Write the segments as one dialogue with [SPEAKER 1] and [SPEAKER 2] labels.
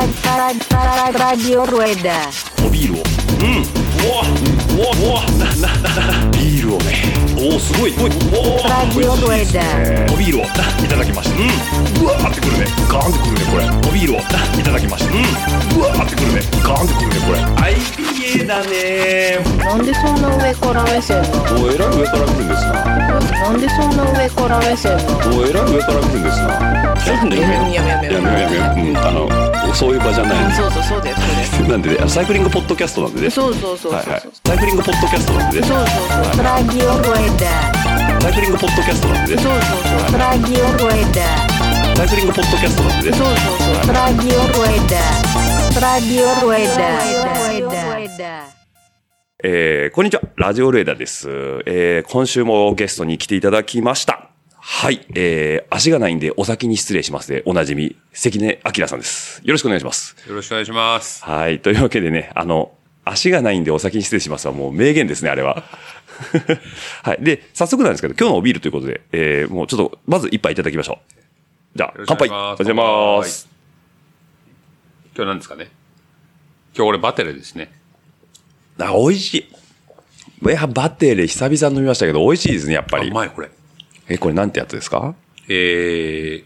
[SPEAKER 1] ラジオルエダ
[SPEAKER 2] おビールを
[SPEAKER 3] うんうわうわうわなななな
[SPEAKER 2] ビールをね
[SPEAKER 3] おおすごいおお
[SPEAKER 1] ラジオルエダ
[SPEAKER 2] おビールをないただきましたうんうわーってくるねガーンってくるねこれおビールをないただきましたうんうわーってくるねガーンってくるねこれ
[SPEAKER 3] IPA だね
[SPEAKER 4] なんでそんな上から目線なの
[SPEAKER 3] おえらい上から来るんですな
[SPEAKER 4] なんでそんな上から目線なの
[SPEAKER 3] おえらい上から来るんですなちょっとね
[SPEAKER 5] やめようやめ
[SPEAKER 3] や
[SPEAKER 5] よう
[SPEAKER 3] めやめやめうんあのそういう場じゃない
[SPEAKER 5] そうそうそうだよそうだよ
[SPEAKER 3] ですなんでねサイクリングポッドキャストなんでね
[SPEAKER 5] そうそうそうそう
[SPEAKER 3] はいはい
[SPEAKER 5] そう
[SPEAKER 3] サイクリングポッドキャストなんでね
[SPEAKER 5] そうそうそう
[SPEAKER 1] ラジオルエダ
[SPEAKER 3] サイクリングポッドキャストなんでね
[SPEAKER 5] そうそうそう
[SPEAKER 1] ラジオルエダ
[SPEAKER 3] サイクリングポッドキャストなんでね
[SPEAKER 5] そうそうそう
[SPEAKER 1] ラジオルエダラジオルエダ
[SPEAKER 3] えー、こんにちは。ラジオルエダです。えー、今週もゲストに来ていただきました。はい。えー、足がないんでお先に失礼しますで、おなじみ、関根明さんです。よろしくお願いします。
[SPEAKER 6] よろしくお願いします。
[SPEAKER 3] はい。というわけでね、あの、足がないんでお先に失礼しますはもう名言ですね、あれは。 はい。で、早速なんですけど、今日のおビールということで、えー、もうちょっと、まず一杯いただきましょう。じゃあ
[SPEAKER 6] よろ、しく
[SPEAKER 3] 乾杯
[SPEAKER 6] お願いします
[SPEAKER 3] おはようございます。
[SPEAKER 6] 今日何ですかね今日俺バテレですね。
[SPEAKER 3] あ、美味しい。いや、バテレ久々飲みましたけど、美味しいですね、やっぱ
[SPEAKER 6] あ、
[SPEAKER 3] り
[SPEAKER 6] う。まいこれ。
[SPEAKER 3] え、これなんてやつですか
[SPEAKER 6] えー、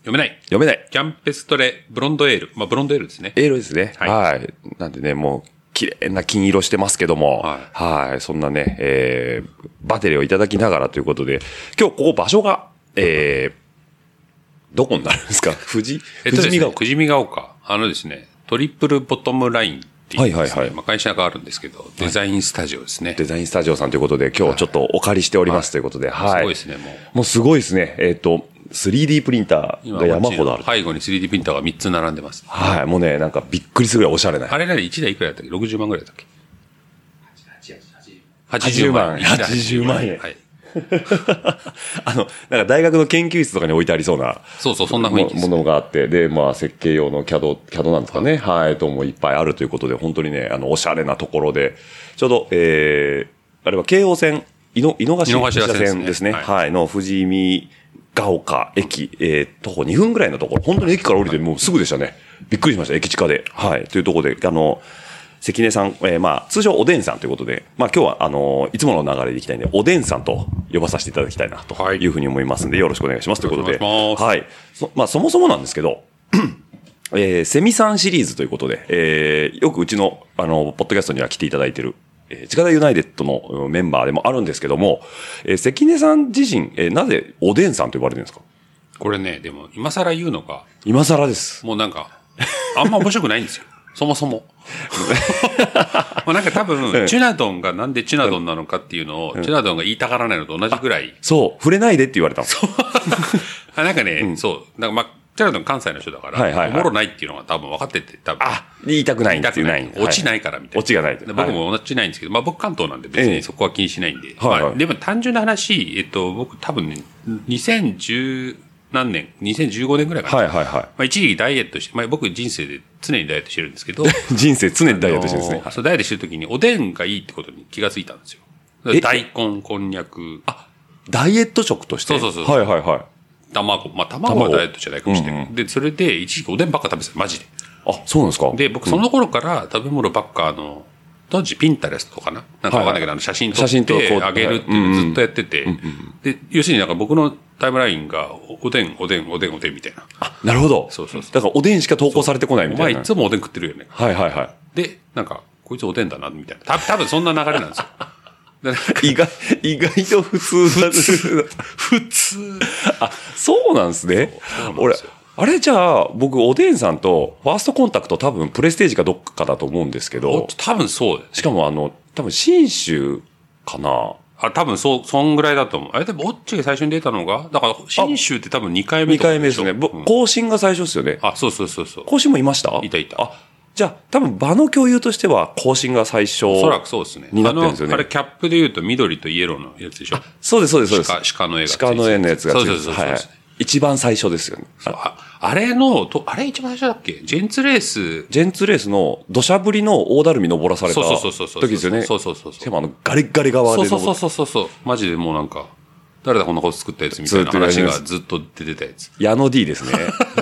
[SPEAKER 6] 読めない。
[SPEAKER 3] 読めない。
[SPEAKER 6] キャンペストレブロンドエール。まあ、ブロンドエールですね。
[SPEAKER 3] エールですね。は。
[SPEAKER 6] はいい
[SPEAKER 3] なんでね、もう、綺麗な金色してますけども、は。
[SPEAKER 6] はい
[SPEAKER 3] そんなね、えー、バテレをいただきながらということで、今日ここ場所が、えー、どこになるんです か富士、
[SPEAKER 6] えっ
[SPEAKER 3] 富士
[SPEAKER 6] とで
[SPEAKER 3] 見
[SPEAKER 6] すね
[SPEAKER 3] ヶ、丘
[SPEAKER 6] くじみが丘。あのですね、トリプルボトムラインっていう、ですね
[SPEAKER 3] はいはいはい
[SPEAKER 6] まあ、会社があるんですけど、デザインスタジオですね。
[SPEAKER 3] デザインスタジオさんということで、今日ちょっとお借りしておりますということで、はい。
[SPEAKER 6] すごいですね、もう。
[SPEAKER 3] もうすごいですね。えっ、と、3D プリンターが山ほどある。
[SPEAKER 6] 背後に 3D プリンターが3つ並んでます。
[SPEAKER 3] はい。もうね、なんかびっくりするぐらいおしゃれな。
[SPEAKER 6] あれなり1台いくらだったっけ ?60 万ぐらいだったっけ
[SPEAKER 3] 80
[SPEAKER 6] 80
[SPEAKER 3] 万
[SPEAKER 6] 万。
[SPEAKER 3] 80万円
[SPEAKER 6] はい。
[SPEAKER 3] あの、なんか大学の研究室とかに置いてありそうな。
[SPEAKER 6] そうそう、そんな雰囲気です
[SPEAKER 3] も。ものがあって、で、まあ、設計用の CAD、CAD なんですかね。はい、ともいっぱいあるということで、本当にね、あの、おしゃれなところで、ちょうど、えー、あれは京王線、井の、井の頭
[SPEAKER 6] 井の頭
[SPEAKER 3] 線
[SPEAKER 6] 線
[SPEAKER 3] で
[SPEAKER 6] ですすね
[SPEAKER 3] ね。はい、
[SPEAKER 6] は
[SPEAKER 3] の、富士見ヶ丘駅、えー、徒歩2分ぐらいのところ、本当に駅から降りてもうすぐでしたね。びっくりしました、駅近で。はい、というところで、あの、関根さん、えー、まあ、通称おでんさんということで、まあ、今日は、あの、いつもの流れでいきたいんで、おでんさんと呼ばさせていただきたいな、と
[SPEAKER 6] はい
[SPEAKER 3] いうふうに思いますんで、よろしくお願いしますということで。
[SPEAKER 6] よろしくお願いします
[SPEAKER 3] はい。そ、まあ、そもそもなんですけど、 えーセミさんシリーズということで、えーよくうちの、あの、ポッドキャストには来ていただいてる、えー、近田ユナイテッドのうんメンバーでもあるんですけども、えー関根さん自身、えーなぜおでんさんと呼ばれてるんですか
[SPEAKER 6] これね、でも、今更言うのか、
[SPEAKER 3] 今更です。
[SPEAKER 6] もうなんか、あんま面白くない んですよ。そもそも。もうなんか多
[SPEAKER 3] うん
[SPEAKER 6] 分、チュナドンがなんでチュナドンなのかっていうのを、チュナドンが言いたがらないのと同じぐらい。
[SPEAKER 3] そう、触れないでって言われたの。
[SPEAKER 6] あなんかね、そう。なんかまあ、チュナドン関西の人だから、
[SPEAKER 3] はいはいはい
[SPEAKER 6] おもろないっていうのが多分分かってて、多分。
[SPEAKER 3] あ、言いたくない
[SPEAKER 6] 言
[SPEAKER 3] ん
[SPEAKER 6] い
[SPEAKER 3] で
[SPEAKER 6] た
[SPEAKER 3] す
[SPEAKER 6] く
[SPEAKER 3] よ。
[SPEAKER 6] ない。落ちないからみたいな。
[SPEAKER 3] 落ちがないと
[SPEAKER 6] で僕も落ちないんですけど、まあ僕関東なんで別
[SPEAKER 3] ええ
[SPEAKER 6] にそこは気にしないんで。
[SPEAKER 3] はいはい
[SPEAKER 6] まあでも単純な話、えっと、僕多分ね、2010何年 ?2015 年ぐらいかな。
[SPEAKER 3] はいはいは
[SPEAKER 6] まあ、一時期ダイエットして、まあ、僕人生で常にダイエットしてるんです けど、
[SPEAKER 3] い。人生常にダイエットしてるんですね。
[SPEAKER 6] あの
[SPEAKER 3] はい
[SPEAKER 6] そうダイエットしてる時におでんがいいってことに気がついたんですよ。
[SPEAKER 3] え
[SPEAKER 6] 大根、こんにゃく、
[SPEAKER 3] ダイエット食として。
[SPEAKER 6] そうそうそう
[SPEAKER 3] はいはいはい。
[SPEAKER 6] 卵。まあ、卵は
[SPEAKER 3] 卵
[SPEAKER 6] ダイエットじゃないかもしれない。で、それで一時期おでんばっか食べてた、マジで。
[SPEAKER 3] あ、そうなんですか
[SPEAKER 6] で、僕その頃から食べ物ばっか、あの、当時ピンタレストかななんかわかんないけど、あの写真撮
[SPEAKER 3] 写真
[SPEAKER 6] っ
[SPEAKER 3] とこう
[SPEAKER 6] てあげるっていうのをずっとやってて、で、要するになんか僕のタイムラインが、おおでん、おでん、おでん、おでんみたいな。
[SPEAKER 3] あ、なるほど。
[SPEAKER 6] そうそうそう
[SPEAKER 3] だからおでんしか投稿されてこないみ
[SPEAKER 6] お
[SPEAKER 3] た
[SPEAKER 6] 前
[SPEAKER 3] い
[SPEAKER 6] い
[SPEAKER 3] な。
[SPEAKER 6] つもおでん食ってるよね。
[SPEAKER 3] はいはいは
[SPEAKER 6] で、なんか、こいつおでんだな、みたいな。た多分そんな流れなんですよ。 でなんか
[SPEAKER 3] い。意外、意外と普通だ。普通。あ、そうなんですね。
[SPEAKER 6] そうなん
[SPEAKER 3] 俺
[SPEAKER 6] ですよ、
[SPEAKER 3] あれじゃあ、僕、おでんさんと、ファーストコンタクト多分、プレステージかどっかだと思うんですけ
[SPEAKER 6] お
[SPEAKER 3] ど、
[SPEAKER 6] 多分そうだよね
[SPEAKER 3] しかもあの、多分、信州かな
[SPEAKER 6] あ、多分そう、そんぐらいだと思う。あれ、でも、オッチが最初に出たのが、だから、信州って多分2回目
[SPEAKER 3] ?2
[SPEAKER 6] とか
[SPEAKER 3] 回目ですね。
[SPEAKER 6] しょ
[SPEAKER 3] ぼ
[SPEAKER 6] うん
[SPEAKER 3] 更新が最初ですよね。
[SPEAKER 6] あ、そうそうそうそう。
[SPEAKER 3] 更新もいました
[SPEAKER 6] いたいた
[SPEAKER 3] あ、じゃあ、多分、場の共有としては、更新が最初。
[SPEAKER 6] おそらくそうですね。
[SPEAKER 3] になってるんですよね
[SPEAKER 6] あの、あれ、キャップで言うと緑とイエローのやつでしょ。
[SPEAKER 3] そうです、そうです、そうです。
[SPEAKER 6] 鹿鹿の絵がついてる
[SPEAKER 3] 鹿の絵のやつがついてる
[SPEAKER 6] そうそうそうそう
[SPEAKER 3] はい一番最初ですよね。
[SPEAKER 6] そうああれの、と、あれ一番最初だっけジェンツレース、
[SPEAKER 3] ジェンツレースの土砂降りの大だるみ登らされた
[SPEAKER 6] そうそうそうそう
[SPEAKER 3] 時ですよね。
[SPEAKER 6] そうそうそうそう
[SPEAKER 3] しかもあの、ガリッガリ側で
[SPEAKER 6] そう
[SPEAKER 3] 登
[SPEAKER 6] そうそう
[SPEAKER 3] そう
[SPEAKER 6] そうそうそう。マジでもうなんか、誰だこんなこと作ったやつみたいな話がずっと出てたやつ。
[SPEAKER 3] 矢野 D ですね。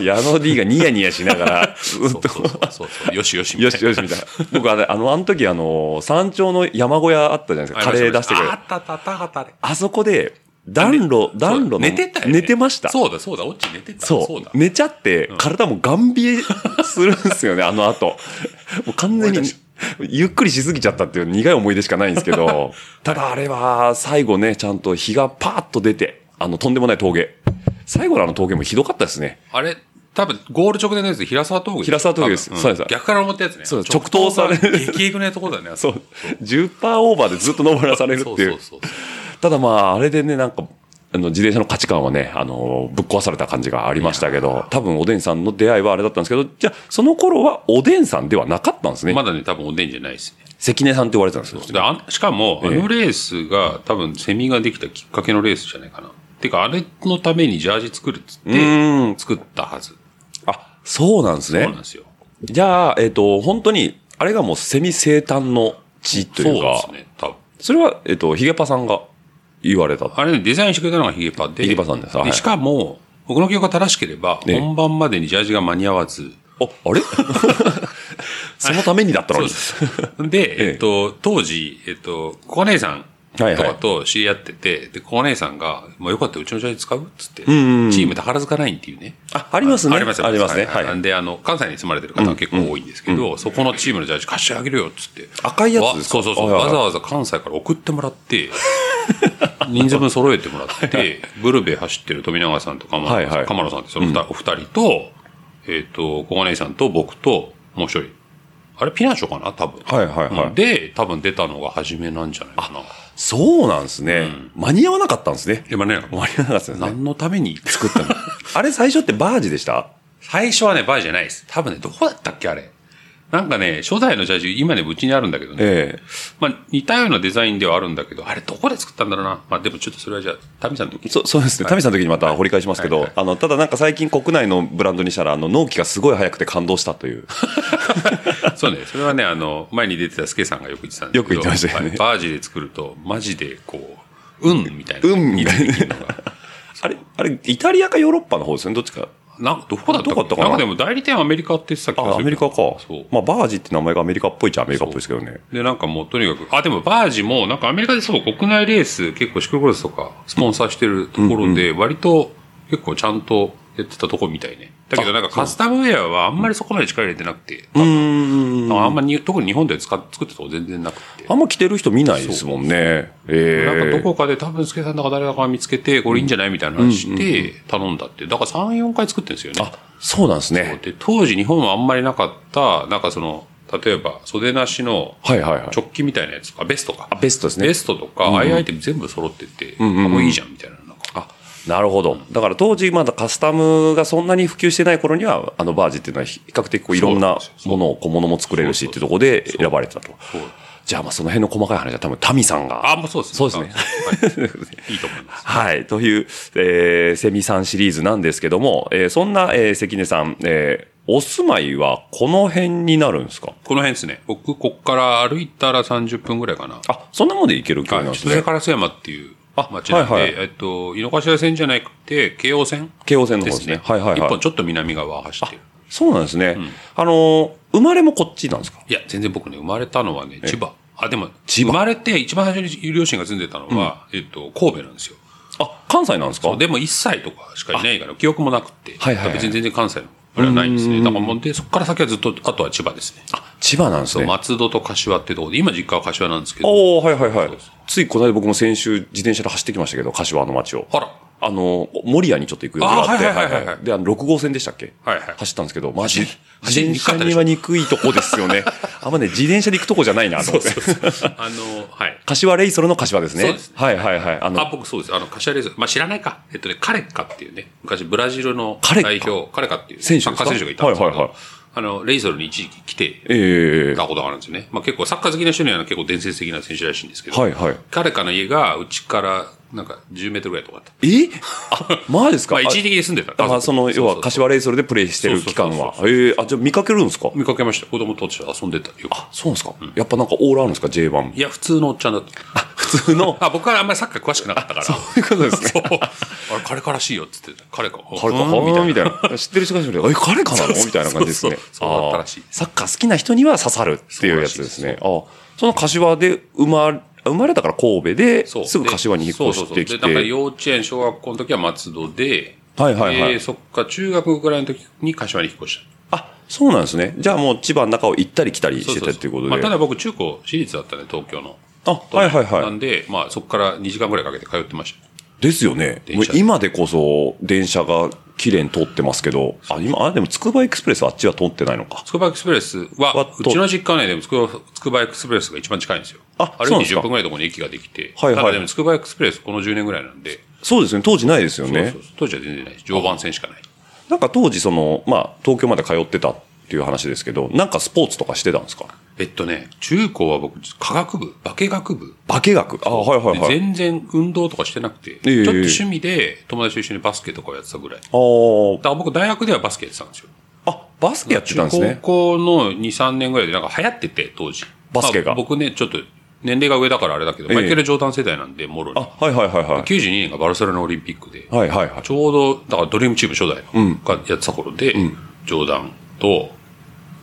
[SPEAKER 3] 矢野 D がニヤニヤしながら、ず
[SPEAKER 6] そ
[SPEAKER 3] っ
[SPEAKER 6] うそう
[SPEAKER 3] と。
[SPEAKER 6] そうそう そう。よしよしみ
[SPEAKER 3] よ
[SPEAKER 6] たい
[SPEAKER 3] し
[SPEAKER 6] な。
[SPEAKER 3] よしみたいな。僕あれ、あの、あの時あの、山頂の山小屋あったじゃないですか。カレー出してくれる
[SPEAKER 6] あ。ったあったあったあったあれ。
[SPEAKER 3] あそこで、暖炉、暖炉の。
[SPEAKER 6] 寝てたよ、ね。
[SPEAKER 3] 寝てました。
[SPEAKER 6] そうだそうだ、オッチ寝てた。
[SPEAKER 3] そう
[SPEAKER 6] だ。
[SPEAKER 3] 寝ちゃって、体もガン冷えするんです よね、あの後。もう完全に
[SPEAKER 6] 俺たち、
[SPEAKER 3] ゆっくりしすぎちゃったっていう苦い思い出しかないんですけ ど、ただあれは、最後ね、ちゃんと日がパーッと出て、あの、とんでもない峠。最後のあの峠もひどかったですね。
[SPEAKER 6] あれ、多分ゴール直前のやつで平沢峠でしょ
[SPEAKER 3] 平沢峠です
[SPEAKER 6] 多分ん
[SPEAKER 3] そうです
[SPEAKER 6] 逆から登ったやつね。
[SPEAKER 3] そうです直投される
[SPEAKER 6] 直投が激エグなとこだよね。
[SPEAKER 3] そう。10%オーバーでずっと登らされるってい。
[SPEAKER 6] そううそうそうそう。
[SPEAKER 3] ただまあ、あれでね、なんか、あの、自転車の価値観はね、あの、ぶっ壊された感じがありましたけど、多分おでんさんの出会いはあれだったんですけど、じゃあ、その頃はおでんさんではなかったんですね。
[SPEAKER 6] まだね、多分おでんじゃないですね。
[SPEAKER 3] 関根さんって言われてたんですよ。
[SPEAKER 6] であんしかも、あ
[SPEAKER 3] ええ
[SPEAKER 6] のレースが、多分セミができたきっかけのレースじゃないかな。てか、あれのためにジャージ作るっつっ
[SPEAKER 3] う
[SPEAKER 6] て、
[SPEAKER 3] ーん。
[SPEAKER 6] 作ったはず。
[SPEAKER 3] あ、そうなんです
[SPEAKER 6] そうな
[SPEAKER 3] ね
[SPEAKER 6] ん。ですよ。
[SPEAKER 3] じゃあ、えっ、と、本当に、あれがもうセミ生誕の地というか、
[SPEAKER 6] そ
[SPEAKER 3] そ
[SPEAKER 6] ですね、多分。
[SPEAKER 3] れは、えっ、と、ヒゲパさんが言われた。
[SPEAKER 6] あれね、デザインしてくれたのがヒゲパで。
[SPEAKER 3] ヒゲパさんですはい
[SPEAKER 6] しかも、僕の記憶が正しければ、
[SPEAKER 3] ええ
[SPEAKER 6] 本番までにジャージが間に合わず、
[SPEAKER 3] あ、あれ そのためにだったのに。
[SPEAKER 6] そうです。で、えっと、当時、えっと、コカ姉さんと
[SPEAKER 3] はいはい
[SPEAKER 6] かと知り合ってて、で、コカ姉さんが、まあよかったらうちのジャージ使うっつって、チ
[SPEAKER 3] んうんうん
[SPEAKER 6] ーム宝塚ナインっていうね。
[SPEAKER 3] あ、ありますね。
[SPEAKER 6] ありますよ
[SPEAKER 3] ありますね。は。
[SPEAKER 6] はいい。で、あの、関西に住まれてる方が結構多いんですけど、そこのチームのジャージ貸してあげるよっつって。
[SPEAKER 3] 赤いやつですか
[SPEAKER 6] わそうそうそう。
[SPEAKER 3] はいはい
[SPEAKER 6] わざわざ関西から送ってもらって、人数分揃えてもらって、ブルベ走ってる富永さんとか、
[SPEAKER 3] はいはい
[SPEAKER 6] 鎌野さんってその二人お二人と、えっと、小金井さんと僕と、もう一人。あれ、ピナッショかな多分。
[SPEAKER 3] はいはいはい
[SPEAKER 6] うんで、多分出たのが初めなんじゃないかな。
[SPEAKER 3] そうなんですね、間に合わなかったんですね。
[SPEAKER 6] でもね、
[SPEAKER 3] 間に合わなかったですね。
[SPEAKER 6] 何のために
[SPEAKER 3] 作 ったの。あれ最初ってバージでした
[SPEAKER 6] 最初はね、バイじゃないです。多分ね、どこだったっけあれ。なんかね、初代のジャージ、今ね、うちにあるんだけどね。
[SPEAKER 3] え
[SPEAKER 6] まあ、似たようなデザインではあるんだけど、あれどこで作ったんだろうな。まあ、でもちょっとそれはじゃあ、タミさんの時
[SPEAKER 3] そそうですね、
[SPEAKER 6] はい
[SPEAKER 3] タミさんの時にまた掘り返しますけど、
[SPEAKER 6] はいはい
[SPEAKER 3] あのただなんか最近、国内のブランドにしたら、あの納期がすごい早くて感動したという、
[SPEAKER 6] そうね、それはね、あの、前に出てたスケさんがよく言ってたんですけど。
[SPEAKER 3] よく言ってましたよね
[SPEAKER 6] はいバージで作ると、マジでこう、運みたいな。
[SPEAKER 3] 運みたいな
[SPEAKER 6] できるのが。
[SPEAKER 3] あれ、あれ、イタリアかヨーロッパの方ですよね、どっちか、
[SPEAKER 6] なんかどこだった
[SPEAKER 3] どこだったかな
[SPEAKER 6] なんかでも代理店はアメリカって言ってた気がするけ
[SPEAKER 3] あ
[SPEAKER 6] ど
[SPEAKER 3] アメリカか、
[SPEAKER 6] そう。
[SPEAKER 3] まあ、バージって名前がアメリカっぽいっちゃアメリカっぽいですけどね、
[SPEAKER 6] で、なんかもうとにかく、あ、でもバージも、なんかアメリカでそう、国内レース、結構シクロクロスとか、スポンサーしてるところで、割と結構ちゃんとやってたとこみたいね。だけどなんかカスタムウェアはあんまりそこまで力入れてなくて、
[SPEAKER 3] うーん、
[SPEAKER 6] あんまり、特に日本で使っ作ってたとこ全然なくて
[SPEAKER 3] あ。んま着てる人見ないですもんね、え
[SPEAKER 6] なんかど
[SPEAKER 3] ー、
[SPEAKER 6] こかで多分、スケさんだか誰だかが見つけて、これいいんじゃないみたいな話して、頼んだって。だから3、4回作ってるんですよね。
[SPEAKER 3] そうなんですね、
[SPEAKER 6] で、当時日本はあんまりなかった、なんかその、例えば、袖なしの、
[SPEAKER 3] はいはいはい、
[SPEAKER 6] 直帰みたいなやつか、ベストか。
[SPEAKER 3] あベストですね
[SPEAKER 6] ベストとか、アイアイテム全部揃ってて、あ
[SPEAKER 3] んうんうん
[SPEAKER 6] もういいじゃんみたいな。なんか
[SPEAKER 3] あなるほど、だから当時、まだカスタムがそんなに普及してない頃には、あのバージっていうのは比較的こういろんなものを、小物も作れるしっていうところで選ばれてたと。じゃあ、まあその辺の細かい話は多分、タミさんが。
[SPEAKER 6] あ、もうそうですね。
[SPEAKER 3] そうですね。
[SPEAKER 6] はい。いいと思います。
[SPEAKER 3] はい。という、えー、セミさんシリーズなんですけども、えーそんな、えー関根さん、えーお住まいはこの辺になるんですか
[SPEAKER 6] この辺ですね。僕、こっから歩いたら30分ぐらいかな。
[SPEAKER 3] あ、そんなもんで行ける距離
[SPEAKER 6] は
[SPEAKER 3] なん
[SPEAKER 6] い。
[SPEAKER 3] です
[SPEAKER 6] 千歳
[SPEAKER 3] ね。
[SPEAKER 6] 烏山っていう町なんで、
[SPEAKER 3] はいはい
[SPEAKER 6] えっと、井の頭線じゃなくて、京王線
[SPEAKER 3] 京王線の方
[SPEAKER 6] で
[SPEAKER 3] ですすね。
[SPEAKER 6] ね。
[SPEAKER 3] はいはい
[SPEAKER 6] 一
[SPEAKER 3] は
[SPEAKER 6] 本
[SPEAKER 3] い。
[SPEAKER 6] ちょっと南側を走ってる。
[SPEAKER 3] そうなんですね。あのー生まれもこっちなんですか
[SPEAKER 6] いや、全然僕ね、生まれたのはね、千葉。あ、でも、
[SPEAKER 3] 千
[SPEAKER 6] 生
[SPEAKER 3] 葉
[SPEAKER 6] まれて一番最初に両親が住んでたのは、えっと、神戸なんですよ。
[SPEAKER 3] あ、関西なんですか
[SPEAKER 6] そうでも1歳とかしかいないから、記憶もなくて、
[SPEAKER 3] はいはいはい
[SPEAKER 6] 別に全然関西のあれはないんですね。だからもうで、そこから先はずっと、あとは千葉ですね。
[SPEAKER 3] 千葉なんです
[SPEAKER 6] そう
[SPEAKER 3] ね。
[SPEAKER 6] 松戸と柏ってところで、今実家は柏なんですけど、
[SPEAKER 3] おおはいはいはい
[SPEAKER 6] そうそう
[SPEAKER 3] ついこの間僕も先週自転車で走ってきましたけど、柏の街を。
[SPEAKER 6] あら、
[SPEAKER 3] あの、守谷にちょっと行く用事があって、
[SPEAKER 6] あはいはいはいはい
[SPEAKER 3] はいはいで、あの、6号線でしたっけ
[SPEAKER 6] はいはい
[SPEAKER 3] 走ったんですけど、まあ、じ自
[SPEAKER 6] 走り
[SPEAKER 3] 転
[SPEAKER 6] にくか
[SPEAKER 3] 車
[SPEAKER 6] ったで
[SPEAKER 3] に
[SPEAKER 6] しょ
[SPEAKER 3] は憎いとこですよ ね。あんまね、自転車で行くとこじゃないなと思って。
[SPEAKER 6] あの、はい。
[SPEAKER 3] 柏レイソルの柏ですね。
[SPEAKER 6] そうです
[SPEAKER 3] はいはいはい。あの、
[SPEAKER 6] あ、僕そうです。あの、柏レース、まあ、知らないか。えっとね、カレッカっていうね、昔ブラジルの
[SPEAKER 3] カレッカ
[SPEAKER 6] 代表、カレッカっていう
[SPEAKER 3] 選手
[SPEAKER 6] サ
[SPEAKER 3] で
[SPEAKER 6] ッ
[SPEAKER 3] すか
[SPEAKER 6] カー選手がいたんですけど、
[SPEAKER 3] はいはいはい
[SPEAKER 6] あの、レイソルに一時期来て、
[SPEAKER 3] ええ
[SPEAKER 6] たことがあるんですよね。まあ、結構サッカー好きな人には結構伝説的な選手らしいんですけど、
[SPEAKER 3] はいはい
[SPEAKER 6] カレッカの家がうちからなんか10メートルぐらいとかあった。
[SPEAKER 3] えあ、マジですか
[SPEAKER 6] まあ、一
[SPEAKER 3] 的
[SPEAKER 6] 時的に住んでた。
[SPEAKER 3] だからその、要は、
[SPEAKER 6] し
[SPEAKER 3] 柏レイソルでプレイしてる期間は。
[SPEAKER 6] そうそうそう
[SPEAKER 3] ええあ、じゃあ見かけるんですか
[SPEAKER 6] 見かけました。子供として遊んでたよ。
[SPEAKER 3] あ、そうなんですか、やっぱなんかオーラあるんですか ?J1。
[SPEAKER 6] いや、普通のおっちゃんだった。
[SPEAKER 3] 普通の、
[SPEAKER 6] あ、僕はあんまりサッカー詳しくなかったから。そう
[SPEAKER 3] いうことですね
[SPEAKER 6] そう。あれ、彼からしいよって言ってた。彼か。
[SPEAKER 3] 彼か
[SPEAKER 6] うん
[SPEAKER 3] みたい な。知ってる人からすると、え、彼かなの
[SPEAKER 6] そうそうそう
[SPEAKER 3] みたいな感じですね。
[SPEAKER 6] そうだったらしい
[SPEAKER 3] あーサッカー好きな人には刺さるっていうやつですね。あーその柏で生ま、生まれたから神戸で、
[SPEAKER 6] そう。
[SPEAKER 3] すぐ柏に引っ越して
[SPEAKER 6] でそうそうそう
[SPEAKER 3] き
[SPEAKER 6] で、なんか
[SPEAKER 3] て。
[SPEAKER 6] 幼稚園、小学校の時は松戸で、
[SPEAKER 3] はいはいはい
[SPEAKER 6] でそっか、中学ぐらいの時に柏に引っ越した。
[SPEAKER 3] あ、そうなんですね。じゃあもう千葉の中を行ったり来たりしてたっていうこと
[SPEAKER 6] まあ、
[SPEAKER 3] で。
[SPEAKER 6] た
[SPEAKER 3] あ、
[SPEAKER 6] だ僕、中高、私立だったね、東京の。
[SPEAKER 3] はいはい
[SPEAKER 6] な
[SPEAKER 3] は
[SPEAKER 6] んで、まあ、そこから2時間ぐらいかけて通ってました。
[SPEAKER 3] い。ですよね。も
[SPEAKER 6] 電
[SPEAKER 3] う
[SPEAKER 6] 車
[SPEAKER 3] 今でこそ電車が綺麗に通ってますけど、あ、今、あ、でもつくばエクスプレスはあっちは通ってないのか。
[SPEAKER 6] つくばエクスプレス
[SPEAKER 3] わ
[SPEAKER 6] は
[SPEAKER 3] と、
[SPEAKER 6] うちの実家はね、でもつくばつくばエクスプレスが一番近いんですよ。
[SPEAKER 3] あ
[SPEAKER 6] 歩
[SPEAKER 3] そうなんで
[SPEAKER 6] いて
[SPEAKER 3] すか
[SPEAKER 6] 10分ぐらいのところに駅ができて。
[SPEAKER 3] はいはい
[SPEAKER 6] ただでもつくばエクスプレスこの10年ぐらいなんで、
[SPEAKER 3] そうですね。当時ないですよね。
[SPEAKER 6] そうそうそう当時は全然ないです。常磐線しかない。
[SPEAKER 3] なんか当時その、まあ、東京まで通ってたっていう話ですけど、なんかスポーツとかしてたんですか
[SPEAKER 6] えっとね、中高は僕、科学部、化学部。
[SPEAKER 3] 化学あ、はいはいは
[SPEAKER 6] で
[SPEAKER 3] い。
[SPEAKER 6] 全然運動とかしてなくて、
[SPEAKER 3] ええ
[SPEAKER 6] ちょっと趣味で友達と一緒にバスケとかをやってたぐらい。だか
[SPEAKER 3] あー
[SPEAKER 6] ら僕大学ではバスケやってたんですよ。
[SPEAKER 3] あ、バスケやってたんですね。
[SPEAKER 6] 高校の2、3年ぐらいでなんか流行ってて、当時。
[SPEAKER 3] バスケが
[SPEAKER 6] まあ僕ね、ちょっと年齢が上だからあれだけど、
[SPEAKER 3] ええ
[SPEAKER 6] マイケル・ジョーダン世代なんで、もろに。
[SPEAKER 3] あ、はいはいはいはい。
[SPEAKER 6] 92年がバルセロナオリンピックで、
[SPEAKER 3] はいはいはい
[SPEAKER 6] ち。ょうど、だからドリームチーム初代
[SPEAKER 3] ん
[SPEAKER 6] のがやってた頃で、ジョーダンと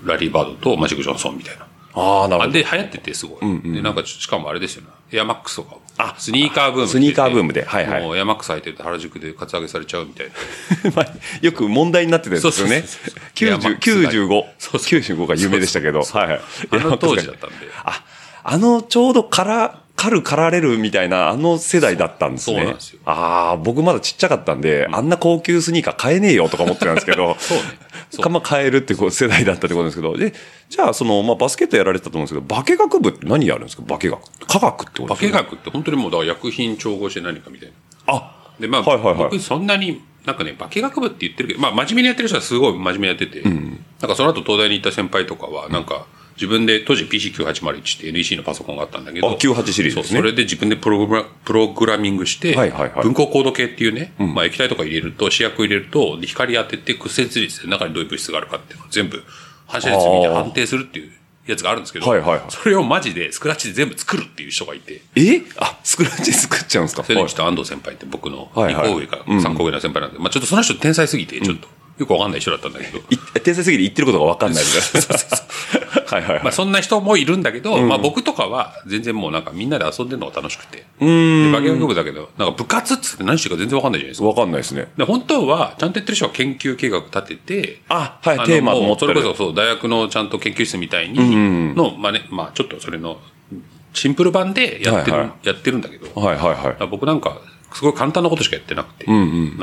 [SPEAKER 6] ラリー・バードとマジック・ジョンソンみたいな。
[SPEAKER 3] ああ、なる
[SPEAKER 6] あ
[SPEAKER 3] ほど。
[SPEAKER 6] で、流行ってて、すごい。で、なんか、しかもあれですよね。エアマックスとか。
[SPEAKER 3] あ
[SPEAKER 6] スニーカーブームって言って。
[SPEAKER 3] スニーカーブームではいはい
[SPEAKER 6] もうエアマックス履いてると原宿でカツアゲされちゃうみたいな。
[SPEAKER 3] まあよく問題になってたんですよね
[SPEAKER 6] そうそうそう。いやまあ
[SPEAKER 3] 90 95。
[SPEAKER 6] そうそう
[SPEAKER 3] 95が有名でしたけど。はいはい。
[SPEAKER 6] あの当時だったんで。
[SPEAKER 3] あ、あの、ちょうどから、狩る狩られるみたいな、あの世代だったんですね。
[SPEAKER 6] そうそうなんですよ
[SPEAKER 3] ああ、僕まだちっちゃかったんで、あんな高級スニーカー買えねえよとか思ってたんですけど、
[SPEAKER 6] そうねそう
[SPEAKER 3] かまあ買えるってこう世代だったってことですけど、で、じゃあ、その、まあ、バスケットやられてたと思うんですけど、化学部って何やるんですか化学。科学ってこと
[SPEAKER 6] 化
[SPEAKER 3] ですよね
[SPEAKER 6] 学って本当にもう、だから薬品調合して何かみたいな。
[SPEAKER 3] あ、
[SPEAKER 6] で、まあ、
[SPEAKER 3] はいはいはい
[SPEAKER 6] 僕そんなに、なんかね、化学部って言ってるけど、まあ、真面目にやってる人はすごい真面目にやってて、なんかその後東大に行った先輩とかは、なんか、自分で、当時 PC9801 って NEC のパソコンがあったんだけど、
[SPEAKER 3] あ98シリーズですね
[SPEAKER 6] そうそれで自分でプログラプログラミングして、
[SPEAKER 3] はいはいはい
[SPEAKER 6] 文庫コード系っていうね、まあ液体とか入れると、試薬入れると、で光当てて屈折率で中にどういう物質があるかっていうのを全部、反射率見て
[SPEAKER 3] あー
[SPEAKER 6] 判定するっていうやつがあるんですけど、
[SPEAKER 3] はいはいはい
[SPEAKER 6] それをマジでスクラッチで全部作るっていう人がいて、
[SPEAKER 3] えあ、スクラッチ作っちゃうんですか
[SPEAKER 6] それ
[SPEAKER 3] は
[SPEAKER 6] で
[SPEAKER 3] い
[SPEAKER 6] ちょっと安藤先輩って僕の
[SPEAKER 3] はい
[SPEAKER 6] 2
[SPEAKER 3] はい
[SPEAKER 6] 個上か3個上の先輩なんで、まあちょっとその人天才すぎて、ちょっとよくわかんない人だったんだけど、
[SPEAKER 3] い天才すぎて言ってることが分かんないみ た いな。はいはいはい。
[SPEAKER 6] まあそんな人もいるんだけど、まあ僕とかは全然もうなんかみんなで遊んでるのが楽しくて。で、バケ学部だけど、なんか部活っつって何してるか全然わかんないじゃないですか。
[SPEAKER 3] 分かんないですね。
[SPEAKER 6] で、本当は、ちゃんとやってる人は研究計画立てて、
[SPEAKER 3] あはい
[SPEAKER 6] の
[SPEAKER 3] テーマを持
[SPEAKER 6] も
[SPEAKER 3] っ
[SPEAKER 6] う
[SPEAKER 3] て
[SPEAKER 6] そ
[SPEAKER 3] る
[SPEAKER 6] れこそ、そう、大学のちゃんと研究室みたいに、の、まあね、まあちょっとそれの、シンプル版でやってる、
[SPEAKER 3] はいは
[SPEAKER 6] やってるんだけど、
[SPEAKER 3] はいはいはい
[SPEAKER 6] だか。ら僕なんか、すごい簡単なことしかやってなくて、な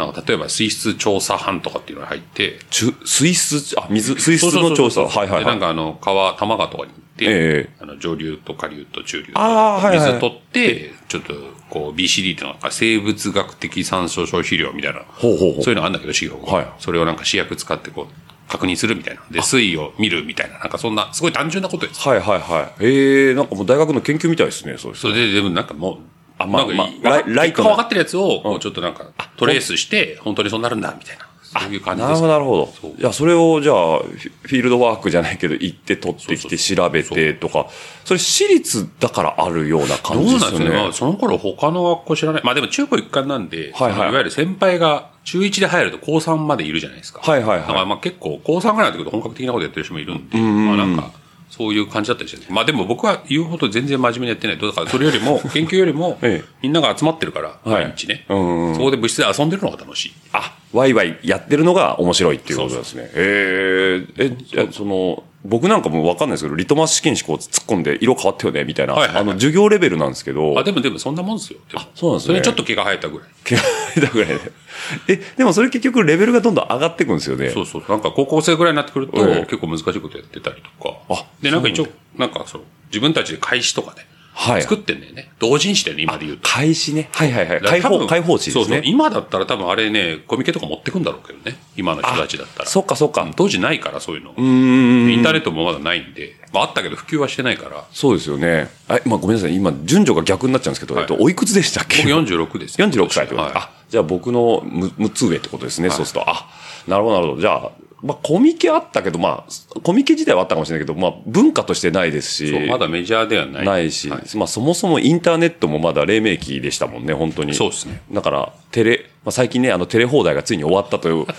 [SPEAKER 6] んか例えば水質調査班とかっていうのが入って、
[SPEAKER 3] ちゅ水質、あ、水、水質の調査。
[SPEAKER 6] そうそうそうそう
[SPEAKER 3] はいはい
[SPEAKER 6] で
[SPEAKER 3] は
[SPEAKER 6] ないん。かあの、川、多摩川とかに行って、
[SPEAKER 3] ええ
[SPEAKER 6] あの上流と下流と中流と
[SPEAKER 3] あーはいはい
[SPEAKER 6] 水取って、ちょっと、こう、BCD っていうのが生物学的酸素消費量みたいな、
[SPEAKER 3] ほうほうほう
[SPEAKER 6] そういうのがあるんだけど、資料が、
[SPEAKER 3] はい
[SPEAKER 6] それをなんか試薬使って、こう、確認するみたいな。で、水位を見るみたいな、なんかそんな、すごい単純なことです。
[SPEAKER 3] はいはいはい。ええなんかもう大学の研究みたいですね、そうです。
[SPEAKER 6] それで、でもなんかもう、
[SPEAKER 3] あまあ
[SPEAKER 6] なんかいい
[SPEAKER 3] まあ
[SPEAKER 6] わか
[SPEAKER 3] ライライトな
[SPEAKER 6] 結果分かってるやつを、こう、ちょっとなんか、トレースして、本当にそうなるんだ、みたいな。そういう感じ
[SPEAKER 3] な
[SPEAKER 6] で
[SPEAKER 3] る
[SPEAKER 6] す
[SPEAKER 3] ほど、。なるほ
[SPEAKER 6] そう
[SPEAKER 3] ど。いや、それをじゃあ、フィフィールドワークじゃないけど、行って取ってき
[SPEAKER 6] そうそう
[SPEAKER 3] て調べてとか、それ私立だからあるような
[SPEAKER 6] ど
[SPEAKER 3] 感
[SPEAKER 6] う
[SPEAKER 3] じ
[SPEAKER 6] な
[SPEAKER 3] で
[SPEAKER 6] んです
[SPEAKER 3] すよ
[SPEAKER 6] かね。まあ、
[SPEAKER 3] ね。
[SPEAKER 6] その頃他の学校知らない。まあでも中高一貫なんで、
[SPEAKER 3] はいはい
[SPEAKER 6] そのいわゆる先輩が中1で入ると高3までいるじゃないですか。
[SPEAKER 3] はいはいはい
[SPEAKER 6] だからまあ結構高3ぐらいの時と本格的なことやってる人もいるんで、まあなんか、そういう感じだったりして。まあでも僕は言うほど全然真面目にやってない。だからそれよりも、研究よりも
[SPEAKER 3] ええ、
[SPEAKER 6] みんなが集まってるから、
[SPEAKER 3] はい
[SPEAKER 6] 毎日ね。
[SPEAKER 3] うんうんうん
[SPEAKER 6] そこで部室で遊んでるのが楽しい。
[SPEAKER 3] あ、ワイワイやってるのが面白いっていうことですね。えええ、じゃあその、僕なんかもうわかんないですけど、リトマス試験紙こう突っ込んで色変わったよね、みたいな。
[SPEAKER 6] はいはいはい
[SPEAKER 3] あの、授業レベルなんですけど。
[SPEAKER 6] あ、でもでもそんなもんですよ。も
[SPEAKER 3] そうなんですね
[SPEAKER 6] それちょっと毛が生えたぐらい。
[SPEAKER 3] 嫌いだぐらいで。 え、でもそれ結局レベルがどんどん上がっていくんですよね。
[SPEAKER 6] そうそう。なんか高校生ぐらいになってくると、
[SPEAKER 3] ええ
[SPEAKER 6] 結構難しいことやってたりとか。
[SPEAKER 3] あ
[SPEAKER 6] で、なんか一応、なんかそう、自分たちで開始とかね。
[SPEAKER 3] はい
[SPEAKER 6] 作ってんだよね。同人誌だよね、今で言うと。
[SPEAKER 3] 開始ね。はいはいはい。
[SPEAKER 6] だから
[SPEAKER 3] 開
[SPEAKER 6] 多
[SPEAKER 3] 放、
[SPEAKER 6] 分
[SPEAKER 3] 開放誌ですね。
[SPEAKER 6] そうそう。今だったら多分あれね、コミケとか持ってくんだろうけどね。今の人たちだったら。
[SPEAKER 3] そっかそっか。
[SPEAKER 6] 当時ないから、そういうの。
[SPEAKER 3] ん
[SPEAKER 6] インターネットもまだないんで。まああったけど、普及はしてないから。
[SPEAKER 3] そうですよね。え、まあごめんなさい。今、順序が逆になっちゃうんですけど、
[SPEAKER 6] は
[SPEAKER 3] え
[SPEAKER 6] い
[SPEAKER 3] っと、おいくつでしたっけ
[SPEAKER 6] 僕46ですよ。
[SPEAKER 3] 46歳ってこと
[SPEAKER 6] は
[SPEAKER 3] で
[SPEAKER 6] い
[SPEAKER 3] す。あ、じゃあ僕のむ6つ上ってことですね。
[SPEAKER 6] はい
[SPEAKER 3] そうすると、あ、なるほどなるほど。じゃあ、まあコミケあったけど、まあ、コミケ自体はあったかもしれないけど、まあ文化としてないですし。
[SPEAKER 6] そうまだメジャーではない。
[SPEAKER 3] ないし、
[SPEAKER 6] はい
[SPEAKER 3] まあそもそもインターネットもまだ黎明期でしたもんね、本当に。
[SPEAKER 6] そうですね。
[SPEAKER 3] だから、テレ、まあ、最近ね、あの、テレ放題がついに終わったという。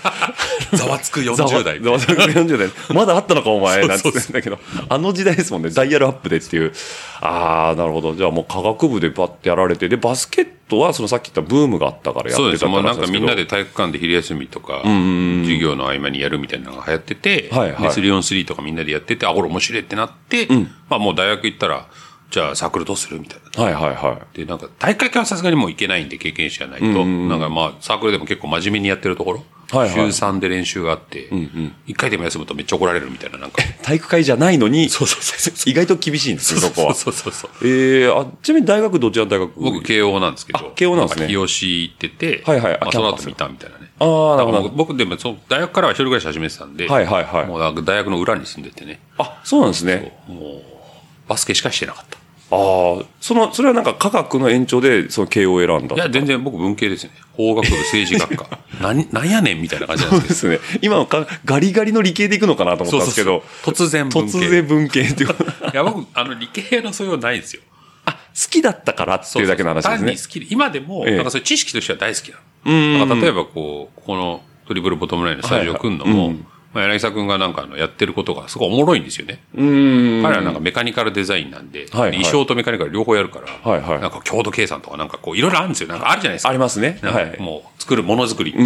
[SPEAKER 6] ざわつく40代。
[SPEAKER 3] ざわざわ40代。まだあったのか、お前。なんて言ってんだけど。あの時代ですもんね。ダイヤルアップでっていう。ああ、なるほど。じゃあもう科学部でバッてやられて。で、バスケットは、そのさっき言ったブームがあったからやってた
[SPEAKER 6] そうです。
[SPEAKER 3] って
[SPEAKER 6] もうな
[SPEAKER 3] 話
[SPEAKER 6] んかみんな
[SPEAKER 3] で
[SPEAKER 6] で体育館で昼休みとか、授業の合間にやるみたいなのが流行ってて、
[SPEAKER 3] はいはい
[SPEAKER 6] で 3on3 とかみんなでやってて、あ、これ面白いってなって、まあもう大学行ったら、じゃあサークルどうするみたいな。
[SPEAKER 3] すけど。はいはいはい。
[SPEAKER 6] で、なんか、大会系はさすがにもういけないんで、経験者がないと、なんかまあ、サークルでも結構真面目にやってるところ、
[SPEAKER 3] はいはい
[SPEAKER 6] 週3で練習があって、一1回でも休むとめっちゃ怒られるみたいな、なんか、
[SPEAKER 3] 体育会じゃないのに、意外と厳しいんですよ、 そこは。
[SPEAKER 6] そうそうそう。
[SPEAKER 3] ええあ、ちなみに大学どちらの大学
[SPEAKER 6] 僕、慶応なんですけど
[SPEAKER 3] あ。慶応なんですね
[SPEAKER 6] か日吉行ってて、
[SPEAKER 3] はいはいあ
[SPEAKER 6] まあ、その
[SPEAKER 3] キ
[SPEAKER 6] 後
[SPEAKER 3] ャン
[SPEAKER 6] 見たみたいなね。
[SPEAKER 3] あーなるほど
[SPEAKER 6] だからもう僕、でも、その大学からは一人暮らし始めてたんで、
[SPEAKER 3] はいはいはい
[SPEAKER 6] もうなんか大学の裏に住んでてね、
[SPEAKER 3] あ、そうなんですね。
[SPEAKER 6] もう、バスケしかしてなかった。
[SPEAKER 3] ああ、その、それはなんか科学の延長で、その慶応を選んだ。
[SPEAKER 6] いや、全然僕、文系ですね。法学部、政治学 科。なん、なんやねんみたいな感じなんですけど。
[SPEAKER 3] ですね。今のかガリガリの理系でいくのかなと思ったんですけど、
[SPEAKER 6] そうそうそう突然文系
[SPEAKER 3] 突然文系っていう。
[SPEAKER 6] いや、僕、あの、理系の素養ないんですよ。
[SPEAKER 3] あ、好きだったからっていうだけの話ですね。
[SPEAKER 6] 単に好きで、今でも、
[SPEAKER 3] ええ
[SPEAKER 6] なんかそういう知識としては大好きなの。なんか例えばこう、ここのトリブルボトムラインのスタジオ組んのも、まあ、柳沢君がなんかあのやってることがすごいおもろいんですよね。彼はなんかメカニカルデザインなんで、
[SPEAKER 3] はいはい
[SPEAKER 6] 衣装とメカニカル両方やるから、
[SPEAKER 3] はいはい
[SPEAKER 6] なんか強度計算とかなんかこういろいろあるんですよ。なんかあるじゃないですか。
[SPEAKER 3] ありますね。
[SPEAKER 6] なんか
[SPEAKER 3] はい。
[SPEAKER 6] もう作るものづくりって、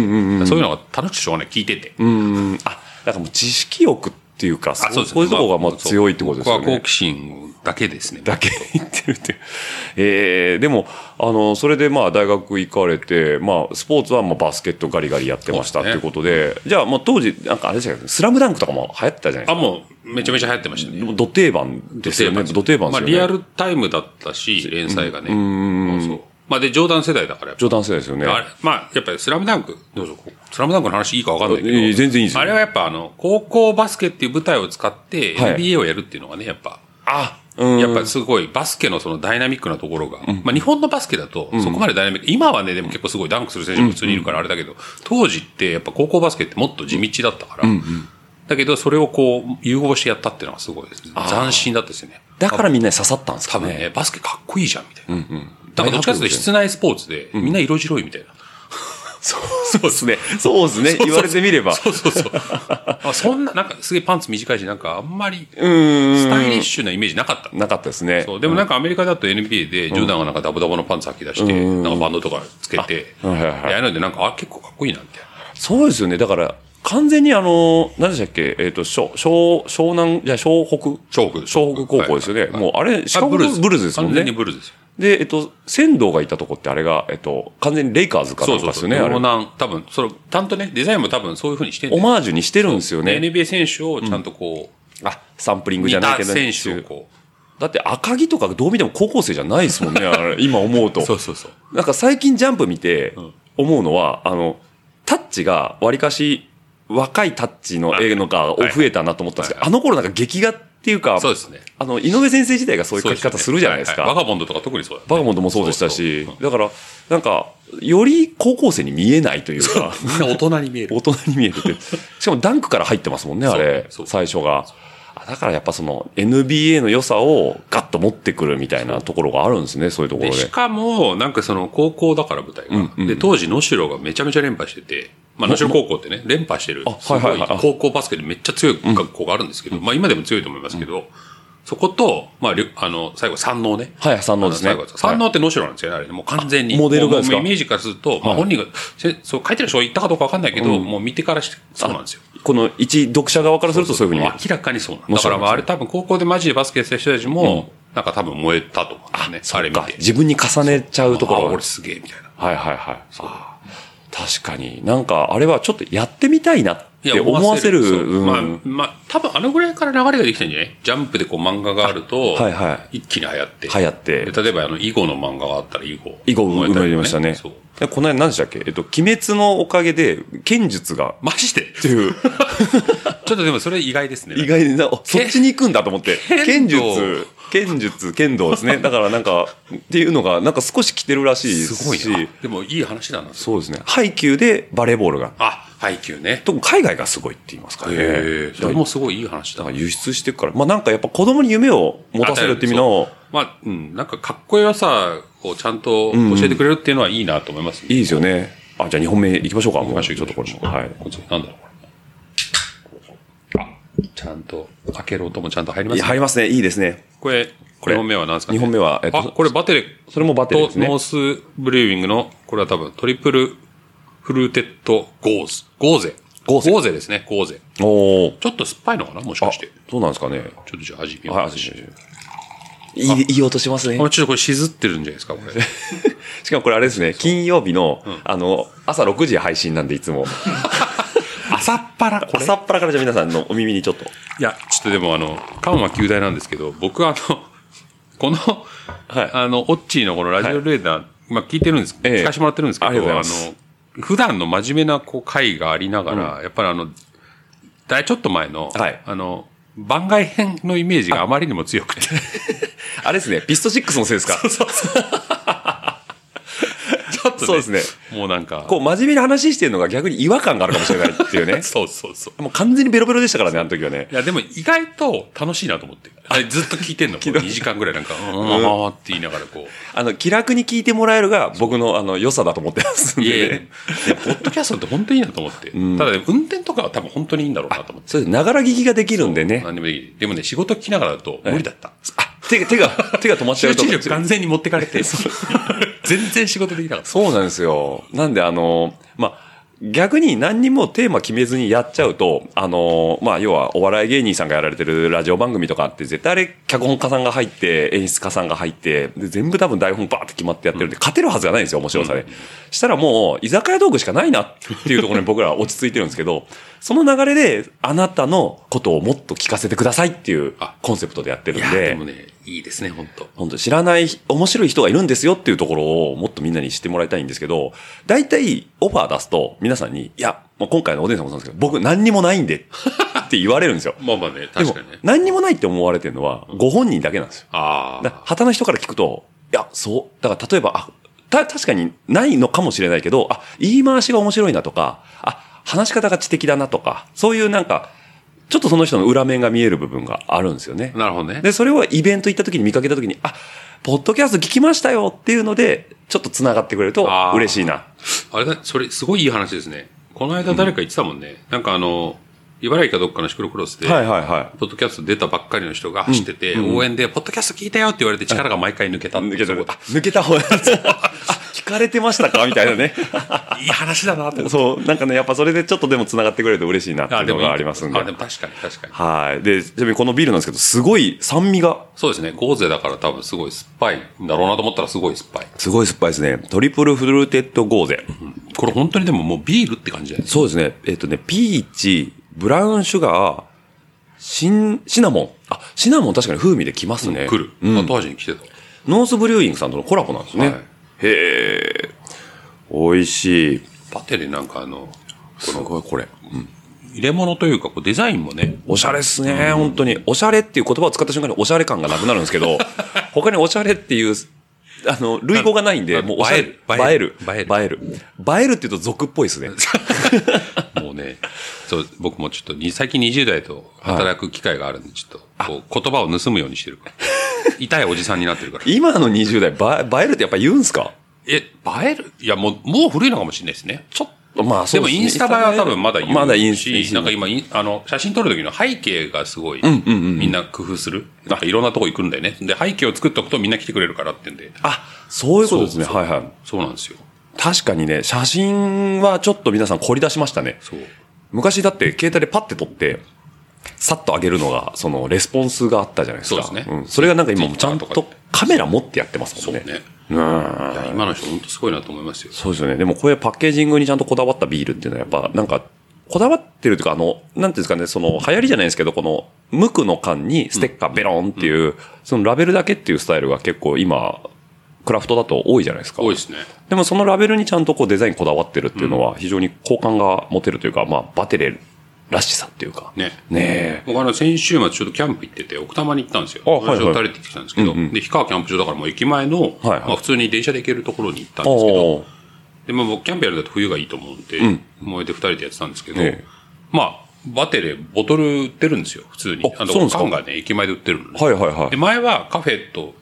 [SPEAKER 6] そういうのが楽しくてしょうがない。聞いてて。
[SPEAKER 3] うん。あ、だからもう知識欲っていうか、そ
[SPEAKER 6] あ
[SPEAKER 3] うそういうとこがまあ強いってことですよね。
[SPEAKER 6] 僕は好奇心だけですね。
[SPEAKER 3] だけ言ってるっていう。 ええでも、あの、それでまあ大学行かれて、まあスポーツはまあバスケットガリガリやってましたっていうことで、じゃあもう当時、なんかあれでしたけど、スラムダンクとかも流行ってたじゃないで
[SPEAKER 6] あ、もうめちゃめちゃ流行ってましたね
[SPEAKER 3] す。か。もうド定番ですよね。ド定番ですよね。
[SPEAKER 6] まあ、リアルタイムだったし、連載がね。そうそう。まあ、で、冗談世代だから、やっぱ
[SPEAKER 3] 冗談世代ですよね。
[SPEAKER 6] あれまあ、やっぱりスラムダンク、どうぞ、スラムダンクの話いいかわかんないけど。
[SPEAKER 3] いい全然いいですよ
[SPEAKER 6] あれはやっぱあの、高校バスケっていう舞台を使って、
[SPEAKER 3] はい
[SPEAKER 6] NBA をやるっていうのがね、やっぱ、
[SPEAKER 3] あ、うん。
[SPEAKER 6] やっぱすごいバスケのそのダイナミックなところが、まあ日本のバスケだとそこまでダイナミック、今はね、でも結構すごいダンクする選手も普通にいるからあれだけど、当時ってやっぱ高校バスケってもっと地道だったから、だけどそれをこう融合してやったっていうのがすごいですね。斬新だったですよね。
[SPEAKER 3] だからみんなに刺さったんです
[SPEAKER 6] 多
[SPEAKER 3] か
[SPEAKER 6] 分
[SPEAKER 3] ね。
[SPEAKER 6] ね、バスケかっこいいじゃん、みたいな。だからどっちかというと室内スポーツで、みんな色白いみたいな。
[SPEAKER 3] そうですね。そうですね。言われてみれば。
[SPEAKER 6] そうそうそう。 あそんな、なんかすげえパンツ短いし、なんかあんまり、
[SPEAKER 3] うー
[SPEAKER 6] ス
[SPEAKER 3] ん。
[SPEAKER 6] タイリッシュなイメージなかった。
[SPEAKER 3] なかったですね。
[SPEAKER 6] そうでもなんかアメリカだと NBA で、ジョーダンがなんかダボダボのパンツ履き出して、なんかバンドとかつけて、
[SPEAKER 3] あはいはいはい
[SPEAKER 6] やるのでなんか、あ、結構かっこいいな、みたいな。
[SPEAKER 3] そうですよね。だから、完全にあの、何でしたっけ、えっ、と、小、小、湘南、じゃあ湘北
[SPEAKER 6] 湘北
[SPEAKER 3] 湘北高校ですよね。
[SPEAKER 6] はいはい
[SPEAKER 3] もう、あれ、四国ブルーズですもんね
[SPEAKER 6] 完全に。ブルーズですよ。
[SPEAKER 3] で、えっ、と、仙道がいたとこってあれが、えっ、と、完全にレイカーズか
[SPEAKER 6] そ
[SPEAKER 3] な
[SPEAKER 6] うん
[SPEAKER 3] か
[SPEAKER 6] そう
[SPEAKER 3] です
[SPEAKER 6] そ
[SPEAKER 3] よ
[SPEAKER 6] う。
[SPEAKER 3] ね、あれ。
[SPEAKER 6] 湘南、多分、それ、担当ね、デザインも多分そういう風にしてる
[SPEAKER 3] オ
[SPEAKER 6] んで
[SPEAKER 3] マージュにしてるんですよ
[SPEAKER 6] すよね。
[SPEAKER 3] ね。
[SPEAKER 6] NBA 選手をちゃんとこう、
[SPEAKER 3] あ、サンプリングじ
[SPEAKER 6] 似
[SPEAKER 3] ゃない
[SPEAKER 6] た
[SPEAKER 3] けど。
[SPEAKER 6] 選手をこう、
[SPEAKER 3] だって赤木とかどう見ても高校生じゃないですもんね、あれ今思うと。
[SPEAKER 6] そうそうそう。
[SPEAKER 3] なんか最近ジャンプ見て思うのは、あの、タッチがわりかし若いタッチの絵のが
[SPEAKER 6] はい
[SPEAKER 3] 増えたなと思ったんですけど、あの頃なんか劇画っていうか、
[SPEAKER 6] そうですね。
[SPEAKER 3] あの、井上先生自体がそういう
[SPEAKER 6] そ
[SPEAKER 3] 書
[SPEAKER 6] う
[SPEAKER 3] き方するじゃないです
[SPEAKER 6] はは
[SPEAKER 3] か。
[SPEAKER 6] バカボンドとか特にそうだね
[SPEAKER 3] バガモンドもそうでしたし
[SPEAKER 6] そ
[SPEAKER 3] だ
[SPEAKER 6] う、
[SPEAKER 3] から、なんか、より高校生に見えないというか、
[SPEAKER 6] そうみんな大人に見える。
[SPEAKER 3] 大人に見えてて。しかもダンクから入ってますもんね、あれ、
[SPEAKER 6] そうそ
[SPEAKER 3] 最
[SPEAKER 6] う
[SPEAKER 3] 初が。あだからやっぱその NBA の良さをガッと持ってくるみたいなところがあるんですね、そういうところ
[SPEAKER 6] で、
[SPEAKER 3] で。
[SPEAKER 6] しかも、なんかその高校だから舞台が。で、当時、能代がめちゃめちゃ連覇してて、まあ、能代高校ってね、連覇してる。
[SPEAKER 3] あはいはいはい
[SPEAKER 6] すご高校バスケでめっちゃ強い学校があるんですけど、まあ今でも強いと思いますけど、そこと、まありょ、あの、最後、山王ね。
[SPEAKER 3] はい、三能ですね
[SPEAKER 6] 最後。山王って能代なんですよね、あれね。もう完全に。
[SPEAKER 3] あモデルがですか
[SPEAKER 6] もうイメージからすると、まあ本人が、せそう、書いてる人が言ったかどうかわかんないけど、もう見てからして、そうなんですよ。
[SPEAKER 3] この一読者側からするとそういうふうに見える
[SPEAKER 6] 明らかにそうなん
[SPEAKER 3] も
[SPEAKER 6] だ
[SPEAKER 3] ち
[SPEAKER 6] か
[SPEAKER 3] ろ
[SPEAKER 6] ら、
[SPEAKER 3] ん
[SPEAKER 6] まあ、あれ多分高校でマジでバスケやってた人たちも、なんか多分燃えたと思うんだよね。あれ見
[SPEAKER 3] が
[SPEAKER 6] て。
[SPEAKER 3] 自分に重ねちゃうとこ
[SPEAKER 6] あ
[SPEAKER 3] ろが
[SPEAKER 6] 俺すげえ、みたいな。
[SPEAKER 3] はいはいはい。あー確かに。なんか、あれはちょっとやってみたいなって思わせる。
[SPEAKER 6] そう
[SPEAKER 3] うん
[SPEAKER 6] まあ、まあ、多分あのぐらいから流れができてんじゃないジャンプでこう漫画があると、
[SPEAKER 3] はいは
[SPEAKER 6] 一気に流行って。
[SPEAKER 3] 流行って
[SPEAKER 6] で例えば、あの、囲碁の漫画があったら囲碁。
[SPEAKER 3] 以後生ま
[SPEAKER 6] 燃え
[SPEAKER 3] れ
[SPEAKER 6] り
[SPEAKER 3] ましたね
[SPEAKER 6] そう。。
[SPEAKER 3] でこの間何でしたっけえっと、鬼滅のおかげで、剣術が、
[SPEAKER 6] マジで
[SPEAKER 3] っていう、
[SPEAKER 6] ちょっとでもそれ意外ですね。
[SPEAKER 3] 意外にな、おそっちに行くんだと思って。剣
[SPEAKER 6] 剣道
[SPEAKER 3] 術、剣術、剣道ですね。だからなんか、っていうのが、なんか少し来てるらしいです
[SPEAKER 6] すごい
[SPEAKER 3] し。
[SPEAKER 6] な。でもいい話だな。
[SPEAKER 3] そうですね。配給でバレーボールが。
[SPEAKER 6] あ、配給ね。
[SPEAKER 3] 特に海外がすごいって言いますかね。
[SPEAKER 6] へえ、そ
[SPEAKER 3] だか
[SPEAKER 6] れ
[SPEAKER 3] ら
[SPEAKER 6] もすごいいい話だ
[SPEAKER 3] なん。か輸出していくから、まあなんかやっぱ子供に夢を持たせるって意味の
[SPEAKER 6] そう、まあ、うん、なんかかっこよさをちゃんと教えてくれるっていうのはいいなと思いますね、
[SPEAKER 3] いいですよね。あ、じゃあ2本目行きましょうか。もう
[SPEAKER 6] ましょう
[SPEAKER 3] ちょっとこれも。は
[SPEAKER 6] はいい。。こっち、なんだろう、これ。あ、ちゃんと、開ける音もちゃんと入りま
[SPEAKER 3] い
[SPEAKER 6] す
[SPEAKER 3] や
[SPEAKER 6] ね
[SPEAKER 3] 入りますね。いいですね。
[SPEAKER 6] これ、これ2本目は何ですか、ね、
[SPEAKER 3] 二本目はえっと
[SPEAKER 6] あ、これバテレ。
[SPEAKER 3] それもバテレですね
[SPEAKER 6] とノースブリューイングの、これは多分トリプルフルーテッドゴーズ。ゴーゼ。ゴーゼ。ですね、ゴーゼ。
[SPEAKER 3] おー。
[SPEAKER 6] ちょっと酸っぱいのかなもし
[SPEAKER 3] あ
[SPEAKER 6] かして。、
[SPEAKER 3] そうなんですかね。
[SPEAKER 6] ちょっとじゃあ味見
[SPEAKER 3] はい、
[SPEAKER 6] ます。
[SPEAKER 3] いい、いい音しますね
[SPEAKER 6] あ。ちょっとこれしずってるんじゃないですか、こ れ。
[SPEAKER 3] しかもこれあれですね、金曜日の、あの、朝6時配信なんで、いつ も。
[SPEAKER 6] 朝っぱらこれ。
[SPEAKER 3] 朝っぱらからじゃあ皆さんのお耳にちょっと。
[SPEAKER 6] いや、ちょっとでもあの、緩和球大なんですけど、僕はあの、 この、
[SPEAKER 3] はい
[SPEAKER 6] あの、オッチーのこのラジオレーダー、まあ聞いてるんです、
[SPEAKER 3] ええ
[SPEAKER 6] 聞かせてもらってるんですけど、
[SPEAKER 3] ありがとうございます
[SPEAKER 6] の、普段の真面目なこう会がありながら、やっぱりあの、だいちょっと前の、
[SPEAKER 3] はい
[SPEAKER 6] あの、番外編のイメージがあまりにも強くて、
[SPEAKER 3] あれですね、ピスト6のせいですか。
[SPEAKER 6] ちょっと、ね、
[SPEAKER 3] そうですね。
[SPEAKER 6] もうなんか、。
[SPEAKER 3] こう、真面目に話してるのが逆に違和感があるかもしれないっていうね
[SPEAKER 6] そうそうそう。
[SPEAKER 3] もう完全にベロベロでしたからね、あの時はね
[SPEAKER 6] い。や、でも意外と楽しいなと思って。あれずっと聞いてんの、 こう2時間ぐらいなんか、うん、あーって言いながらこう。
[SPEAKER 3] あの、気楽に聞いてもらえるが僕の、あの、良さだと思ってますん
[SPEAKER 6] いやいやい
[SPEAKER 3] で
[SPEAKER 6] や
[SPEAKER 3] ね。、
[SPEAKER 6] ポッドキャストって本当にいいなと思って。ただね、運転とかは多分本当にいいんだろうなと思って。
[SPEAKER 3] そうです。ながら聞きができるんでね。
[SPEAKER 6] 何でもいい。でもね、仕事聞きながらだと無理だった。
[SPEAKER 3] あ、手が、手が、手が止まっちゃ
[SPEAKER 6] 集
[SPEAKER 3] うと
[SPEAKER 6] 中。力完全に持ってかれ て、全然仕事できなかった。
[SPEAKER 3] そうなんですよ。なんで、あの、まあ、逆に何にもテーマ決めずにやっちゃうと、あの、まあ、要はお笑い芸人さんがやられてるラジオ番組とかって絶対あれ、脚本家さんが入って、演出家さんが入って、で全部多分台本バーって決まってやってるんで、勝てるはずがないんですよ、面白さで。したらもう、居酒屋道具しかないなっていうところに僕らは落ち着いてるんですけど、その流れで、あなたのことをもっと聞かせてくださいっていう
[SPEAKER 6] あ
[SPEAKER 3] コンセプトでやってる
[SPEAKER 6] い
[SPEAKER 3] ん
[SPEAKER 6] や、
[SPEAKER 3] で
[SPEAKER 6] でも。ね、いいですね、本当
[SPEAKER 3] 本当知らない、面白い人がいるんですよっていうところをもっとみんなに知ってもらいたいんですけど、大体オファー出すと皆さんに、いや、まあ、今回のおでんさんもそうなんですけど、僕何にもないんでって言われるんですよ。
[SPEAKER 6] まあまあね、
[SPEAKER 3] でも
[SPEAKER 6] 確かにね。
[SPEAKER 3] 何にもないって思われてるのはご本人だけなんですよ。
[SPEAKER 6] あ
[SPEAKER 3] だ
[SPEAKER 6] あ。
[SPEAKER 3] 旗の人から聞くと、いや、そう、だから例えば、あ、た、確かにないのかもしれないけど、あ、言い回しが面白いなとか、あ、話し方が知的だなとか、そういうなんか、ちょっとその人の裏面が見える部分があるんですよね。
[SPEAKER 6] なるほどね。
[SPEAKER 3] で、それをイベント行った時に見かけた時に、あ、ポッドキャスト聞きましたよっていうので、ちょっと繋がってくれると
[SPEAKER 6] あー
[SPEAKER 3] 嬉しいな。
[SPEAKER 6] あれだ、それ、すごいいい話ですね。この間誰か言ってたもんね。なんかあの、茨城かどっかのシクロクロスで、
[SPEAKER 3] はいはいはい。
[SPEAKER 6] ポッドキャスト出たばっかりの人が走ってて、応援で、ポッドキャスト聞いたよって言われて力が毎回抜けたって
[SPEAKER 3] 抜けた
[SPEAKER 6] そう
[SPEAKER 3] あ抜けた方があ、聞かれてましたかみたいなね。
[SPEAKER 6] いい話だなって思って
[SPEAKER 3] そう、なんかね、やっぱそれでちょっとでも繋がってくれると嬉しいなってい
[SPEAKER 6] あ、
[SPEAKER 3] う
[SPEAKER 6] で
[SPEAKER 3] の
[SPEAKER 6] もいい
[SPEAKER 3] がありますんで。
[SPEAKER 6] あ、でも確かに確かに。
[SPEAKER 3] はい。で、ちなみにこのビールなんですけど、すごい酸味が、
[SPEAKER 6] そうですね。ゴーゼだから多分すごい酸っぱいんだろうなと思ったらすごい酸っぱい。
[SPEAKER 3] すごい酸っぱいですね。トリプルフルーテッドゴーゼ。
[SPEAKER 6] これ本当にでももうビールって感じだよね。
[SPEAKER 3] そうですね。えっ、とね、ピーチ、ブラウンシュガー、シン、シナモン。あ、シナモン確かに風味できますね。
[SPEAKER 6] 来る。後味に来てた。
[SPEAKER 3] ノースブリューイングさんとのコラボなんですね。
[SPEAKER 6] はい
[SPEAKER 3] へえ。美味しい。
[SPEAKER 6] バテリーなんかあの、
[SPEAKER 3] すごいこれ。
[SPEAKER 6] 入れ物というかこうデザインもね、
[SPEAKER 3] おしゃれっすね、本当に。おしゃれっていう言葉を使った瞬間におしゃれ感がなくなるんですけ ど、他におしゃれっていう、あの、類語がないんで、
[SPEAKER 6] なん
[SPEAKER 3] もうおしゃれ。
[SPEAKER 6] 映える
[SPEAKER 3] 映える。
[SPEAKER 6] 映える
[SPEAKER 3] 映える。映えるって言うと俗っぽいですね。
[SPEAKER 6] もうね、そう、僕もちょっとに、最近20代と働く機会があるんで、ちょっと、こう、言葉を盗むようにしてる から。痛いおじさんになってるから。
[SPEAKER 3] 今の20代、ば映えるってやっぱ言うんすか
[SPEAKER 6] え、映えるいや、もう、もう古いのかもしれないですね。
[SPEAKER 3] ちょっと、まあ
[SPEAKER 6] で
[SPEAKER 3] そう
[SPEAKER 6] も
[SPEAKER 3] ですね。
[SPEAKER 6] インスタ映えは多分まだ言うし、
[SPEAKER 3] まだイン
[SPEAKER 6] なんか今イン、あの、写真撮る時の背景がすごい、みんな工夫する。なんかいろんなとこ行くんだよね。で、背景を作っとくとみんな来てくれるからってんで。
[SPEAKER 3] あ、そういうことですね。
[SPEAKER 6] そうそう
[SPEAKER 3] はいはい。
[SPEAKER 6] そうなんですよ。
[SPEAKER 3] 確かにね、写真はちょっと皆さん凝り出しましたね。
[SPEAKER 6] そう。
[SPEAKER 3] 昔だって携帯でパッて撮って、さっと上げるのが、そのレスポンスがあったじゃないですか。
[SPEAKER 6] そうですね
[SPEAKER 3] ん、それがなんか今もちゃん
[SPEAKER 6] Twitter と
[SPEAKER 3] と
[SPEAKER 6] かで
[SPEAKER 3] カメラ持ってやってますもんね。
[SPEAKER 6] ね。
[SPEAKER 3] うん。
[SPEAKER 6] いや今の人本当すごいなと思いますよ。
[SPEAKER 3] そうですよね。でもこういうパッケージングにちゃんとこだわったビールっていうのはやっぱなんか、こだわってるというか、あの、なんていうんですかね、その、流行りじゃないですけど、この、無垢の缶にステッカーベロンっていう、そのラベルだけっていうスタイルが結構今、クラフトだと多いじゃないですか。
[SPEAKER 6] 多いですね。
[SPEAKER 3] でもそのラベルにちゃんとこうデザインこだわってるっていうのは非常に好感が持てるというか、まあバテレらしさっていうか。
[SPEAKER 6] ね。
[SPEAKER 3] ねえ。
[SPEAKER 6] 僕あの、先週末ちょっとキャンプ行ってて、奥多摩に行ったんですよ。
[SPEAKER 3] あはいはい
[SPEAKER 6] ちょっと垂れてきたんですけど、
[SPEAKER 3] うんうん
[SPEAKER 6] で、氷川キャンプ場だからもう駅前の、
[SPEAKER 3] はい
[SPEAKER 6] まあ普通に電車で行けるところに行ったんですけど、
[SPEAKER 3] おー
[SPEAKER 6] で、まあ僕キャンプやるんだと冬がいいと思うんで、
[SPEAKER 3] ん
[SPEAKER 6] 燃えて二人でやってたんですけど、
[SPEAKER 3] ええ
[SPEAKER 6] まあ、バテレ、ボトル売ってるんですよ、普通に。
[SPEAKER 3] あ
[SPEAKER 6] あの、
[SPEAKER 3] そうなんですか
[SPEAKER 6] 缶がね、駅前で売ってるのね、
[SPEAKER 3] はいはいは
[SPEAKER 6] で、
[SPEAKER 3] い。
[SPEAKER 6] 前はカフェと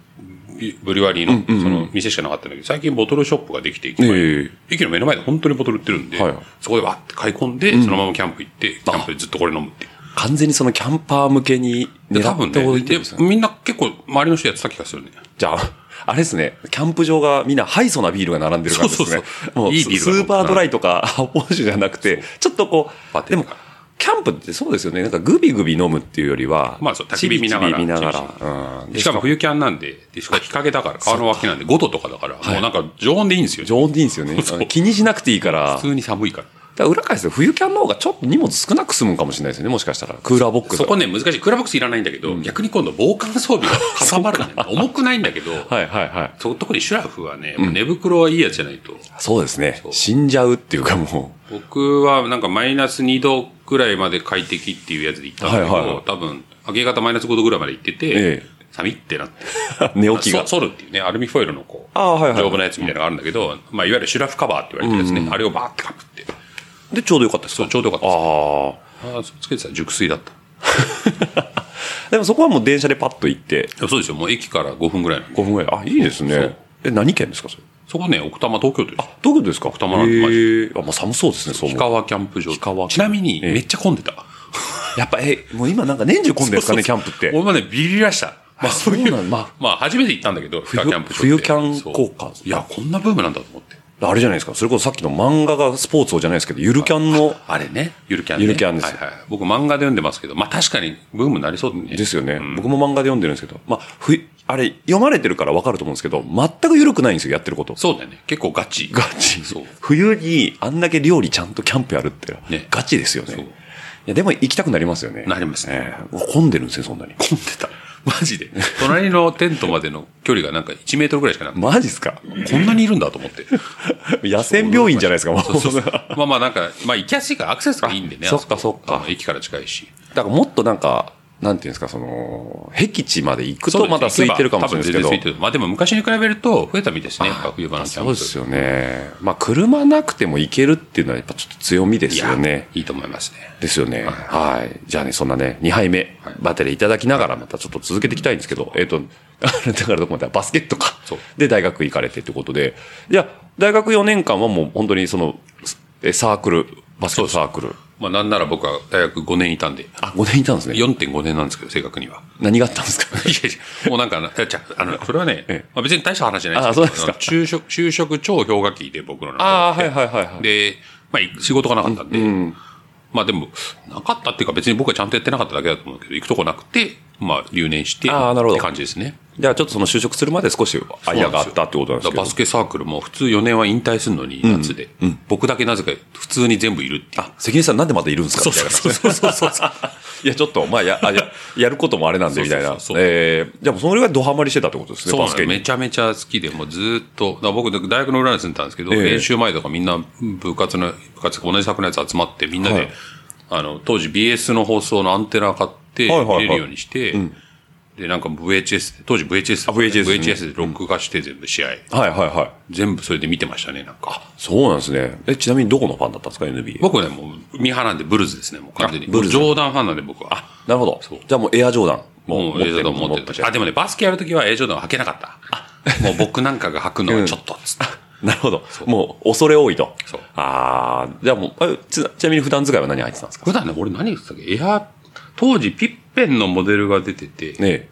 [SPEAKER 6] ブリュワリーの、その、店しかなかったんだけど、最近ボトルショップができて、駅前
[SPEAKER 3] ええ
[SPEAKER 6] 駅の目の前で本当にボトル売ってるんで
[SPEAKER 3] はい、
[SPEAKER 6] そこでわって買い込んで、そのままキャンプ行って、キャンプでずっとこれ飲むっていう。
[SPEAKER 3] 完全にそのキャンパー向けに狙
[SPEAKER 6] 多
[SPEAKER 3] っ
[SPEAKER 6] 分
[SPEAKER 3] て
[SPEAKER 6] ね
[SPEAKER 3] おいてるんです
[SPEAKER 6] で
[SPEAKER 3] ね。
[SPEAKER 6] みんな結構周りの人やってた気がするね。
[SPEAKER 3] じゃあ、 あれですね、キャンプ場がみんなハイソなビールが並んでる感じですね。
[SPEAKER 6] そうそうそう
[SPEAKER 3] もう
[SPEAKER 6] いいビール
[SPEAKER 3] ス
[SPEAKER 6] が
[SPEAKER 3] ーパードライとか発泡酒じゃなくて、ちょっとこ
[SPEAKER 6] バ
[SPEAKER 3] う、
[SPEAKER 6] テ
[SPEAKER 3] で
[SPEAKER 6] ン
[SPEAKER 3] も
[SPEAKER 6] とか、
[SPEAKER 3] キャンプってそうですよね。なんかグビグビ飲むっていうよりは、
[SPEAKER 6] まあそう、焚き火見ながら。
[SPEAKER 3] ちびちび見なが
[SPEAKER 6] チビチビ
[SPEAKER 3] ら。うん
[SPEAKER 6] しかも冬キャンなんで、でしかも日陰だから、川の脇なんで5度とかだから、もうなんか常温でいいんですよ。
[SPEAKER 3] 常温でいいんですよね
[SPEAKER 6] そう。
[SPEAKER 3] 気にしなくていいから。
[SPEAKER 6] 普通に寒いから。
[SPEAKER 3] だから裏返すと冬キャンの方がちょっと荷物少なく済むかもしれないですよね、もしかしたら。クーラーボックス
[SPEAKER 6] そこね、難しい。クーラーボックスいらないんだけど、逆に今度防寒装備がかさばるんだよね重くないんだけ ど、
[SPEAKER 3] はいはいはい。
[SPEAKER 6] そう特にシュラフはね、もう寝袋はいいやつじゃないと。
[SPEAKER 3] そうですね。
[SPEAKER 6] う
[SPEAKER 3] 死んじゃうっていうかも
[SPEAKER 6] 僕はなんかマイナス2度くらいまで快適っていうやつで行ったんだけど、
[SPEAKER 3] はいはいはい
[SPEAKER 6] 多分、明け方マイナス5度ぐらいまで行ってて、
[SPEAKER 3] ええ
[SPEAKER 6] 寒いってなって。
[SPEAKER 3] う、寝起きが
[SPEAKER 6] ソ。ソルっていうね、アルミフォイルのこう、
[SPEAKER 3] ああはいはい
[SPEAKER 6] 丈夫なやつみたいなのがあるんだけど、まあ、いわゆるシュラフカバーって言われてるやつね、あれをバーってかぶって。
[SPEAKER 3] で、ちょうどよかったです
[SPEAKER 6] そう、ちょうどよかった
[SPEAKER 3] ああ。
[SPEAKER 6] です。ああ、そうつけてたら熟睡だった。
[SPEAKER 3] でもそこはもう電車でパッと行って、
[SPEAKER 6] いやそうですよ、もう駅から5分ぐらいなんで。
[SPEAKER 3] 5分ぐらい。あ、いいです
[SPEAKER 6] そう
[SPEAKER 3] ね。え、何県ですか、それ。
[SPEAKER 6] そこね、奥多摩東京都です。
[SPEAKER 3] どういうことですか
[SPEAKER 6] 玉なんてマジ
[SPEAKER 3] へーあ、まあ寒そうですね、そう
[SPEAKER 6] 氷
[SPEAKER 3] 思う。
[SPEAKER 6] 川キャンプ場。
[SPEAKER 3] 氷川
[SPEAKER 6] ちなみに、
[SPEAKER 3] ええ
[SPEAKER 6] めっちゃ混んでた。
[SPEAKER 3] やっぱ、え、もう今なんか年中混んでるんですかね、キャンプっ
[SPEAKER 6] 俺
[SPEAKER 3] て。
[SPEAKER 6] もね、ビビり出した。まあ、そうい
[SPEAKER 3] そうな
[SPEAKER 6] う、
[SPEAKER 3] んだま
[SPEAKER 6] まあ、初めて行ったんだけど、氷川キャンプ場って。
[SPEAKER 3] 冬キャン効果
[SPEAKER 6] そういや、こんなブームなんだと思って。
[SPEAKER 3] あれじゃないですか。それこそさっきの漫画がスポーツをじゃないですけど、ゆるキャンの、
[SPEAKER 6] あれね、ゆるキャン
[SPEAKER 3] ゆるキャンです
[SPEAKER 6] はいはい。僕漫画で読んでますけど、まあ確かにブームになりそうだね。
[SPEAKER 3] ですよね。僕も漫画で読んでるんですけど、まあ、ふ、あれ、読まれてるからわかると思うんですけど、全く緩くないんですよ、やってること。
[SPEAKER 6] そうだよね。結構ガチ。ガチ。そう。
[SPEAKER 3] 冬にあんだけ料理ちゃんとキャンプやるって、
[SPEAKER 6] ね
[SPEAKER 3] ガチですよ
[SPEAKER 6] そう
[SPEAKER 3] ね。いや、でも行きたくなりますよね。
[SPEAKER 6] なりますね
[SPEAKER 3] ええ混んでるんですね、そんなに。
[SPEAKER 6] 混んでた。 マジで。隣のテントまでの距離がなんか1メートルぐらいしかなくて、
[SPEAKER 3] マジっすか
[SPEAKER 6] こんなにいるんだと思って。
[SPEAKER 3] 野戦病院じゃないですか、もう。
[SPEAKER 6] そうそう そう。まあまあなんか、まあ行きやすいからアクセスがいいんでね。
[SPEAKER 3] あそっかそっか
[SPEAKER 6] あの駅から近いし。
[SPEAKER 3] だからもっとなんか、なんていうんですか、その、僻地まで行く
[SPEAKER 6] そう
[SPEAKER 3] とまだ空いてるかもしれないです
[SPEAKER 6] 多分全然空い
[SPEAKER 3] け
[SPEAKER 6] て
[SPEAKER 3] ど。
[SPEAKER 6] るまあでも昔に比べると増えたみたいですね。やっぱ冬場のキャン
[SPEAKER 3] そう
[SPEAKER 6] プ。
[SPEAKER 3] ですよね。まあ、車なくても行けるっていうのはやっぱちょっと強みですよね。
[SPEAKER 6] いやいいと思いますね。
[SPEAKER 3] ですよね。はい。じゃあね、そんなね、2杯目、バテレーいただきながら、またちょっと続けていきたいんですけど、えっ、と、 あれだからどこまでだバスケットか
[SPEAKER 6] そう。
[SPEAKER 3] で、大学行かれてってことで、じゃあ、大学4年間はもう本当にその、えサークル、バスケットサークル。
[SPEAKER 6] まあなんなら僕は大学5年いたんで。
[SPEAKER 3] あ、5年いたんですね。
[SPEAKER 6] 4.5年なんですけど、正確に は。
[SPEAKER 3] 何があったんですか
[SPEAKER 6] いやいや、もうなんかな、いやじゃあ、あの、それはね、
[SPEAKER 3] ええ
[SPEAKER 6] まあ、別に大した話じゃない
[SPEAKER 3] あそうですか
[SPEAKER 6] あの昼食、昼食超氷河期で僕の中で。
[SPEAKER 3] ああ、はいはいはいはい。
[SPEAKER 6] で、まあ、仕事がなかったんで、
[SPEAKER 3] うん。
[SPEAKER 6] まあでも、なかったっていうか別に僕はちゃんとやってなかっただけだと思うけど、行くとこなくて、まあ、留年して、
[SPEAKER 3] ああなるほど
[SPEAKER 6] って感じですね。
[SPEAKER 3] じゃあちょっとその就職するまで少し間があったってことなんですけ
[SPEAKER 6] だか
[SPEAKER 3] ど
[SPEAKER 6] らバ。スケサークルも普通4年は引退するのに、夏で、僕だけなぜか普通に全部いるっていう。
[SPEAKER 3] あ、関根さんなんでまたいるんですかみたいな。
[SPEAKER 6] うそうそうそう。
[SPEAKER 3] いや、ちょっと、まあ、や、あや、やることもあれなんで、みたい
[SPEAKER 6] そ
[SPEAKER 3] な
[SPEAKER 6] うそうそう。そう
[SPEAKER 3] ええ、じゃあもうそれぐらいドハマりしてたってことですね、
[SPEAKER 6] そう
[SPEAKER 3] バ
[SPEAKER 6] な
[SPEAKER 3] ス
[SPEAKER 6] の
[SPEAKER 3] ケ
[SPEAKER 6] よ
[SPEAKER 3] に
[SPEAKER 6] めちゃめちゃ好きで、もうずーっと、だから僕、大学の裏に住んでたんですけど、
[SPEAKER 3] ええ
[SPEAKER 6] 練習前とかみんな部活の、部活同じ作のやつ集まって、みんなで、
[SPEAKER 3] はい
[SPEAKER 6] あの、当時 BS の放送のアンテナ買って、
[SPEAKER 3] はいはいはい
[SPEAKER 6] 見れるようにして、で、なんか VHS で、当時 VHS
[SPEAKER 3] あ VHS ね
[SPEAKER 6] VHS で録画して全部試合、
[SPEAKER 3] はいはいはい。
[SPEAKER 6] 全部それで見てましたね、なんか。
[SPEAKER 3] そうなんですね。え、ちなみにどこのファンだったんですか、NBA。
[SPEAKER 6] 僕ね、もう、ミーハーなんでブルーズですね、もう完全に。
[SPEAKER 3] あブルーズ
[SPEAKER 6] もうジョーダンファンなんで僕は。
[SPEAKER 3] なるほど
[SPEAKER 6] そう。
[SPEAKER 3] じゃあもうエアジョーダン。
[SPEAKER 6] もう、エイジョーダン持って
[SPEAKER 3] 持
[SPEAKER 6] ま
[SPEAKER 3] っ
[SPEAKER 6] した。あ、でもね、バスケやるときはエイジョーダンは履けなかった。もう僕なんかが履くのはちょっとっつって。
[SPEAKER 3] なるほど。もう、恐れ多いと。
[SPEAKER 6] そう
[SPEAKER 3] ああ、じゃあもう、えちなちなみに普段使いは何入ってたんですか
[SPEAKER 6] 普段ね、俺何言ってたっけエア、当時ピッペンのモデルが出てて、
[SPEAKER 3] ね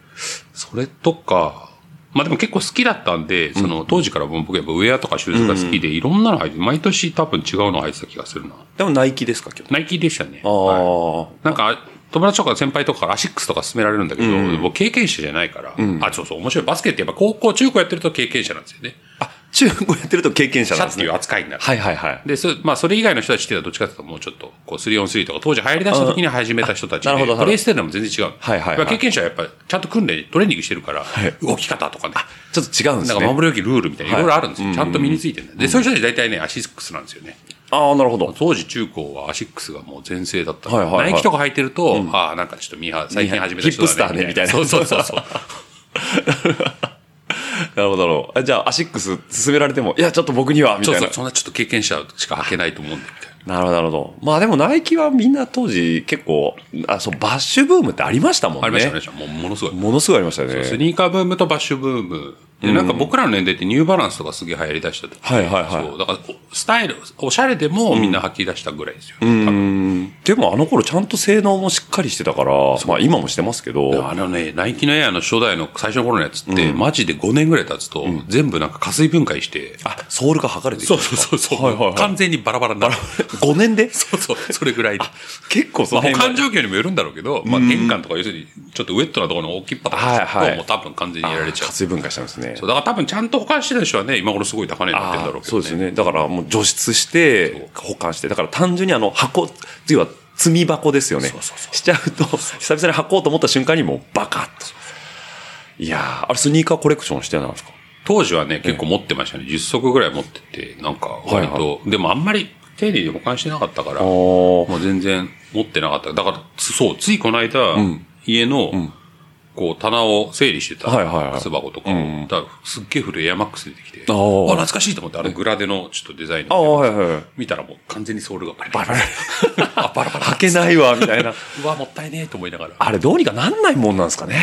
[SPEAKER 6] それとか、まあでも結構好きだったんで、その当時からもう僕やっぱウェアとかシューズが好きで、いろんなの履いて、毎年多分違うの履いてた気がするな。
[SPEAKER 3] でもナイキですか、今日。
[SPEAKER 6] ナイキでしたね。
[SPEAKER 3] ああ、
[SPEAKER 6] はいなんか、友達とか先輩とかからアシックスとか勧められるんだけど、僕経験者じゃないから、あ、そうそう、面白い。バスケってやっぱ高校、中高やってると経験者なんですよね。
[SPEAKER 3] あ、中古やってると経験者
[SPEAKER 6] シ
[SPEAKER 3] な
[SPEAKER 6] ャ
[SPEAKER 3] んで
[SPEAKER 6] ツっ
[SPEAKER 3] す
[SPEAKER 6] てい
[SPEAKER 3] ね
[SPEAKER 6] う。扱いになる。
[SPEAKER 3] はいはいはい。
[SPEAKER 6] で、そまあ、それ以外の人たちっていうのはどっちかっていうと、もうちょっと、こう、3on3 とか、当時流行り出した時に始めた人たち
[SPEAKER 3] あなる
[SPEAKER 6] で、
[SPEAKER 3] ほど
[SPEAKER 6] プレイステールも全然違う。
[SPEAKER 3] はいはいはい
[SPEAKER 6] やっぱ経験者はやっぱ、ちゃんと訓練、トレーニングしてるから、動き方とかね。
[SPEAKER 3] ちょっと違うんで
[SPEAKER 6] な
[SPEAKER 3] す
[SPEAKER 6] ん
[SPEAKER 3] ね。
[SPEAKER 6] か守るべきルールみたいな、い
[SPEAKER 3] はい
[SPEAKER 6] ろいろあるんですよ。ちゃんと身についてるんだよで、そういう人たち大体ね、アシックスなんですよね。
[SPEAKER 3] ああ、なるほど。
[SPEAKER 6] 当時中高はアシックスがもう全盛だった。
[SPEAKER 3] はいはいはい
[SPEAKER 6] ナイキとか履いてると、ああ、なんかちょっとミーハー、最近始めた人だね。
[SPEAKER 3] ヒップスターねみたいな
[SPEAKER 6] そうそうそうそう。
[SPEAKER 3] なるほどなるほど。あじゃあ、アシックス勧められても、いや、ちょっと僕には、み
[SPEAKER 6] そう
[SPEAKER 3] たい
[SPEAKER 6] そ
[SPEAKER 3] な
[SPEAKER 6] う、。そんなちょっと経験者しか履けないと思うんだよみたいな。
[SPEAKER 3] なるほど、なるほど。まあでもナイキはみんな当時結構、あ、そう、バッシュブームってありましたもんね。
[SPEAKER 6] ありましたね、もうものすごい。
[SPEAKER 3] ものすごいありましたね。
[SPEAKER 6] スニーカーブームとバッシュブーム。で、なんか僕らの年代ってニューバランスとかすげえ流行り出した時
[SPEAKER 3] はいはいはい
[SPEAKER 6] そう。だから、おスタイル、おしゃれでもみんな吐き出したぐらいですよ。
[SPEAKER 3] うんでもあの頃ちゃんと性能もしっかりしてたから、まあ今もしてますけ
[SPEAKER 6] で
[SPEAKER 3] ど
[SPEAKER 6] も、あのね、ナイキのエアの初代の最初の頃のやつって、マジで5年ぐらい経つと、全部なんか加水分解して、
[SPEAKER 3] あ、ソールが剥がれてき
[SPEAKER 6] そ
[SPEAKER 3] た
[SPEAKER 6] うそうそうそう、
[SPEAKER 3] はいはいはい
[SPEAKER 6] 完全にバラバラになる。
[SPEAKER 3] 5年で
[SPEAKER 6] そうそう、それぐらいで。
[SPEAKER 3] 結構そ
[SPEAKER 6] まあ、
[SPEAKER 3] の
[SPEAKER 6] 保
[SPEAKER 3] 辺が
[SPEAKER 6] 管状況にもよるんだろうけど、まあ、玄関とか要するに、ちょっとウェットなところの大きいパターンとか
[SPEAKER 3] はいはい
[SPEAKER 6] もう多分完全にやられちゃう
[SPEAKER 3] 活。性分解したんですね
[SPEAKER 6] そう、。だから多分ちゃんと保管してた人はね、今頃すごい高値になってるんだろうけど、
[SPEAKER 3] そうです。ね。だからもう除湿して、保管して、だから単純にあの箱、次は積み箱ですよね。
[SPEAKER 6] そうそうそう
[SPEAKER 3] しちゃうと、久々に箱うと思った瞬間にもうバカッと。いやー、あれスニーカーコレクションしてたんですか
[SPEAKER 6] 当時はね、結構持ってましたね。10足ぐらい持ってて、なんか、割と、
[SPEAKER 3] はい
[SPEAKER 6] でもあんまり丁寧に保管してなかったから、も
[SPEAKER 3] お
[SPEAKER 6] う全然持ってなかった。だから、つそう、ついこの間、家の、こう、棚を整理してた、
[SPEAKER 3] はいはいはい
[SPEAKER 6] 靴箱とかを、だからすっげえ古いエアマックス出てきて、
[SPEAKER 3] あ
[SPEAKER 6] あ
[SPEAKER 3] ー
[SPEAKER 6] 懐かしいと思って、あれグラデのちょっとデザイン
[SPEAKER 3] ああ、
[SPEAKER 6] の、
[SPEAKER 3] はいはい。
[SPEAKER 6] 見たらもう完全にソールがバリ
[SPEAKER 3] バ
[SPEAKER 6] バ
[SPEAKER 3] ラ
[SPEAKER 6] リ
[SPEAKER 3] バラ。
[SPEAKER 6] あバラバラ
[SPEAKER 3] 履けないわ、みたいな。
[SPEAKER 6] うわ、もったいねえと思いながら。
[SPEAKER 3] あれどうにかなんないもんなんですかね。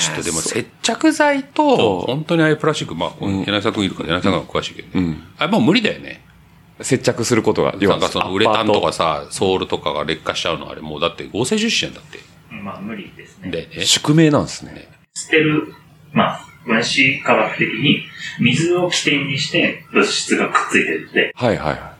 [SPEAKER 6] ちょっとでも接着剤と、本当にああいうプラスチック、まあ、この柳沢君いるから柳沢君が詳しいけどね。あれもう無理だよね。
[SPEAKER 3] 接着することが、
[SPEAKER 6] なんかそのウレタンとか
[SPEAKER 3] アッ
[SPEAKER 6] さ、ソールとかが劣化しちゃうのあれもうだって合成樹脂じゃんだっ
[SPEAKER 5] まあ無理です
[SPEAKER 6] て。
[SPEAKER 5] ね。
[SPEAKER 3] パ
[SPEAKER 6] で、
[SPEAKER 3] ーと
[SPEAKER 6] ね、
[SPEAKER 3] 宿命なんですね。
[SPEAKER 5] 捨てる、まあ、分子科学的に水を起点にして物質がくっついてるので、
[SPEAKER 3] はいはいは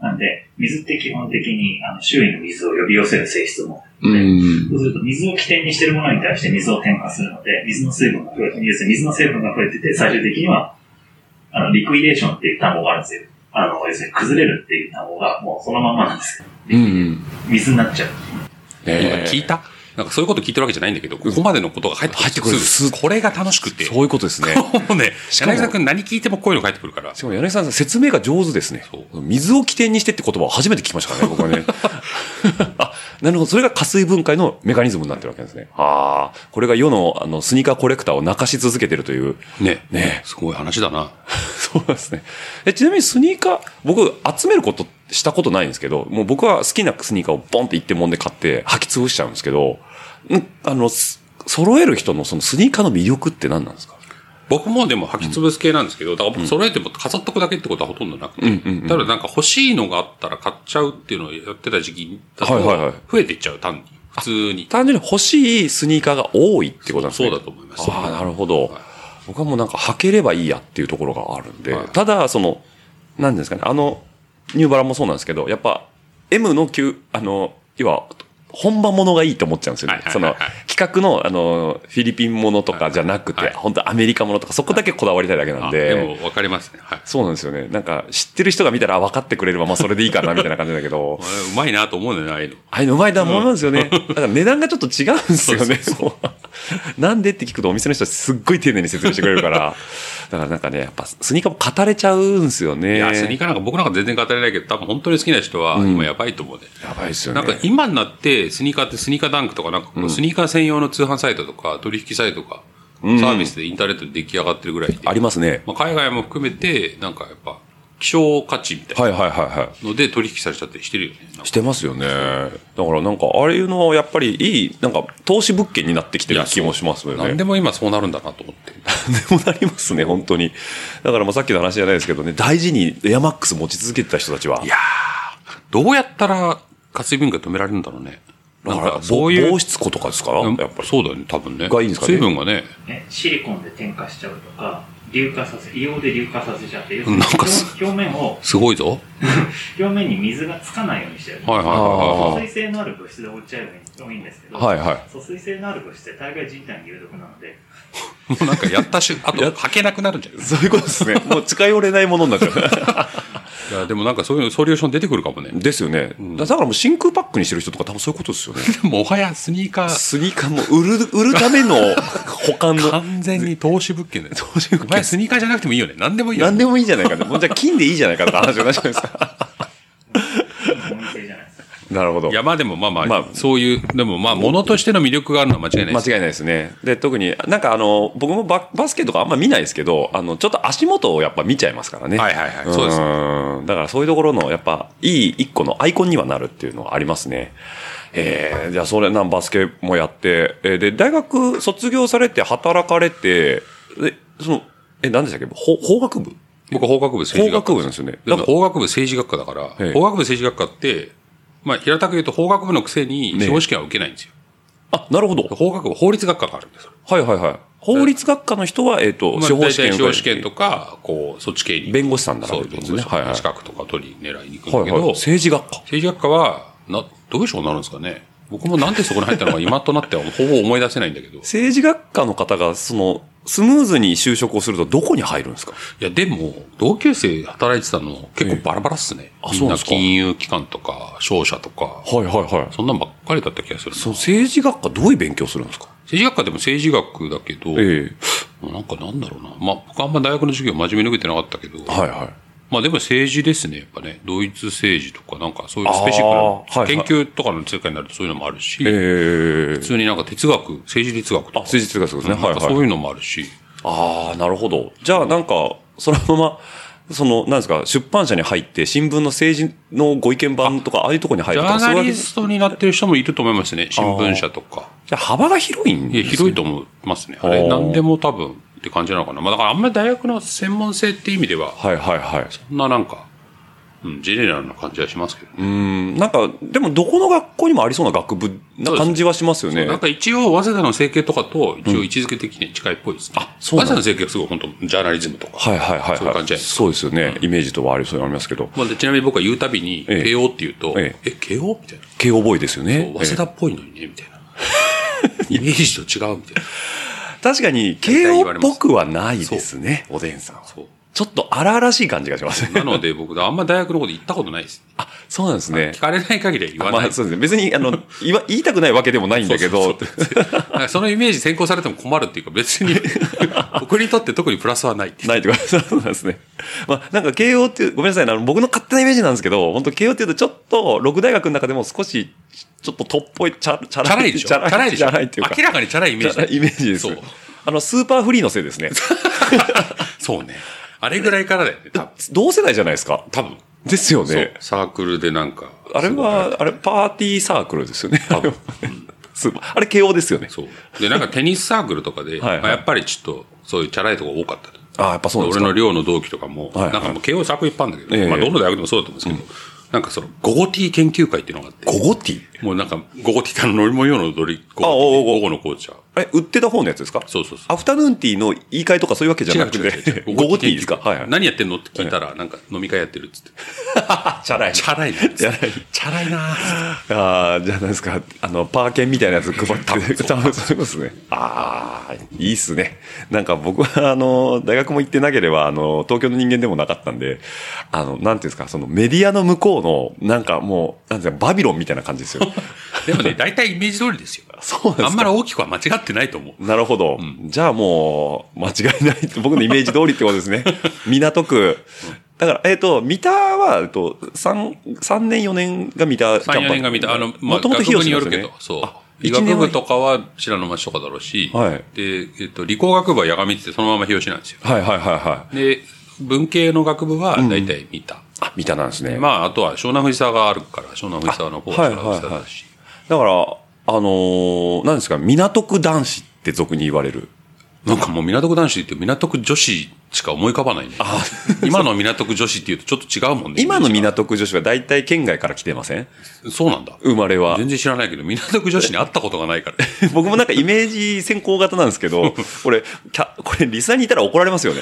[SPEAKER 5] なんで、水って基本的にあの周囲の水を呼び寄せる性質も。
[SPEAKER 3] い。うん。
[SPEAKER 5] そうすると水を起点にしてるものに対して水を添加するので、水の水分が増えて、要するに水の成分が増えてて、最終的には、あの、リクイデーションっていう単語があるんですよ。あの、要するに崩れるっていう単語がもうそのままなんですよ。
[SPEAKER 3] うん。
[SPEAKER 5] 水になっちゃう。
[SPEAKER 6] 今
[SPEAKER 3] え
[SPEAKER 6] 聞いたなんかそういうこと聞いてるわけじゃないんだけど、ここまでのことが入って
[SPEAKER 3] 入ってくる
[SPEAKER 6] すこれが楽しくて。
[SPEAKER 3] そういうことです ね。
[SPEAKER 6] もうね、
[SPEAKER 3] かも
[SPEAKER 6] 柳沢君何聞いてもこういうの返ってくるから。
[SPEAKER 3] しかも柳さん、説明が上手ですね
[SPEAKER 6] そ。
[SPEAKER 3] 水を起点にしてって言葉を初めて聞きましたからね、僕はね。あ、なるほど。それが加水分解のメカニズムになってるわけですね。ああ。これが世のあのスニーカーコレクターを泣かし続けてるという。
[SPEAKER 6] ね。
[SPEAKER 3] ね
[SPEAKER 6] すごい話だな。
[SPEAKER 3] そうなんですね。え、ちなみにスニーカー、僕、集めることしたことないんですけど、もう僕は好きなスニーカーをボンって一点もんで買って履き潰しちゃうんですけど、んあの、す揃える人のそのスニーカーの魅力って何なんですか
[SPEAKER 6] 僕もでも履き潰す系なんですけど、だから僕揃えても飾っとくだけってことはほとんどなくて、ただなんか欲しいのがあったら買っちゃうっていうのをやってた時期だ
[SPEAKER 3] はいはいはい
[SPEAKER 6] と、増えていっちゃう、単に。普通に。
[SPEAKER 3] 単純に欲しいスニーカーが多いってことなんですね。
[SPEAKER 6] そうそうだと思います
[SPEAKER 3] ああ、なるほど。
[SPEAKER 6] はい
[SPEAKER 3] 僕はもうなんか履ければいいやっていうところがあるんで、
[SPEAKER 6] はい
[SPEAKER 3] ただ、その、なんですかね、あの、ニューバラもそうなんですけど、やっぱ、M の級、あの、要は、本場ものがいいと思っちゃうんですよね。
[SPEAKER 6] はい
[SPEAKER 3] そ
[SPEAKER 6] はいはい
[SPEAKER 3] の
[SPEAKER 6] はい、
[SPEAKER 3] 企画の、あの、フィリピンものとかじゃなくて、
[SPEAKER 6] はいはい
[SPEAKER 3] 本当アメリカものとか、そこだけこだわりたいだけなん
[SPEAKER 6] あ
[SPEAKER 3] で。
[SPEAKER 6] でも分かりますね。はい。
[SPEAKER 3] そうなんですよね。なんか、知ってる人が見たらあ分かってくれれば、まあ、それでいいかな、みたいな感じだけど。
[SPEAKER 6] あれうまいなと思うのよね、ああいうの。
[SPEAKER 3] ああいうのうまいなものなんですよね。だから値段がちょっと違うんですよね。そう なんでって聞くとお店の人はすっごい丁寧に説明してくれるから。だからなんかね、やっぱスニーカーも語れちゃうんですよね。
[SPEAKER 6] いや、スニーカーなんか僕なんか全然語れないけど、多分本当に好きな人は今やばいと思うね。
[SPEAKER 3] やばいですよね。
[SPEAKER 6] なんか今になって、スニーカーってスニーカーダンクとか、なんかこうスニーカー専用の通販サイトとか、取引サイトとか、サービスでインターネットで出来上がってるぐらいで。
[SPEAKER 3] ありますね。
[SPEAKER 6] まあ、海外も含めて、なんかやっぱ、希少価値みたい
[SPEAKER 3] はいはいはいはい。
[SPEAKER 6] なので取引されちゃってしてるよね。なんか
[SPEAKER 3] してますよね。だからなんか、ああいうのはやっぱりいい、なんか投資物件になってきてる気もしますよね。
[SPEAKER 6] なんでも今そうなるんだなと思って。
[SPEAKER 3] でもなりますね、本当に。だからまあさっきの話じゃないですけどね、大事にエアマックス持ち続けてた人たちは。いや、
[SPEAKER 6] どうやったら、活水分解止められるんだろうね。
[SPEAKER 3] だ
[SPEAKER 6] な
[SPEAKER 3] か
[SPEAKER 6] ん
[SPEAKER 3] ら
[SPEAKER 6] か、そういう。
[SPEAKER 3] 防湿庫とかですかや
[SPEAKER 6] うん
[SPEAKER 3] っ
[SPEAKER 6] や
[SPEAKER 3] ぱ
[SPEAKER 6] っぱそうだよね、多分ね。
[SPEAKER 3] がいいんですかね
[SPEAKER 6] 水分がね。
[SPEAKER 5] ね、シリコンで添加しちゃうとか、硫化させ、硫黄で硫化させちゃって、要す
[SPEAKER 6] う
[SPEAKER 5] る
[SPEAKER 6] ん
[SPEAKER 5] に
[SPEAKER 6] なんかす
[SPEAKER 5] 表表面を、
[SPEAKER 6] すごいぞ。
[SPEAKER 5] 表面に水がつかないようにしてる。
[SPEAKER 6] はいはいはいはい
[SPEAKER 5] 疎
[SPEAKER 6] はい。
[SPEAKER 5] 水性のある物質で覆っちゃえばいいんですけど、
[SPEAKER 3] はいはい
[SPEAKER 5] 疎水性のある物質って大概人体に有毒なの で、
[SPEAKER 6] もうなん かやったし、あと、履けなくなるんじゃない
[SPEAKER 3] そういうことですね。 もう近寄れないものになっちゃう。
[SPEAKER 6] いや、でもなんかそういうソリューション出てくるかもね。
[SPEAKER 3] ですよね。だからもう真空パックにしてる人とか多分そういうこと ですよね。
[SPEAKER 6] もはやスニーカー、
[SPEAKER 3] スニーカーも売る、売るための保管 の。
[SPEAKER 6] 完全に投資物件だよ。投資物件。もはやスニーカーじゃなくてもいいよね。何でもいいよ。
[SPEAKER 3] 何でもいいじゃないかと。もうじゃあ金でいいじゃないかとか話になっちゃうんですか。
[SPEAKER 5] お店じゃないですか。
[SPEAKER 3] なるほど。
[SPEAKER 6] 山でもまあまあ、
[SPEAKER 3] まあ
[SPEAKER 6] そういう、でもまあ、ものとしての魅力があるのは間違いない
[SPEAKER 3] 間
[SPEAKER 6] です。
[SPEAKER 3] 違いないですね。で、特に、なんかあの、僕もババスケとかあんま見ないですけど、あの、ちょっと足元をやっぱ見ちゃいますからね。
[SPEAKER 6] はいはいはいそうです
[SPEAKER 3] んだからそういうところの、やっぱ、いい一個のアイコンにはなるっていうのはありますね。えー、じゃあそれなん、バスケもやって、えーで、大学卒業されて働かれて、で、その、え、何でしたっけ法法学部
[SPEAKER 6] 僕、法学
[SPEAKER 3] 法
[SPEAKER 6] 部政治学科
[SPEAKER 3] 学部なんですよね。
[SPEAKER 6] でも法学部政治学科だから、
[SPEAKER 3] ええ
[SPEAKER 6] 法学部政治学科って、まあ、平たく言うと法学部のくせに司法試験は受けないんですよ。
[SPEAKER 3] あ、なるほど。
[SPEAKER 6] 法学部法律学科があるんですよ。
[SPEAKER 3] はいはいはい。法律学科の人は、えっ、と、
[SPEAKER 6] まあ、
[SPEAKER 3] 司法試
[SPEAKER 6] 大体
[SPEAKER 3] 験
[SPEAKER 6] 司法試験
[SPEAKER 3] と
[SPEAKER 6] とか、こう、そっち系に。
[SPEAKER 3] 弁護士さんだか
[SPEAKER 6] そ
[SPEAKER 3] ら
[SPEAKER 6] う、
[SPEAKER 3] って
[SPEAKER 6] 弁
[SPEAKER 3] こと
[SPEAKER 6] 護
[SPEAKER 3] ですね
[SPEAKER 6] 士さ
[SPEAKER 3] はいは
[SPEAKER 6] んの
[SPEAKER 3] い
[SPEAKER 6] 資格とか取り狙いに行くん
[SPEAKER 3] は
[SPEAKER 6] だ
[SPEAKER 3] い
[SPEAKER 6] け
[SPEAKER 3] はい
[SPEAKER 6] ど、、
[SPEAKER 3] 政治学科。
[SPEAKER 6] 政治学科は、な、どういう賞になるんですかね僕もなんでそこに入ったのか今となってはほぼ思い出せないんだけど。い
[SPEAKER 3] 政治学科の方が、その、スムーズに就職をするとどこに入るんですか
[SPEAKER 6] や、でも、同級生働いてたの結構バラバラっすね。
[SPEAKER 3] あ
[SPEAKER 6] み
[SPEAKER 3] そうなんですか
[SPEAKER 6] 金融機関とか、商社とか、
[SPEAKER 3] はいはいはい。
[SPEAKER 6] そんなんばっかりだった気がするな。
[SPEAKER 3] その政治学科どういう勉強するんですか
[SPEAKER 6] 政治学科でも政治学だけど、
[SPEAKER 3] え
[SPEAKER 6] なんかなんだろうな。まあ、僕あんま大学の授業真面目に受けてなかったけど、
[SPEAKER 3] はいはい。
[SPEAKER 6] まあでも政治ですね、やっぱね。ドイツ政治とか、なんかそういうスペシ
[SPEAKER 3] あ
[SPEAKER 6] ック
[SPEAKER 3] ーは
[SPEAKER 6] ない研
[SPEAKER 3] はい
[SPEAKER 6] 究とかの世界になるとそういうのもあるし、
[SPEAKER 3] ええ
[SPEAKER 6] 普通になんか哲学、政治哲学とか。
[SPEAKER 3] あ、政治哲学ですね。
[SPEAKER 6] な
[SPEAKER 3] は
[SPEAKER 6] ん
[SPEAKER 3] い
[SPEAKER 6] か
[SPEAKER 3] は
[SPEAKER 6] そう
[SPEAKER 3] い。
[SPEAKER 6] いうのもあるし、
[SPEAKER 3] ああ、なるほど。じゃあなんか、そのまま、その、なんですか、出版社に入って、新聞の政治のご意見版とか、ああいうところに入
[SPEAKER 6] ジ
[SPEAKER 3] ると
[SPEAKER 6] ャ
[SPEAKER 3] か、
[SPEAKER 6] ーナ
[SPEAKER 3] そういう
[SPEAKER 6] リ
[SPEAKER 3] わけ
[SPEAKER 6] ストになってる人もいると思いますね。新聞社とか。
[SPEAKER 3] じゃあ幅が広いん
[SPEAKER 6] いや、
[SPEAKER 3] です
[SPEAKER 6] 広いと思いますね。あ
[SPEAKER 3] あー
[SPEAKER 6] れ、なんでも多分って感じなのかな。まあだからあんまり大学の専門性って意味では、
[SPEAKER 3] はいはいはい。
[SPEAKER 6] そんななんか、うん、ジェネラルな感じはしますけどね。
[SPEAKER 3] うん、なんか、でもどこの学校にもありそうな学部な感じはしますよね。
[SPEAKER 6] なんか一応、早稲田の整形とかと、一応位置づけ的に近いっぽいですね。あ、
[SPEAKER 3] そうなん
[SPEAKER 6] 早稲田の整形はすごい本当、ジャーナリズムとか。
[SPEAKER 3] はいはいはい、はい。
[SPEAKER 6] そういう感じじゃないですか
[SPEAKER 3] そうですよね。イメージとはありそうにありますけど。
[SPEAKER 6] まあでちなみに僕は言うたびに、
[SPEAKER 3] ええ
[SPEAKER 6] 慶応って言うと、
[SPEAKER 3] え
[SPEAKER 6] え、慶応みたいな。
[SPEAKER 3] 慶応ボーイですよね。
[SPEAKER 6] 早稲田
[SPEAKER 3] え
[SPEAKER 6] っぽいのにね、みたいな。 イメージと違うみたいな。
[SPEAKER 3] え確かに、慶応っぽくはないですね。おでんさんは。
[SPEAKER 6] そう。
[SPEAKER 3] ちょっと荒々しい感じがしますね。
[SPEAKER 6] なので僕、あんま大学のこと言ったことないです。
[SPEAKER 3] あ、そうなんですね
[SPEAKER 6] 聞。かれない限りは言わ
[SPEAKER 3] ま
[SPEAKER 6] ない
[SPEAKER 3] あ、。そうですね。別に、あ の、言わ言いたくないわけでもないんだけど、
[SPEAKER 6] なんかそのイメージ先行されても困るっていうか、別に、 僕にとって特にプラスはない。
[SPEAKER 3] ないってことそうなんですね。まあ、なんか慶応っていう、ごめんなさいね、あの僕の勝手なイメージなんですけど、本当慶応っていうとちょっと、六大学の中でも少し、ちょっとトップっぽい、チャチャ
[SPEAKER 6] チャラいでしょチ
[SPEAKER 3] チャラい
[SPEAKER 6] ャラいでしょ
[SPEAKER 3] チャラいっていうか
[SPEAKER 6] 明らかにチャラいイメージだ。
[SPEAKER 3] イメージです。
[SPEAKER 6] そう。
[SPEAKER 3] あの、スーパーフリーのせい ですね。
[SPEAKER 6] そうね。あれぐらいからだよね、多分。
[SPEAKER 3] 同世代じゃないですか。
[SPEAKER 6] 多分。
[SPEAKER 3] ですよ
[SPEAKER 6] そう
[SPEAKER 3] ね。
[SPEAKER 6] サークルでなんか。
[SPEAKER 3] あれは、あれ、パーティーサークルですよね。あれスーパーあれ、慶応ですよね。
[SPEAKER 6] そう。で、なんかテニスサークルとかで、
[SPEAKER 3] はいはい
[SPEAKER 6] まあやっぱりちょっと、そういうチャラいとこ多かったと。
[SPEAKER 3] ああ、やっぱそうなんです
[SPEAKER 6] 俺
[SPEAKER 3] か。
[SPEAKER 6] の寮の同期とかも、
[SPEAKER 3] はいはい
[SPEAKER 6] なんかもう慶応サークル一般だけど、
[SPEAKER 3] ええ
[SPEAKER 6] まあどの大学でもそうだと思うんですけど、なんかその、ゴゴティー研究会っていうのがあって、
[SPEAKER 3] ゴゴティ
[SPEAKER 6] もうなんか、ゴゴティーってあの乗り物用のドリ、ゴゴティー
[SPEAKER 3] あおうおうおう
[SPEAKER 6] 午後の紅茶。
[SPEAKER 3] え、売ってた方のやつですか
[SPEAKER 6] そうそうそう。
[SPEAKER 3] アフタヌーンティーの言い換えとかそういうわけじゃ
[SPEAKER 6] 違う
[SPEAKER 3] なく
[SPEAKER 6] 違う違
[SPEAKER 3] て、
[SPEAKER 6] う。
[SPEAKER 3] ゴゴティーですかはいはい。
[SPEAKER 6] 何やってんのって聞いたら、なんか飲み会やってるっつって。
[SPEAKER 3] チャラい。
[SPEAKER 6] チャラいな。チ
[SPEAKER 3] ャラい。
[SPEAKER 6] チャラいな
[SPEAKER 3] ああ、じゃあなんですか、あの、パーケンみたいなやつ配って、多分そうです ね。ああ、いいっすね。なんか僕は、あの、大学も行ってなければ、あの、東京の人間でもなかったんで、あの、なんていうんですか、そのメディアの向こうの、なんかもう、なんですか、バビロンみたいな感じです よ。
[SPEAKER 6] でもね、大体イメージ通りですよ。
[SPEAKER 3] そうなんですか
[SPEAKER 6] あんまり大きくは間違ってないと思う。
[SPEAKER 3] なるほど。じゃあもう、間違いない。僕のイメージ通りってことですね。 港区。だから、えっ、と、三田は、えっと、三三年、四年が三田キャンパ
[SPEAKER 6] 3、4年が見た、あの、まあ、
[SPEAKER 3] 元々
[SPEAKER 6] 学
[SPEAKER 3] 広
[SPEAKER 6] 部
[SPEAKER 3] 瀬
[SPEAKER 6] によ
[SPEAKER 3] な
[SPEAKER 6] る
[SPEAKER 3] んで
[SPEAKER 6] け
[SPEAKER 3] すよね、
[SPEAKER 6] どそう
[SPEAKER 3] あ。
[SPEAKER 6] 医
[SPEAKER 3] 一
[SPEAKER 6] 学
[SPEAKER 3] 年は
[SPEAKER 6] 部とかは白の町とかだろうし、
[SPEAKER 3] はい
[SPEAKER 6] で、えっと、理工学部は矢上ってそのまま広島なんですよ。
[SPEAKER 3] はいはいはいはい。
[SPEAKER 6] で、文系の学部は大体見た。
[SPEAKER 3] あ、三田なんですね。
[SPEAKER 6] まあ、あとは湘南藤沢があるから、湘南藤沢の方は
[SPEAKER 3] あはいは
[SPEAKER 6] 湘
[SPEAKER 3] い
[SPEAKER 6] 南藤沢だし。
[SPEAKER 3] だから、あのー、なんですか、港区男子って俗に言われる。
[SPEAKER 6] なんかもう港区男子って言って港区女子しか思い浮かばないね。 今の港区女子って言うとちょっと違うもんね。
[SPEAKER 3] 今の
[SPEAKER 6] イメージ
[SPEAKER 3] 港区女子は大体県外から来てません
[SPEAKER 6] がそうなんだ。
[SPEAKER 3] 生まれは。
[SPEAKER 6] 全然知らないけど、港区女子に会ったことがないから。
[SPEAKER 3] 僕もなんかイメージ先行型なんですけど、これ、キャこれ、リスナーにいたら怒られますよね。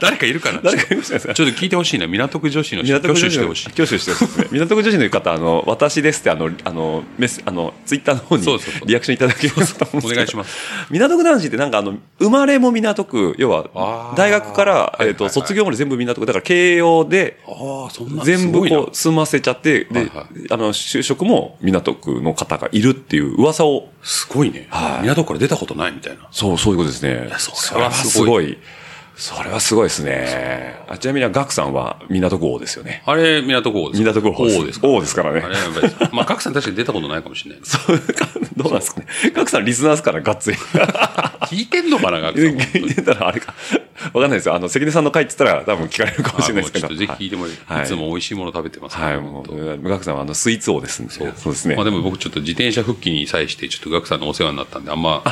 [SPEAKER 6] 誰かいるかな
[SPEAKER 3] 誰かいますよね
[SPEAKER 6] ちょっと聞いてほしいな。港区女子の人、
[SPEAKER 3] 港
[SPEAKER 6] 挙
[SPEAKER 3] 区女子
[SPEAKER 6] 手して
[SPEAKER 3] の
[SPEAKER 6] ほしい。
[SPEAKER 3] 挙手してほしい ですね。港区女子の方、あの、私ですって、あの、あの、メス、あの、ツイッターの方に
[SPEAKER 6] そうそうそう
[SPEAKER 3] リアクションいただければと思うんですけど
[SPEAKER 6] お願いします。
[SPEAKER 3] 港区男子ってなんかあの、生まれも港区、要は
[SPEAKER 6] あ、ー
[SPEAKER 3] 大学から、
[SPEAKER 6] いはい
[SPEAKER 3] え
[SPEAKER 6] はい
[SPEAKER 3] っと、卒業まで全部港区、だから慶応で、
[SPEAKER 6] ああ、そん
[SPEAKER 3] 全部
[SPEAKER 6] すごい
[SPEAKER 3] こう、済ませちゃって、で、
[SPEAKER 6] はいはい
[SPEAKER 3] あの、就職も港区の方がいるっていう噂を。
[SPEAKER 6] なすごいね。
[SPEAKER 3] はい
[SPEAKER 6] 港区から出たことないみたいな。
[SPEAKER 3] そう、そういうことですね。
[SPEAKER 6] そ
[SPEAKER 3] それ
[SPEAKER 6] れは
[SPEAKER 3] はすごい。それはすごいですね。あちなみに、ガクさんは港区王ですよね。
[SPEAKER 6] あれ、港区王です。
[SPEAKER 3] 港区王
[SPEAKER 6] 王ですか。
[SPEAKER 3] 王ですからね
[SPEAKER 6] あれ、やばいです。 まあ、ガクさん確かに出たことないかもしれないです。
[SPEAKER 3] そう どうなんですかね。ガクさん、リスナーですから、がっつり。
[SPEAKER 6] 聞いてんのかな、ガクさん。本当に
[SPEAKER 3] 聞いてたら、あれか。わかんないですよ。あの、関根さんの回って言ったら、多分聞かれるかもしれないですけど。
[SPEAKER 6] あもうちょっとぜひ聞いてもらえ
[SPEAKER 3] はい
[SPEAKER 6] いつも美味しいもの食べてますから
[SPEAKER 3] はい、もう、ガクさんは、あの、スイーツ王ですんで。そうですね。
[SPEAKER 6] まあでも僕ちょっと自転車復帰に際して、ちょっとガクさんのお世話になったんで、あんま、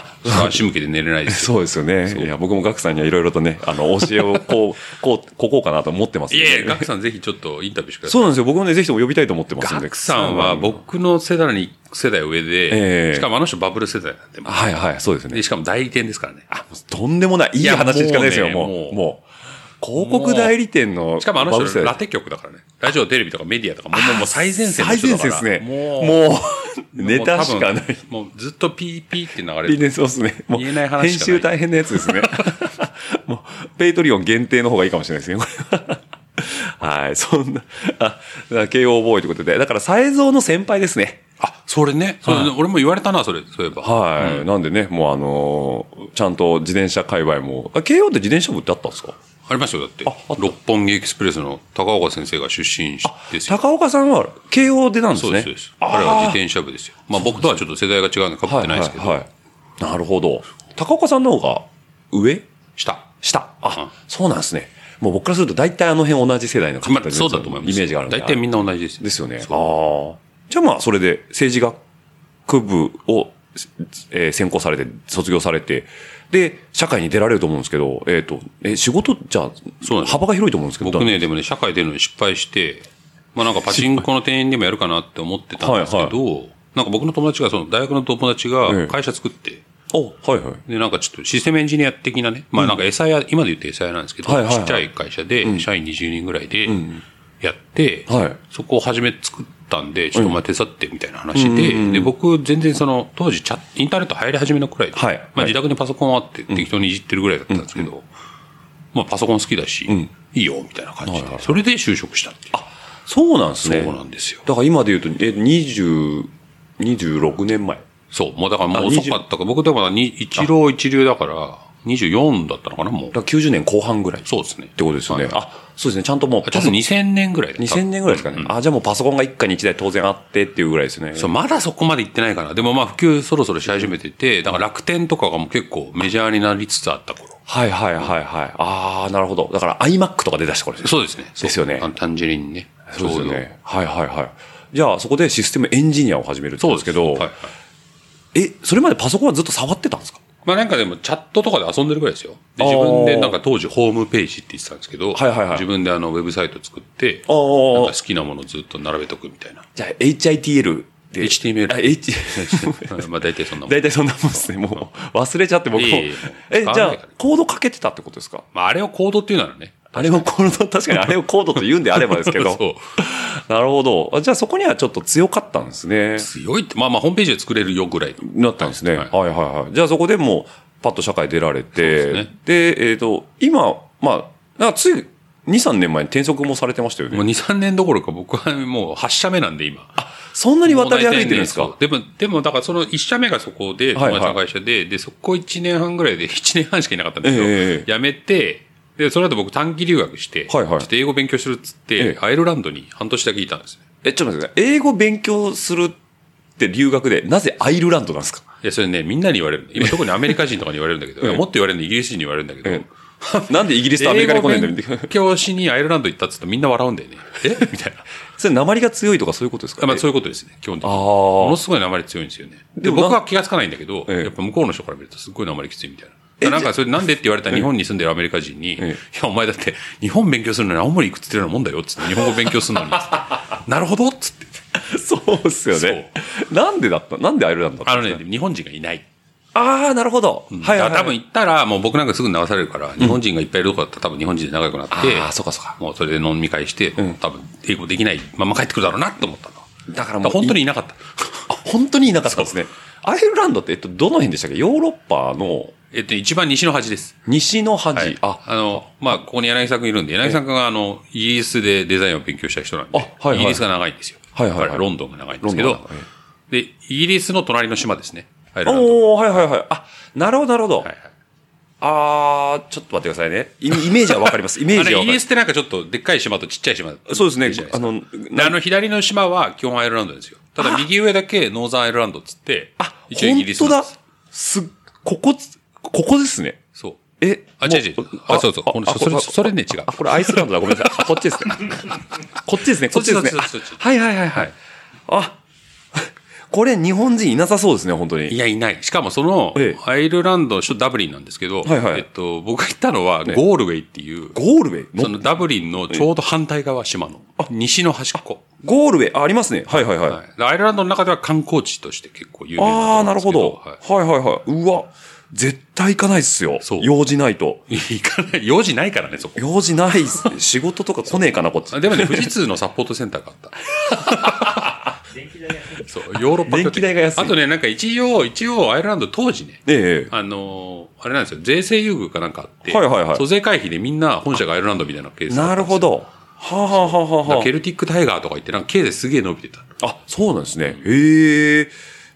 [SPEAKER 6] 足向けて寝れないですけ
[SPEAKER 3] そうですよね。いや、僕もガクさんにはいろいろとね、あの、教えをこ う、こう、ここうかなと思ってます
[SPEAKER 6] ど。い
[SPEAKER 3] んで
[SPEAKER 6] やいや、ガクさんぜひちょっとインタビューしてくださ
[SPEAKER 3] そうなんですよ。僕もね、ぜひとも呼びたいと思ってますん
[SPEAKER 6] い。
[SPEAKER 3] で。
[SPEAKER 6] ガクさんは僕の世代に、世代上
[SPEAKER 3] え
[SPEAKER 6] で、
[SPEAKER 3] え
[SPEAKER 6] しかもあの人バブル世代なんで、
[SPEAKER 3] はいはい、そうですね
[SPEAKER 6] で。しかも代理店ですからね。
[SPEAKER 3] とんでもない。いい
[SPEAKER 6] いや
[SPEAKER 3] 話しかないですよ、も
[SPEAKER 6] も
[SPEAKER 3] う
[SPEAKER 6] うね。
[SPEAKER 3] もう。広告代理店の。
[SPEAKER 6] しかもあの
[SPEAKER 3] バブ
[SPEAKER 6] 人、
[SPEAKER 3] ル
[SPEAKER 6] ラテ局だからね。ラジオ、テレビとかメディアとか、もうもうもう最前線の
[SPEAKER 3] 最
[SPEAKER 6] 人だ
[SPEAKER 3] 前
[SPEAKER 6] か
[SPEAKER 3] 線で
[SPEAKER 6] ら。
[SPEAKER 3] すね。
[SPEAKER 6] もう、
[SPEAKER 3] もう、
[SPEAKER 6] もう
[SPEAKER 3] ネタしかない。
[SPEAKER 6] 多分もうずっとピーピーって流
[SPEAKER 3] ビ
[SPEAKER 6] れて
[SPEAKER 3] ジ
[SPEAKER 6] る。
[SPEAKER 3] ネスそうですね。もう、
[SPEAKER 6] 言えない
[SPEAKER 3] 編
[SPEAKER 6] 話しか
[SPEAKER 3] 集
[SPEAKER 6] ない
[SPEAKER 3] 大変なやつ ですね。もう、ペイトリオン限定の方がいいかもしれないですね、これ は。はい、そんな、あ、慶応ボーイということで、だから、才蔵の先輩ですね。
[SPEAKER 6] あ、それね。それね俺も言われたな、それ。そういえば。
[SPEAKER 3] はい。なんでね、もうあのーちゃんと自転車界隈も、あ慶応って自転車部ってあったんですか
[SPEAKER 6] ありますよ、だって。六本木エクスプレスの高岡先生が出身ですよ。
[SPEAKER 3] 高岡さんは慶応でなんですね。
[SPEAKER 6] そうです、そうです。彼は自転車部ですよ。まあ僕とはちょっと世代が違うんで被ってないですけ
[SPEAKER 3] はい
[SPEAKER 6] ど
[SPEAKER 3] は。いはい、なるほど。高岡さんの方が上
[SPEAKER 6] 下。
[SPEAKER 3] 下あ、
[SPEAKER 6] うん
[SPEAKER 3] そうなんですね。もう僕からすると大体あの辺同じ世代の方
[SPEAKER 6] ま
[SPEAKER 3] 々
[SPEAKER 6] あ
[SPEAKER 3] の
[SPEAKER 6] そうだと思います。
[SPEAKER 3] イメージがあるんで
[SPEAKER 6] 大体みんな同じですよ。
[SPEAKER 3] ですよね。ああ
[SPEAKER 6] そう
[SPEAKER 3] ー。じゃあまあ、それで政治学部を、えー専攻されて、卒業されて、で、社会に出られると思うんですけど、えっ、と、えー仕事、じゃ
[SPEAKER 6] そうなん
[SPEAKER 3] あ、
[SPEAKER 6] です
[SPEAKER 3] 幅が広いと思うんですけど、
[SPEAKER 6] 僕ね、でもね、社会出るのに失敗して、まあなんかパチンコの店員でもやるかなって思ってたんですけど、なんか僕の友達が、その大学の友達
[SPEAKER 3] ええ
[SPEAKER 6] が会社作って、
[SPEAKER 3] お、はいはい。
[SPEAKER 6] で、なんかちょっとシステムエンジニア的なね、まあなんか餌屋、今で言って餌屋なんですけど、
[SPEAKER 3] はいはいはい
[SPEAKER 6] ちっちゃい会社で社員20人ぐらいでやって、
[SPEAKER 3] はい
[SPEAKER 6] そこを初め作ったんで、ちょっとお前手伝ってみたいな話で、で、僕全然その当時チャインターネット入り始めのくらいで、
[SPEAKER 3] はい
[SPEAKER 6] ま
[SPEAKER 3] はい
[SPEAKER 6] あ自宅にパソコンあって適当にいじってるぐらいだったんですけど、まあパソコン好きだし、いいよみたいな感じで、それで就職したっていう。
[SPEAKER 3] そうなんです
[SPEAKER 6] そ
[SPEAKER 3] ね。
[SPEAKER 6] うなんですよ。
[SPEAKER 3] だから今で言うと、えー、20、26年前。
[SPEAKER 6] そう、もうだからも
[SPEAKER 3] あ
[SPEAKER 6] う遅かったから、僕だからに一浪一流だから、24だったのかな、もう
[SPEAKER 3] だ。から90年後半ぐらい。
[SPEAKER 6] そうですね。っ
[SPEAKER 3] ってことですよね。あ、そうですね。ちゃんともう、
[SPEAKER 6] ちょっと2000年ぐらいだった
[SPEAKER 3] 2000年ぐらいですかね。あ、じゃあもうパソコンが一家に一台当然あってっていうぐらいですね。
[SPEAKER 6] そう、まだそこまで行ってないかな。でもまあ普及そろそろし始めてて、だから楽天とかがもう結構メジャーになりつつあった頃。
[SPEAKER 3] はいはいはいはい。ああ、なるほど。だから iMac とか出だした頃ですね
[SPEAKER 6] そうですね。
[SPEAKER 3] ですよね
[SPEAKER 6] あの単純にね。
[SPEAKER 3] そうですよね。はいはいはい。じゃあそこでシステムエンジニアを始めるって
[SPEAKER 6] ちょ
[SPEAKER 3] こ
[SPEAKER 6] うど。
[SPEAKER 3] とですけど、
[SPEAKER 6] はいはい
[SPEAKER 3] え、それまでパソコンはずっと触ってたんですか
[SPEAKER 6] まあなんかでもチャットとかで遊んでるぐらいですよ。で、
[SPEAKER 3] あー
[SPEAKER 6] 自分でなんか当時ホームページって言ってたんですけど、
[SPEAKER 3] はいはいはい
[SPEAKER 6] 自分であのウェブサイト作って、
[SPEAKER 3] あー
[SPEAKER 6] なんか好きなものをずっと並べとくみたいな。
[SPEAKER 3] じゃあ HITL で。
[SPEAKER 6] HTML
[SPEAKER 3] あ H
[SPEAKER 6] まあ大体そんなもん。
[SPEAKER 3] 大体そんなもんですね。もう忘れちゃって僕も。
[SPEAKER 6] いえいえ
[SPEAKER 3] え、じゃあコードかけてたってことですか
[SPEAKER 6] まああれをコードっていうならね。
[SPEAKER 3] あれをコード、確かにあれをコードと言うんであればですけど。
[SPEAKER 6] そう。
[SPEAKER 3] なるほど。あじゃあそこにはちょっと強かったんですね。
[SPEAKER 6] 強いって、まあまあホームページで作れるよぐらいの。
[SPEAKER 3] なったんですね。は
[SPEAKER 6] はいい
[SPEAKER 3] はいはい。じゃあそこでもう、パッと社会出られて、で
[SPEAKER 6] そうですね
[SPEAKER 3] えっ、と、今、まあ、なんかつい2、3年前に転職もされてましたよね。
[SPEAKER 6] もう2、3年どころか僕はもう8社目なんで今。
[SPEAKER 3] そんなに渡り歩いてるんです
[SPEAKER 6] もう
[SPEAKER 3] か
[SPEAKER 6] 大体ねそうでも、でも、だからその一社目がそこで、
[SPEAKER 3] はいはい
[SPEAKER 6] 友達の会社で、で、そこ一年半ぐらいで、一年半しかいなかったんです
[SPEAKER 3] えええ
[SPEAKER 6] けど、辞めて、で、その後僕短期留学して、
[SPEAKER 3] はいはい
[SPEAKER 6] ちょっと英語勉強するっつっ
[SPEAKER 3] ええ
[SPEAKER 6] て、アイルランドに半年だけいたんですね。
[SPEAKER 3] え、ちょっと待ってください。英語勉強するって留学で、なぜアイルランドなんですか
[SPEAKER 6] いや、それね、みんなに言われる。今、特にアメリカ人とかに言われるんだけど、いやもっと言われるのイギリス人に言われるんだけど、
[SPEAKER 3] え なんでイギリスとアメ
[SPEAKER 6] 英
[SPEAKER 3] リカに
[SPEAKER 6] 語
[SPEAKER 3] 来ないんだみたいな
[SPEAKER 6] 勉強しにアイルランド行ったっつったらみんな笑うんだよね。えみたいな。
[SPEAKER 3] それ、鉛が強いとかそういうことですか、
[SPEAKER 6] まあ、そういうことですね、基本的に。
[SPEAKER 3] あー
[SPEAKER 6] ものすごい鉛強いんですよね。で、
[SPEAKER 3] でもな
[SPEAKER 6] 僕は気がつかないんだけど、
[SPEAKER 3] ええ
[SPEAKER 6] やっぱ向こうの人から見るとすっごい鉛きついみたいな。なんか、それなんでって言われたら日本に住んでるアメリカ人に、い
[SPEAKER 3] え
[SPEAKER 6] や、お前だって日本勉強するのに青森行くっつってるようなもんだよ、つって。日本語勉強するの に。つってなるほどっつ って。
[SPEAKER 3] そうっすよね。なんでだったなんでアイルランドだった
[SPEAKER 6] あのね、日本人がいない。
[SPEAKER 3] あー、なるほど。はいはい、
[SPEAKER 6] だ
[SPEAKER 3] は
[SPEAKER 6] から
[SPEAKER 3] い。
[SPEAKER 6] 多分行ったら、もう僕なんかすぐ流されるから、日本人がいっぱいいるとこだったら多分日本人で仲良くなって、
[SPEAKER 3] あー、そうかそうか。
[SPEAKER 6] もうそれで飲み会して、多分英語できないまま帰ってくるだろうなと思ったの。
[SPEAKER 3] だから
[SPEAKER 6] だ
[SPEAKER 3] もう、
[SPEAKER 6] から本当にいなかった。
[SPEAKER 3] あ、本当にいなかったんですね。アイルランドって、えっと、どの辺でしたっけヨーロッパの
[SPEAKER 6] えっと、一番西の端です。
[SPEAKER 3] 西の端。
[SPEAKER 6] はい、
[SPEAKER 3] あ
[SPEAKER 6] あ、あの、まあ、ここに柳井さんがいるんで、柳井さんが、あの、イギリスでデザインを勉強した人なんで、
[SPEAKER 3] あはいはい
[SPEAKER 6] イギリスが長いんですよ。
[SPEAKER 3] はいはいはい
[SPEAKER 6] だからロンドンが長いんですけ
[SPEAKER 3] ロン
[SPEAKER 6] ど
[SPEAKER 3] ドンが長い、
[SPEAKER 6] で、イギリスの隣の島ですね。アイルランド。
[SPEAKER 3] おおはいはいはい。あ、なるほど、なるほど。
[SPEAKER 6] はいはい
[SPEAKER 3] あー、ちょっと待ってくださいね。イイメージはわかります。イメー
[SPEAKER 6] あ
[SPEAKER 3] ジ
[SPEAKER 6] れ、
[SPEAKER 3] は
[SPEAKER 6] イ
[SPEAKER 3] わかりま
[SPEAKER 6] ギリス
[SPEAKER 3] す。
[SPEAKER 6] ってなんかちょっとでっかい島とちっちゃい島。
[SPEAKER 3] そうです
[SPEAKER 6] じゃ
[SPEAKER 3] ね
[SPEAKER 6] な。い
[SPEAKER 3] あ
[SPEAKER 6] か
[SPEAKER 3] の、
[SPEAKER 6] であの左の島は基本アイルランドですよ。ただ右上だけノーザンアイルランドっつって、
[SPEAKER 3] あ、本当
[SPEAKER 6] なん
[SPEAKER 3] だ
[SPEAKER 6] です。
[SPEAKER 3] す、ここ、ここですね。
[SPEAKER 6] そう。
[SPEAKER 3] え
[SPEAKER 6] あ
[SPEAKER 3] も
[SPEAKER 6] 違う違うあそうそうこのそれそれね違う
[SPEAKER 3] あ、これアイスランドだ。ごめんなさい。こっちです ね。こっちですね。こっちですね
[SPEAKER 6] そっちそっちそっ。ち
[SPEAKER 3] はいはいはいはい。あ、これ日本人いなさそうですね、本当
[SPEAKER 6] い
[SPEAKER 3] に。
[SPEAKER 6] や、いない。しかもその
[SPEAKER 3] ええ、
[SPEAKER 6] アイルランドの首都ダブリンなんですけど、
[SPEAKER 3] はいはい
[SPEAKER 6] えっと、僕が行ったのは、
[SPEAKER 3] ええ
[SPEAKER 6] ゴールウェイっていう、
[SPEAKER 3] ゴールウェイ
[SPEAKER 6] そ
[SPEAKER 3] の
[SPEAKER 6] のダブリンのちょうど反対側、島の、西の端っこ。
[SPEAKER 3] ゴールウェイ、あ、ありますね。はいはいはい。
[SPEAKER 6] はいでアイルランドの中では観光地として結構有名
[SPEAKER 3] ああ、
[SPEAKER 6] とこ
[SPEAKER 3] なる
[SPEAKER 6] で
[SPEAKER 3] ほ
[SPEAKER 6] すけ
[SPEAKER 3] ど。
[SPEAKER 6] は
[SPEAKER 3] はいいはいはい。うわ、絶対行かないっすよ。
[SPEAKER 6] そう
[SPEAKER 3] 用事ないと。
[SPEAKER 6] 行かない。用事ないからね、そこ。
[SPEAKER 3] 用事ないっ すね。仕事とか来ねえかな、こっち。
[SPEAKER 6] でもね、富士通のサポートセンターがあった。そう、ヨーロッパ拠点
[SPEAKER 3] 電気代が安い
[SPEAKER 6] あとね、なんか一応、一応、アイルランド当時ね、
[SPEAKER 3] ええ。
[SPEAKER 6] あのーあれなんですよ、税制優遇かなんかあって、
[SPEAKER 3] はいはいはい
[SPEAKER 6] 租税回避でみんな本社がアイルランドみたいなケースだった
[SPEAKER 3] なん
[SPEAKER 6] で
[SPEAKER 3] るほ。
[SPEAKER 6] すよ
[SPEAKER 3] ど。はあ、はあはあはあ
[SPEAKER 6] だか
[SPEAKER 3] は
[SPEAKER 6] ら
[SPEAKER 3] あ
[SPEAKER 6] ケルティックタイガーとか言って、なんか経済すげえ伸びてた。
[SPEAKER 3] あ、そうなんですね。へえ。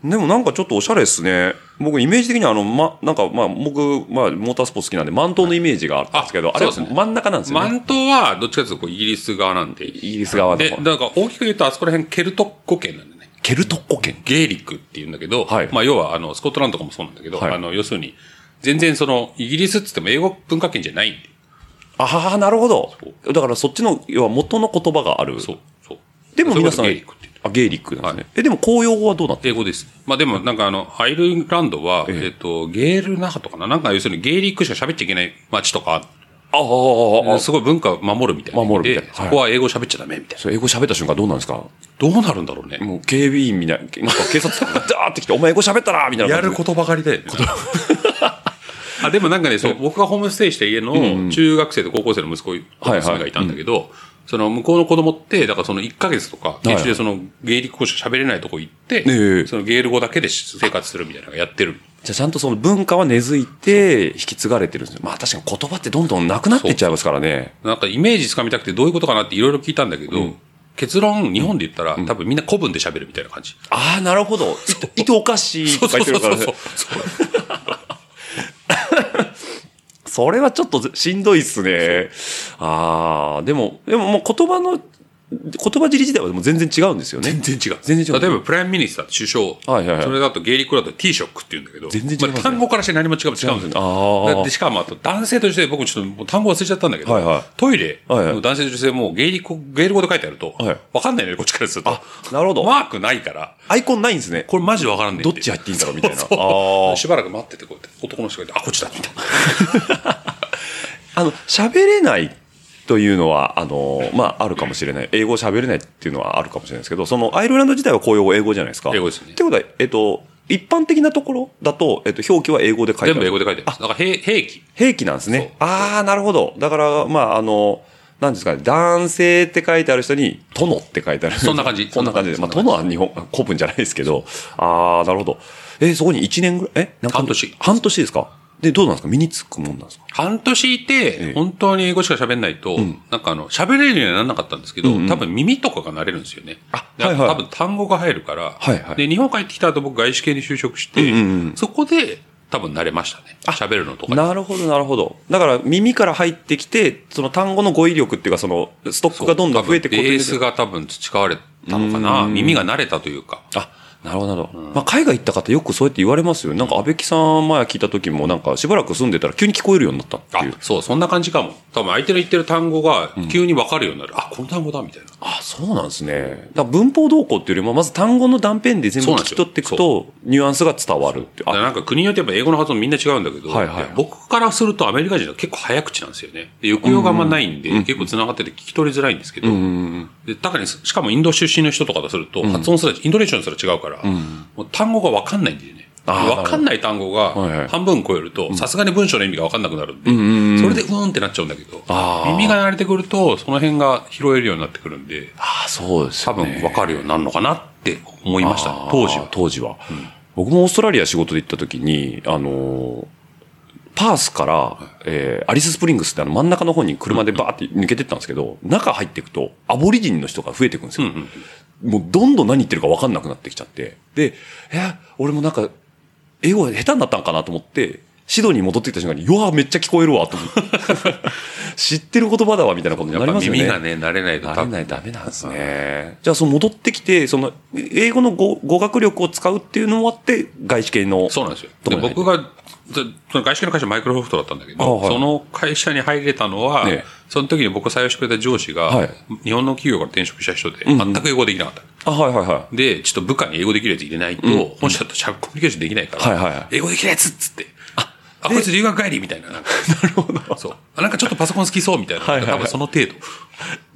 [SPEAKER 3] でもなんかちょっとおしゃれですね。僕イメージ的にはあの、ま、なんかまあ僕、まあモータースポーツ好きなんで、満島のイメージがあったんですけど、
[SPEAKER 6] はい
[SPEAKER 3] あれ
[SPEAKER 6] あ
[SPEAKER 3] は
[SPEAKER 6] そうですね
[SPEAKER 3] 真ん中なんですよね。
[SPEAKER 6] マントは、どっちかというとこうイギリス側なんで。イ
[SPEAKER 3] ギリス側の
[SPEAKER 6] で、
[SPEAKER 3] 方
[SPEAKER 6] だから大きく言うと、あそこら辺ケルトッコ圏なんでね。
[SPEAKER 3] ケルトッコ圏。
[SPEAKER 6] ゲーリックって言うんだけど、
[SPEAKER 3] はい
[SPEAKER 6] まあ要は、あの、スコットランドとかもそうなんだけど、
[SPEAKER 3] はい
[SPEAKER 6] あの、要するに、全然その、イギリスって言っても英語文化圏じゃないんで。
[SPEAKER 3] ああ、なるほど。だからそっちの、要は元の言葉がある。
[SPEAKER 6] そう、そう。
[SPEAKER 3] でも皆さん、
[SPEAKER 6] そういうことをゲーリックっ
[SPEAKER 3] あ、ゲイリ
[SPEAKER 6] て言って
[SPEAKER 3] ックなんですね。
[SPEAKER 6] はい
[SPEAKER 3] え、でも公用語はどうなって
[SPEAKER 6] 英語です。まあでも、なんかあの、アイルランドは、えっ、
[SPEAKER 3] ええ
[SPEAKER 6] と、ゲール那覇とかななんか要するにゲーリックしか喋っちゃいけない街とか、
[SPEAKER 3] ああ、ああ、ああ。
[SPEAKER 6] すごい文化を守るみたいな。
[SPEAKER 3] 守るみたいな
[SPEAKER 6] で
[SPEAKER 3] はい
[SPEAKER 6] そこは英語喋っちゃダメみたいな。
[SPEAKER 3] それ英語喋った瞬間どうなんですか
[SPEAKER 6] どうなるんだろうね。
[SPEAKER 3] もう警備員みたいな、なんか警察官が ダーって来て、お前英語喋ったなみたいな感じで。
[SPEAKER 6] とばかりで。 あでもなんかね、そう、僕がホームステイした家の中学生と高校生の息子、娘がいたんだけど、その向こうの子供って、だからその1ヶ月とか、
[SPEAKER 3] いはい
[SPEAKER 6] 研修でそのゲーリック語しか喋れないとこ行って、
[SPEAKER 3] ええ
[SPEAKER 6] そのゲール語だけで生活するみたいなのがやってる。
[SPEAKER 3] じゃあちゃんとその文化は根付いて引き継がれてるんですよ。まあ確かに言葉ってどんどんなくなっていっちゃいますからね。
[SPEAKER 6] なんかイメージつかみたくてどういうことかなっていろいろ聞いたんだけど、結論、日本で言ったら、多分みんな古文で喋るみたいな感じ。
[SPEAKER 3] ああ、なるほど。いとおかしいとか言ってるからね。
[SPEAKER 6] そうそう
[SPEAKER 3] それはちょっとしんどいっすね。ああ、でも、でももう言葉の、言葉尻自体はでも全然違うんですよね。
[SPEAKER 6] 全然違う。
[SPEAKER 3] 全然違う
[SPEAKER 6] 例えば、プライムミニスター、首相。
[SPEAKER 3] はいはいはい
[SPEAKER 6] それだと、ゲイリックだとティーショックって言うんだけど。
[SPEAKER 3] 全然違いますね
[SPEAKER 6] あ単語からして何も違う、違うんですよ。
[SPEAKER 3] あー
[SPEAKER 6] だってしかも、あと、男性として、僕ちょっともう単語忘れちゃったんだけど、
[SPEAKER 3] はいはい
[SPEAKER 6] トイレ
[SPEAKER 3] はいはい
[SPEAKER 6] の男性と女性もゲイリック、ゲイル語で書いてあると、
[SPEAKER 3] はい
[SPEAKER 6] わかんないのよね、こっちからすると。
[SPEAKER 3] あ、なるほど。
[SPEAKER 6] マークないから、
[SPEAKER 3] アイコンないんですね。
[SPEAKER 6] これマジでわからんね
[SPEAKER 3] どっち入っていいんだろうみたいな
[SPEAKER 6] そうそう
[SPEAKER 3] あー
[SPEAKER 6] しばらく待ってて、こうやって、男の人がいて、あ、こっちだ、みたいな。
[SPEAKER 3] あの、喋れないというのは、あの、まあ、あるかもしれない。英語喋れないっていうのはあるかもしれないですけど、その、アイルランド自体は公用語英語じゃないですか。
[SPEAKER 6] 英語ですね
[SPEAKER 3] ってことは、えっと、一般的なところだと、えっと、表記は英語で書いてある。
[SPEAKER 6] 全部英語で書いてあるんです。だから、兵兵器。
[SPEAKER 3] 兵器なんですね。
[SPEAKER 6] そう
[SPEAKER 3] ああ、なるほど。だから、まあ、あの、なんですかね、男性って書いてある人に、殿って書いてある。
[SPEAKER 6] そんな感じ
[SPEAKER 3] そんな感じで。
[SPEAKER 6] そん
[SPEAKER 3] ま
[SPEAKER 6] な
[SPEAKER 3] あ、
[SPEAKER 6] 感じ
[SPEAKER 3] 殿は日本、古文じゃないですけど、ああ、なるほど。えーそこに1年ぐらい、えなんか
[SPEAKER 6] 半年
[SPEAKER 3] 半年ですかで、どうなんですか身につくもんなんですか
[SPEAKER 6] 半年いて、本当に英語しか喋んないと、なんかあの、喋れるようにはならなかったんですけど、多分耳とかが慣れるんですよね。
[SPEAKER 3] あ
[SPEAKER 6] であと
[SPEAKER 3] はいはい
[SPEAKER 6] 多分単語が入るから、
[SPEAKER 3] はいはい
[SPEAKER 6] で、日本帰ってきた後僕外資系に就職して、そこで多分慣れましたね。喋るのとかに。
[SPEAKER 3] なるほど、なるほど。だから、耳から入ってきて、その単語の語彙力っていうか、その、ストックがどんどん増えてく
[SPEAKER 6] 多
[SPEAKER 3] る
[SPEAKER 6] 分ベースが多分培われたのかな。耳が慣れたというか。
[SPEAKER 3] あ、なるほど、なるほど。まあ、海外行った方よくそうやって言われますよね。なんか、安倍木さん前聞いた時も、なんか、しばらく住んでたら急に聞こえるようになったって
[SPEAKER 6] あ
[SPEAKER 3] いう。、
[SPEAKER 6] そう、そんな感じかも。多分相手の言ってる単語が急に分かるようになる。あ、この単語だ、みたいな。
[SPEAKER 3] あ、そうなんですね。だから文法動向っていうよりも、まず単語の断片で全部
[SPEAKER 6] そうなん
[SPEAKER 3] 聞
[SPEAKER 6] です
[SPEAKER 3] き
[SPEAKER 6] よ
[SPEAKER 3] 取っていくと、ニュアンスが伝わるっていう。
[SPEAKER 6] だから
[SPEAKER 3] あ、
[SPEAKER 6] なんか国によってやっぱ英語の発音みんな違うんだけど、
[SPEAKER 3] はいはい
[SPEAKER 6] 僕からするとアメリカ人は結構早口なんですよね。で抑揚があんまないんで、結構繋がってて聞き取りづらいんですけど、で中にしかもインド出身の人とかとすると、発音すら、インドネシアンすら違うから、もう単語がわかんないんでね。
[SPEAKER 3] あー
[SPEAKER 6] わかんない単語
[SPEAKER 3] はいは
[SPEAKER 6] が
[SPEAKER 3] い
[SPEAKER 6] 半分超えると、さすがに文章の意味がわかんなくなるんで、それでうーんってなっちゃうんだけど、
[SPEAKER 3] あー
[SPEAKER 6] 耳が慣れてくると、その辺が拾えるようになってくるんで、
[SPEAKER 3] あそうです
[SPEAKER 6] 多
[SPEAKER 3] よ
[SPEAKER 6] 分
[SPEAKER 3] ね。
[SPEAKER 6] わかるようになるのかなって思いましたね、
[SPEAKER 3] あー
[SPEAKER 6] 当時は。
[SPEAKER 3] 当時は。僕もオーストラリア仕事で行った時に、あのーパースから、えーアリススプリングスってあの真ん中の方に車でバーって抜けてったんですけど、中入っていくと、アボリジンの人が増えていくんですよ。もうどんどん何言ってるか分かんなくなってきちゃって。で、え、俺もなんか、英語が下手になったんかなと思って、シドニー戻ってきた瞬間に、うわ、めっちゃ聞こえるわ、と思 って知ってる言葉だわ、みたいなことに
[SPEAKER 6] や
[SPEAKER 3] な
[SPEAKER 6] っ
[SPEAKER 3] り
[SPEAKER 6] ぱ
[SPEAKER 3] ますよね。
[SPEAKER 6] 耳がね、慣れないと
[SPEAKER 3] 慣れないとダメなんですね。じゃあ、その戻ってきて、その、英語の語語学力を使うっていうのもあって、外資系の。
[SPEAKER 6] そうなんですよ。
[SPEAKER 3] とこに
[SPEAKER 6] で
[SPEAKER 3] 入って
[SPEAKER 6] 僕が、そその外資系の会社マイクロソフトだったんだけど、
[SPEAKER 3] あはい
[SPEAKER 6] その会社に入れたのは、
[SPEAKER 3] ええ
[SPEAKER 6] その時に僕を採用してくれた上司が、
[SPEAKER 3] はい
[SPEAKER 6] 日本の企業から転職した人で、
[SPEAKER 3] んうん
[SPEAKER 6] 全く英語できなかった。
[SPEAKER 3] あ、はいはいはい。
[SPEAKER 6] で、ちょっと部下に英語できるやつ入れないと、本社としゃコミュニケーションできないから、
[SPEAKER 3] はいはいはい
[SPEAKER 6] 英語できるやつっつって。あ、あこいつ留学帰りみたいな。 なんかなるほど。そう。あなんかちょっとパソコン好きそうみたいな。
[SPEAKER 3] はいはいはい
[SPEAKER 6] 多分その程度。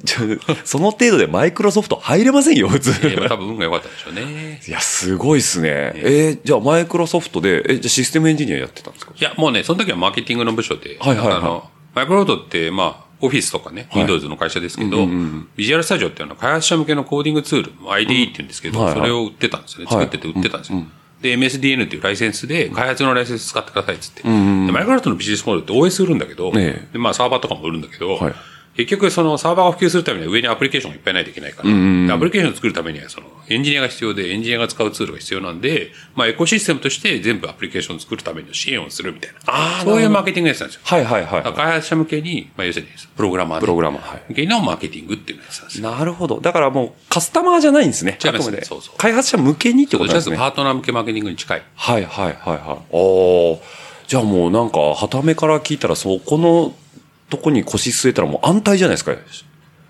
[SPEAKER 3] ちょその程度でマイクロソフト入れませんよ、普通。
[SPEAKER 6] えーまあ多分運が良かったんでしょうね。
[SPEAKER 3] いや、すごいっすね。えーじゃあマイクロソフトで、え、じゃあシステムエンジニアやってたんですか
[SPEAKER 6] いや、もうね、その時はマーケティングの部署で、
[SPEAKER 3] はいはいはい
[SPEAKER 6] あの、マイクロフトって、まあ、オフィスとかね、
[SPEAKER 3] い
[SPEAKER 6] Windows の会社ですけど、ビジュアルスタジオっていうのは開発者向けのコーディングツール、IDE って言うんですけど、
[SPEAKER 3] はいはい
[SPEAKER 6] それを売ってたんですよね。
[SPEAKER 3] はい
[SPEAKER 6] 作ってて売ってたんですよ。で、MSDN っていうライセンスで、開発のライセンス使ってくださいっつって。でマイクロフトのビジネスモデルって OS 売るんだけど、
[SPEAKER 3] ええ
[SPEAKER 6] でまあサーバーとかも売るんだけど、
[SPEAKER 3] はい
[SPEAKER 6] 結局そのサーバーが普及するためには上にアプリケーションがいっぱいないといけないから、でアプリケーションを作るためにはそのエンジニアが必要で、エンジニアが使うツールが必要なんで、まあエコシステムとして全部アプリケーションを作るための支援をするみたいな、そういうマーケティングやつなんですよ。
[SPEAKER 3] はいはいは
[SPEAKER 6] だから
[SPEAKER 3] い。
[SPEAKER 6] 開発者向けに、まあ要するにプログラマー
[SPEAKER 3] プログラマ
[SPEAKER 6] ー
[SPEAKER 3] ー、はい。
[SPEAKER 6] 向けのマーケティングっていうのをやつなんですよ。
[SPEAKER 3] なるほど。だからもうカスタマーじゃないんですね。
[SPEAKER 6] 違い
[SPEAKER 3] あ
[SPEAKER 6] ます
[SPEAKER 3] くまで。
[SPEAKER 6] そうそう
[SPEAKER 3] 開発者向けにってことなんです
[SPEAKER 6] どちらかとい
[SPEAKER 3] ね。
[SPEAKER 6] うとパートナー向けマーケティングに近い。
[SPEAKER 3] はいはいはいはい。おーじゃあもうなんか、はためから聞いたら、そこのとこに腰据えたらもう安泰じゃないですか。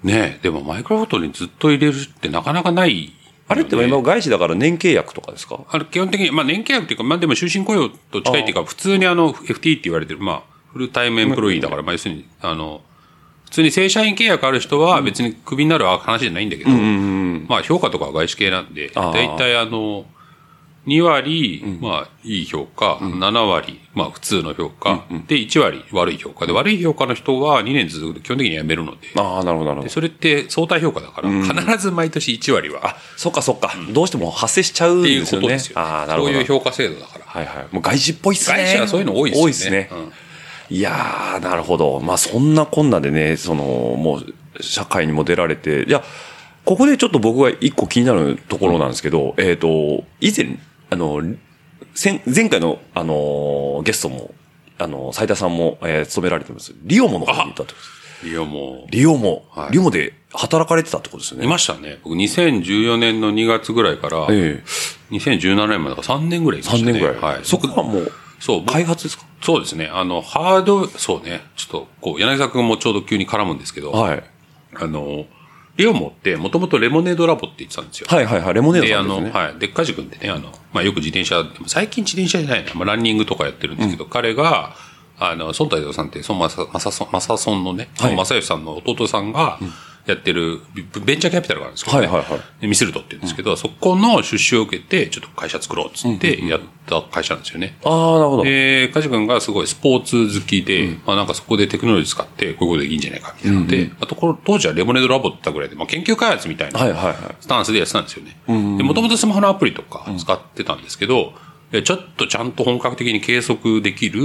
[SPEAKER 6] ねえ、でもマイクロフォトにずっと入れるってなかなかないよね、
[SPEAKER 3] あれって今外資だから年契約とかですか
[SPEAKER 6] あれ基本的に、まあ年契約っていうか、まあでも終身雇用と近いっていうか、普通にあの FT って言われてる、まあフルタイムエンプロイーだから、まあ要するに、あの、普通に正社員契約ある人は別にクビになる話じゃないんだけど、まあ評価とかは外資系なんで、
[SPEAKER 3] あー
[SPEAKER 6] 大体あの、2割、まあいい評価、7割、まあ普通の評価、で1割悪い評価で、悪い評価の人は2年続くと基本的に辞めるので、
[SPEAKER 3] ああ、なるほどなるほ
[SPEAKER 6] で
[SPEAKER 3] ど。
[SPEAKER 6] それって相対評価だから、必ず毎年1割は、
[SPEAKER 3] そっかそっか。どうしても発生しちゃうん
[SPEAKER 6] って
[SPEAKER 3] で
[SPEAKER 6] いう
[SPEAKER 3] す
[SPEAKER 6] こ
[SPEAKER 3] よ
[SPEAKER 6] と
[SPEAKER 3] ね
[SPEAKER 6] で。すよ、
[SPEAKER 3] ああ、なるほど。
[SPEAKER 6] そういう評価制度だから。
[SPEAKER 3] はいはい。もう外資っぽいっすね。
[SPEAKER 6] 外資はそういうの多いですよね
[SPEAKER 3] 多いっすね。いやー、なるほど。まあそんなこんなでね、その、もう、社会にも出られて、じゃあ、ここでちょっと僕が一個気になるところなんですけど、えっ、と、以前、あの、先前回の、あのーゲストも、あのー、斉田さんも、えー勤められてます。リオモの方にいたってことです。
[SPEAKER 6] いや、も
[SPEAKER 3] リオモ、
[SPEAKER 6] はい
[SPEAKER 3] リオモで働かれてたってことですよ
[SPEAKER 6] う、い
[SPEAKER 3] ね。
[SPEAKER 6] ましたね。僕、2014年の2月ぐらいから、
[SPEAKER 3] ええ
[SPEAKER 6] 2017年までだから3年ぐらいいました
[SPEAKER 3] 3
[SPEAKER 6] ね。
[SPEAKER 3] 年ぐらい。
[SPEAKER 6] はい。
[SPEAKER 3] そこはもう、
[SPEAKER 6] そう、僕
[SPEAKER 3] 開発ですか
[SPEAKER 6] そうですね。あの、ハード、そうね。ちょっと、こう、柳沢君もちょうど急に絡むんですけど、
[SPEAKER 3] はい。
[SPEAKER 6] あの、リオモって、もともとレモネードラボって言ってたんですよ。
[SPEAKER 3] はいはいはい。レモネード
[SPEAKER 6] で、
[SPEAKER 3] さ
[SPEAKER 6] あ
[SPEAKER 3] んです
[SPEAKER 6] の、
[SPEAKER 3] ね。
[SPEAKER 6] はい。でっかじくんってね、あの、まあ、よく自転車、でも最近自転車じゃないな、まあ、ランニングとかやってるんですけど、彼が、あの、孫太郎さんって、孫正正孫正孫のね、
[SPEAKER 3] はい
[SPEAKER 6] 孫正義さんの弟さんが、やってる、ベベンチャーキャピタルがあるんですけどね。
[SPEAKER 3] はいはいはい
[SPEAKER 6] でミスルトって言うんですけど、そこの出資を受けて、ちょっと会社作ろうっつって、やった会社なんですよね。
[SPEAKER 3] ああ、なるほど。
[SPEAKER 6] で、カジ君がすごいスポーツ好きで、まあなんかそこでテクノロジー使って、こういうことでいいんじゃないか、みたいなので、あとこの当時はレモネードラボって言ったぐらいで、まあ研究開発みたいな、
[SPEAKER 3] はいはいはい。
[SPEAKER 6] スタンスでやってたんですよね。で、もともとスマホのアプリとか使ってたんですけど、でちょっとちゃんと本格的に計測できる